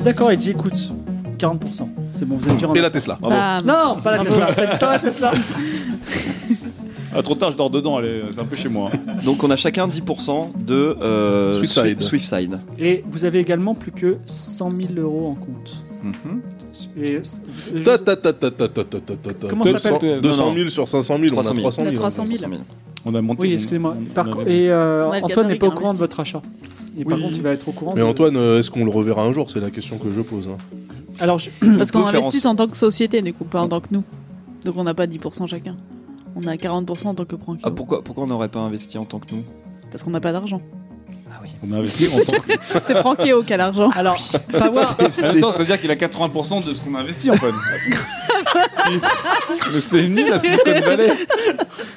D'accord, et dit écoute, 40%. C'est bon, vous êtes dur en
Et la Tesla. Ah
Bravo.
Bam.
Non, pas la Tesla. pas la Tesla.
Ah, trop tard, je dors dedans, allez, c'est un peu chez moi. hein.
Donc on a chacun 10% de euh,
Swiftside.
Swi- Swiftside.
Et vous avez également plus que 100 000 euros en compte.
Mhm.
Et vous-
Ta, ta, ta, ta, ta, ta, ta, ta, ta, ta.
Comment ça
200
s'appelle
200
Non,
000 sur 500 000, on a
300 000.
300
On a
000.
300 000.
On a monté.
Oui,
on-
excusez-moi.
on-
Par
on
co-
avait-
Et euh,
On a le
Antoine n'est pas au
Qatar qui a
courant de
investi.
votre achat. Et par contre, il va être au courant.
Mais
de-
Antoine, euh, est-ce qu'on le reverra un jour C'est la question que je pose. hein.
Alors, je-
Parce
peut
qu'on
faire
investit
en-
en tant que société, du coup, pas en tant que nous. Donc on n'a pas 10% chacun. On a 40% en tant que Prankio.
Ah, pourquoi, pourquoi on n'aurait pas investi en tant que nous
Parce qu'on n'a pas d'argent.
Ah oui.
On a investi en tant que.
C'est oh, Prankio qui a l'argent.
alors, Power,
Attends, ça veut dire qu'il a 80% de ce qu'on investit en fait. Mais c'est nul à Silicon Valley.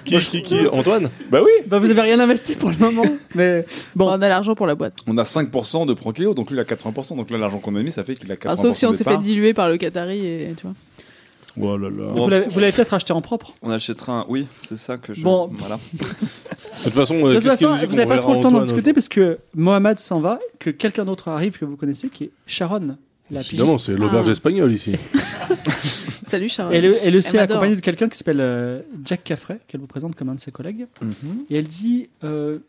Qui, qui, qui Antoine
Bah oui.
bah, vous avez rien investi pour le moment. Mais bon,
On a l'argent pour la boîte.
On a 5% de Prankeo, donc lui il a 80%. Donc là, l'argent qu'on a mis, ça fait qu'il a 80%.
Enfin, Ah, sauf si on
des
s'est fait
parts.
diluer par le Qatari et tu vois.
Oh là là.
vous l'avez vous l'avez peut-être acheté en propre.
On achètera un. Oui, c'est ça que je.
Bon.
Voilà.
De toute façon,
De
euh,
toute
qu'est-ce qu'il
façon,
nous dit
vous
qu'on
n'avez pas
reverra
trop le temps d'en
Antoine un jour
discuter parce que Mohamed s'en va, que quelqu'un d'autre arrive que vous connaissez, qui est Sharon, la
Évidemment,
pigiste.
c'est l'auberge
Ah.
espagnole ici.
Salut Charles.
Elle, elle aussi est
m'adore.
accompagnée de quelqu'un qui s'appelle euh, Jack Caffrey, qu'elle vous présente comme un de ses collègues. Et elle dit euh,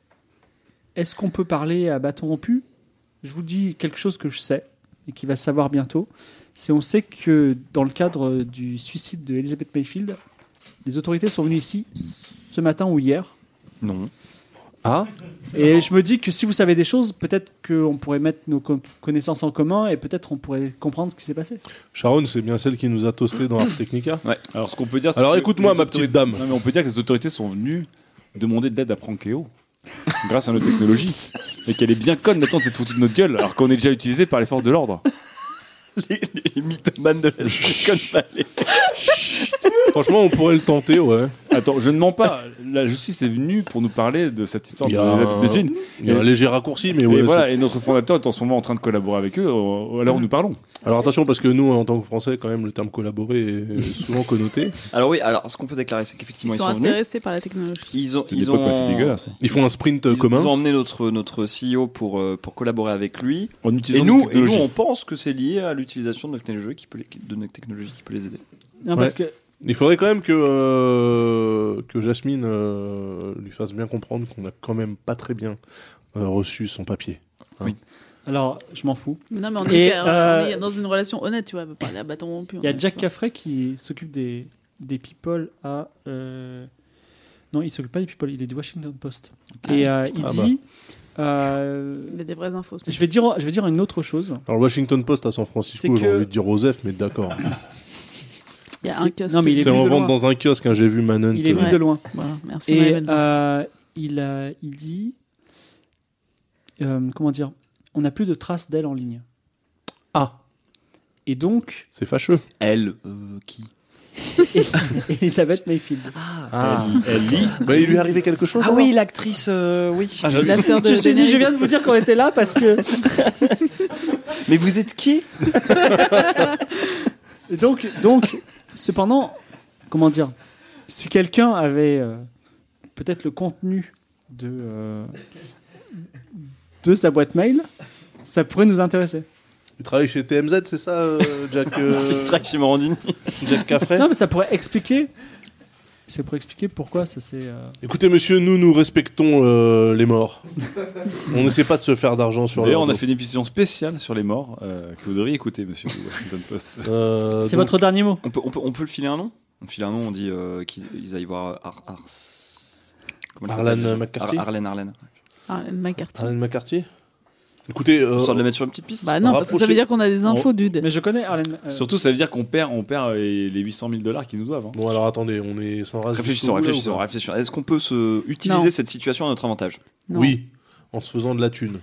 Est-ce qu'on peut parler à bâton rompu Je vous dis quelque chose que je sais et qui va se savoir bientôt. C'est on sait que dans le cadre du suicide de Elizabeth Mayfield, les autorités sont venues ici ce matin ou hier
Non.
Ah
Et je me dis que si vous savez des choses, peut-être qu'on pourrait mettre nos com- connaissances en commun et peut-être on pourrait comprendre ce qui s'est passé.
Sharon, c'est bien celle qui nous a toasté dans Ars Technica
Ouais. Alors ce qu'on peut dire, c'est
Alors,
que
écoute-moi,
les
ma petite
autorités-
dame.
Non, mais on peut dire que les autorités sont venues demander de l'aide à Prankeo grâce à nos technologies et qu'elle est bien conne d'attendre cette photo de notre gueule alors qu'on est déjà utilisé par les forces de l'ordre.
Les, les mythomanes de la Silicon Valley.
Franchement, on pourrait le tenter, ouais.
Attends, je ne mens pas. La justice est venue pour nous parler de cette histoire
Il y
de,
a un-
de film.
Il y a un léger raccourci, mais
Et,
ouais.
voilà, et notre fondateur est en ce moment en train de collaborer avec eux, euh, alors nous parlons.
c'est- Alors attention, parce que nous, en tant que Français, quand même, le terme collaborer est souvent connoté.
Alors oui, alors ce qu'on peut déclarer, c'est qu'effectivement
Ils
ils,
sont
venus.
intéressés par la technologie.
Ils ont,
C'était
ils
l'époque où
ont,
c'est dégueulasse.
Ils font un sprint euh,
ils,
commun.
ils ont emmené notre notre CEO pour euh, pour collaborer avec lui.
En
Et
utilisant des
nous, et nous,
technologies.
on pense que c'est lié à l'utilisation de notre technologie qui peut les, de notre technologie qui peut les aider.
Non, parce que
Il faudrait quand même que, euh, que Jasmine euh, lui fasse bien comprendre qu'on a quand même pas très bien euh, reçu son papier.
alors je m'en fous.
Mais Non, mais on
Et,
est, hyper-
euh,
on est dans une relation honnête, tu vois. On peut parler à bâton rompu.
Il y a Jack Caffrey qui s'occupe des des people à euh, non, il s'occupe pas des people, il est du Washington Post. Et euh, il
Ah
dit euh,
Il y a des vraies infos.
je vais dire je vais dire une autre chose.
Alors, le Washington Post à San
C'est
Francisco, j'ai
que-
envie de dire Joseph, mais d'accord.
Il y a
C'est-
un kiosque.
non, mais il est
C'est en
venu de
vente
loin.
dans un kiosque, hein, j'ai vu Manhunt.
Il est venu
euh,
de loin.
Voilà, merci.
Et
Maëlle, bonnes infos.
euh, il, euh, il dit euh, comment dire On n'a plus de traces d'elle en ligne.
Ah.
Et donc
C'est fâcheux.
Elle, euh, qui
Elisabeth Mayfield.
Elle lit.
Bah, il lui est arrivé quelque chose
Ah oui, l'actrice, euh, oui.
Ah, La sœur de
je suis dit,
Daenerys.
je viens de vous dire qu'on était là parce que
Mais vous êtes qui
Et donc donc cependant comment dire Si quelqu'un avait euh, peut-être le contenu de euh, de sa boîte mail, ça pourrait nous intéresser.
Il travaille chez TMZ, c'est ça, euh, Jack, euh,
C'est Track chez Morandini.
Jack Caffrey
Non, mais ça pourrait expliquer. Ça pourrait expliquer pourquoi ça s'est. euh,
Écoutez, monsieur, nous, nous respectons euh, les morts. on n'essaie pas de se faire d'argent sur
D'ailleurs, on a
leur
fait une émission spéciale sur les morts euh, que vous devriez écouter, monsieur du Washington Post.
dos. Euh,
C'est
donc,
votre dernier mot.
On peut, on peut, on peut le filer un nom On file un nom, on dit euh, qu'ils ils aillent voir Ar, Ars- comment elle
Arlan
s'appelle
McCarthy
Ar- Arlen, Arlen.
Ah, McCarthy.
Arlene McCarthy Écoutez, euh,
Histoire de la mettre sur une petite
Ah,
piste
Bah non, parce que ça veut
rapprocher.
dire qu'on a des infos, dude.
Mais je connais Arlen. euh,
Surtout, ça veut dire qu'on perd, on perd euh, les 800 000 dollars qu'ils nous doivent. hein.
bon, alors attendez, on est sans race.
Réfléchissons,
jusqu'au bout, là, ou
réfléchissons,
pas
réfléchissons. Est-ce qu'on peut se utiliser
Non.
cette situation à notre avantage
Non.
Oui, en se faisant de la thune.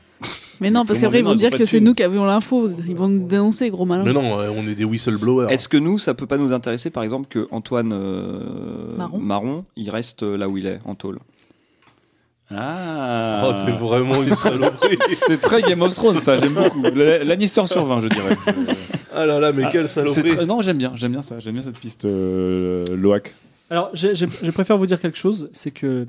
Mais non, parce
Comment
qu'après,
demain,
ils vont
ils ont
dire
pas
que
de
c'est
thunes.
nous qui avions l'info. Ils vont nous dénoncer, gros malin.
Mais non, euh, on est des whistleblowers.
Est-ce que nous, ça peut pas nous intéresser, par exemple, que Antoine euh,
Marron.
il reste euh, là où il est, en tôle
Ah
Oh, t'es vraiment une saloperie.
C'est très Game of Thrones, ça, j'aime beaucoup. Le- Lannister sur 20, je dirais. Je-
ah là là, mais
Ah,
quelle
c'est
saloperie.
très- Non, j'aime bien, j'aime bien ça, j'aime bien cette piste euh, Loac.
Alors, je, je- je préfère vous dire quelque chose, c'est que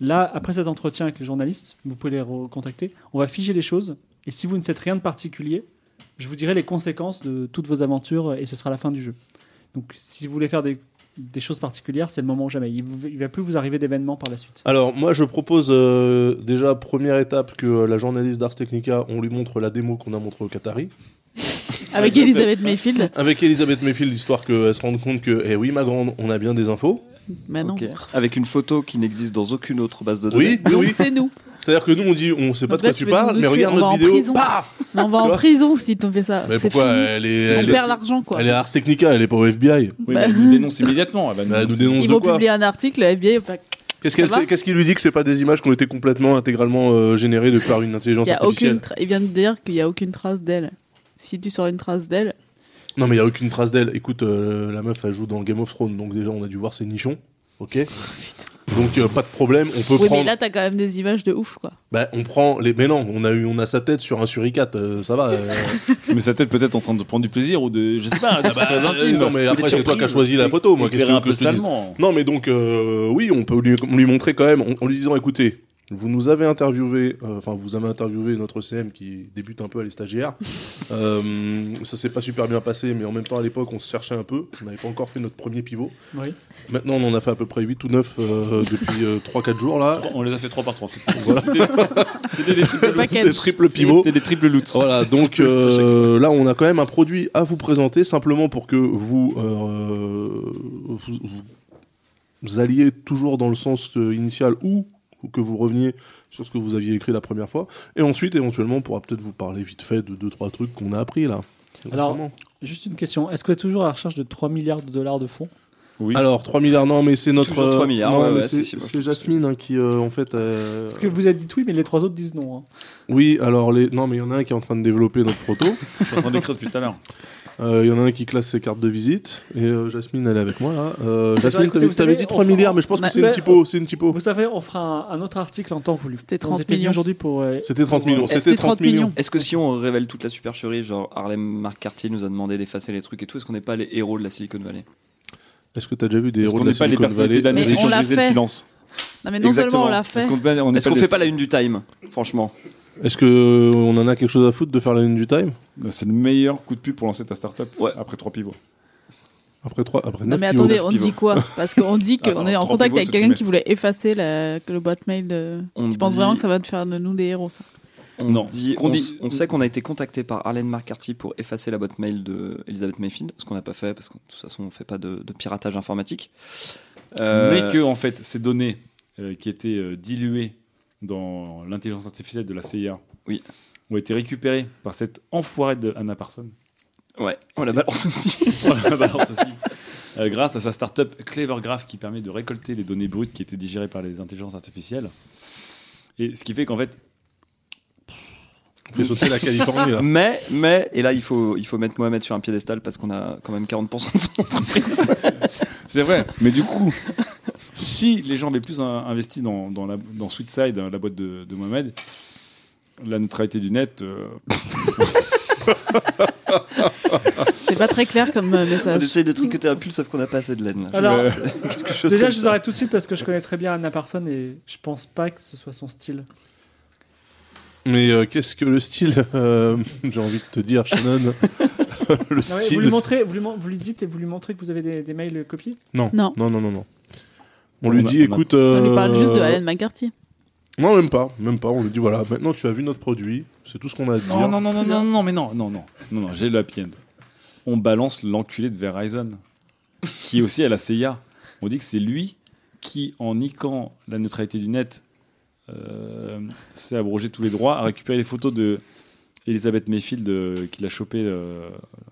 là, après cet entretien avec les journalistes, vous pouvez les recontacter. On va figer les choses, et si vous ne faites rien de particulier, je vous dirai les conséquences de toutes vos aventures, et ce sera la fin du jeu. Donc, si vous voulez faire des, des choses particulières, c'est le moment ou jamais. Il ne va plus vous arriver d'événements par la suite.
Alors, moi, je propose euh, déjà, première étape, que euh, la journaliste d'Ars Technica, on lui montre la démo qu'on a montrée au Qatari.
Avec Elisabeth Mayfield.
Avec Elisabeth Mayfield, histoire qu'elle se rende compte que, eh oui, ma grande, on a bien des infos.
Bah non.
Ok. Avec une photo qui n'existe dans aucune autre base de données.
Oui, oui,
Donc
oui.
c'est nous.
C'est-à-dire que nous, on dit, on sait pas de
Donc
quoi
là,
tu
tu veux
parles,
nous
mais
tuer,
regarde
on va
notre
en
vidéo.
prison.
Paf
Mais on va
Quoi
en prison si on fait ça.
Mais
C'est
pourquoi
fini.
elle est,
On
elle, est,
perd l'argent, quoi.
elle est à Ars Technica, elle est pas au FBI.
Oui,
Bah.
mais elle nous dénonce immédiatement. Elle va nous
Mais Elle Bah, nous
dénoncer.
dénonce
Ils
de
vont
quoi
publier un article, la FBI. enfin,
Qu'est-ce qu'elle
Ça va
sait- qu'est-ce qui lui dit que c'est pas des images qui ont été complètement intégralement euh, générées de par une intelligence
Il y a
artificielle
aucune. tra- Il vient de dire qu'il y a aucune trace d'elle. Si tu sors une trace d'elle,
Non, mais il y a aucune trace d'elle. Écoute, euh, la meuf, elle joue dans Game of Thrones, donc déjà, on a dû voir ses nichons. Ok Donc euh, pas de problème, on peut
oui, mais
prendre.
là t'as quand même des images de ouf, quoi.
Bah, on prend les. Mais non, on a eu, on a sa tête sur un suricate, euh, ça va. euh.
Mais sa tête peut-être en train de prendre du plaisir ou de. Je sais pas,
Ah bah,
très intime.
euh, non, mais
Ou des
après, c'est toi
surprises.
qui as choisi la photo, moi, qu'est-ce que tu
Éclairer
veux
un
que
peu
je te dise
salement.
Non, mais donc, euh, oui, on peut lui, lui montrer quand même, en, en lui disant, écoutez, vous nous avez interviewé, euh, enfin, vous avez interviewé notre CM qui débute un peu à les stagiaires. Euh, ça s'est pas super bien passé, mais en même temps, à l'époque, on se cherchait un peu. On n'avait pas encore fait notre premier pivot.
Oui.
Maintenant, on en a fait à peu près 8 ou 9 euh, depuis 3-4 jours, là.
On les a fait 3 par 3.
Voilà.
C'était des triples loots.
Des triples pivots.
C'était des triples loots.
Voilà, donc euh, là on a quand même un produit à vous présenter simplement pour que vous, euh, vous, vous- vous alliez toujours dans le sens euh, initial ou que vous reveniez sur ce que vous aviez écrit la première fois. Et ensuite, éventuellement, on pourra peut-être vous parler vite fait de deux, trois trucs qu'on a appris là.
Alors-
récemment.
Juste une question, est-ce que toujours à la recherche de 3 milliards de dollars de fonds
Oui.
Alors, 3 milliards, non, mais c'est notre.
Toujours 3 milliards,
non,
ouais,
mais
ouais,
c'est
si, si, moi, je
c'est
pense
Jasmine hein, qui, euh, en fait. euh,
Parce que vous avez dit oui, mais les trois autres disent
Oh.
non. hein.
Oui, alors, les... non, mais il y en a un qui est en train de développer notre proto.
Je suis en train d'écrire depuis tout à l'heure.
Euh, Il y en a un qui classe ses cartes de visite. Et euh, Jasmine, elle est avec moi là. Euh, Jasmine,
écoutez,
t'avais
vous
t'avais
savez,
dit
on
3
fera-
milliards, mais je pense
on
que
a-
c'est une
ouais,
typo. C'est une typo.
Vous savez, on fera un, un autre article en temps voulu.
C'était
On
30
était bien
millions.
aujourd'hui pour. euh,
C'était 30 millions.
C'était
C'était 30 millions.
Est-ce que si on révèle toute la supercherie, genre Harlem Marc Cartier nous a demandé d'effacer les trucs et tout, est-ce qu'on n'est pas les héros de la Silicon Valley
Est-ce que t'as déjà vu des
Est-ce
héros
qu'on
de la
n'est pas les
Silicon
personnalités
Valley
d'année
Mais on l'a
le
fait.
silence
Non, mais non seulement on l'a fait.
Est-ce qu'on peut- on n'est
Est-ce qu'on
des-
fait pas la une du Time Franchement.
Est-ce que euh, on en a quelque chose à foutre de faire la une du time
C'est le meilleur coup de pub pour lancer ta startup
Ouais.
après trois pivots.
Après 3 après
Non,
9
mais
millions.
attendez,
neuf
on
pivots.
dit quoi Parce qu'on dit
Ah,
qu'on
non,
est en
trente
contact
pivots,
avec
c'est
quelqu'un
tout
qui voulait effacer la- le boîte mail de.
On
Tu penses
dit-
vraiment que ça va te faire de nous des héros, ça
On
Non,
dit-
ce qu'on
on,
dit-
s- on sait qu'on a été contacté par Arlene Marcarty pour effacer la boîte mail de Elizabeth Mayfield, ce qu'on n'a pas fait parce que de toute façon on fait pas de, de piratage informatique. Euh,
Mais que, en fait, ces données euh, qui étaient euh, diluées dans l'intelligence artificielle de la CIA
Oui.
ont été récupérées par cette enfoirée de Anna Parson.
ouais, on la balance aussi.
Voilà, balance aussi. Euh, grâce à sa start-up Clevergraph qui permet de récolter les données brutes qui étaient digérées par les intelligences artificielles. Et ce qui fait qu'en fait,
On fait sauter la Californie là.
mais, mais, et là il faut, il faut mettre Mohamed sur un piédestal parce qu'on a quand même 40% de son entreprise.
c'est vrai, mais du coup, si les gens avaient plus in- investi dans, dans, la, dans Sweetside, euh, la boîte de, de Mohamed, la neutralité du net, euh,
C'est pas très clair comme euh,
on
message.
essaye de tricoter un pull sauf qu'on n'a pas assez de laine. là.
Alors,
Quelque chose
déjà,
comme
je vous
ça.
arrête tout de suite parce que je connais très bien Anna Parson et je pense pas que ce soit son style.
Mais euh, qu'est-ce que le style euh, J'ai envie de te dire, Shannon. le
Non, mais vous, lui
style.
montrez, vous, lui, mon- vous lui dites et vous lui montrez que vous avez des, des mails copiés
Non.
Non.
Non, non, non, non. On,
On
lui
a-
dit,
on a-
écoute.
On lui parle juste de
euh,
Alan McCarthy.
Non, même pas, même pas. On lui dit voilà, maintenant tu as vu notre produit, c'est tout ce qu'on a à te dire.
Non, non, non, non, non, non, mais non, non, non, non, non, j'ai le happy end. On balance l'enculé de Verizon, qui est aussi à la CIA. On dit que c'est lui qui, en niquant la neutralité du net, euh, s'est abrogé tous les droits, a récupéré les photos de Elizabeth Mayfield euh, qu'il a chopé euh,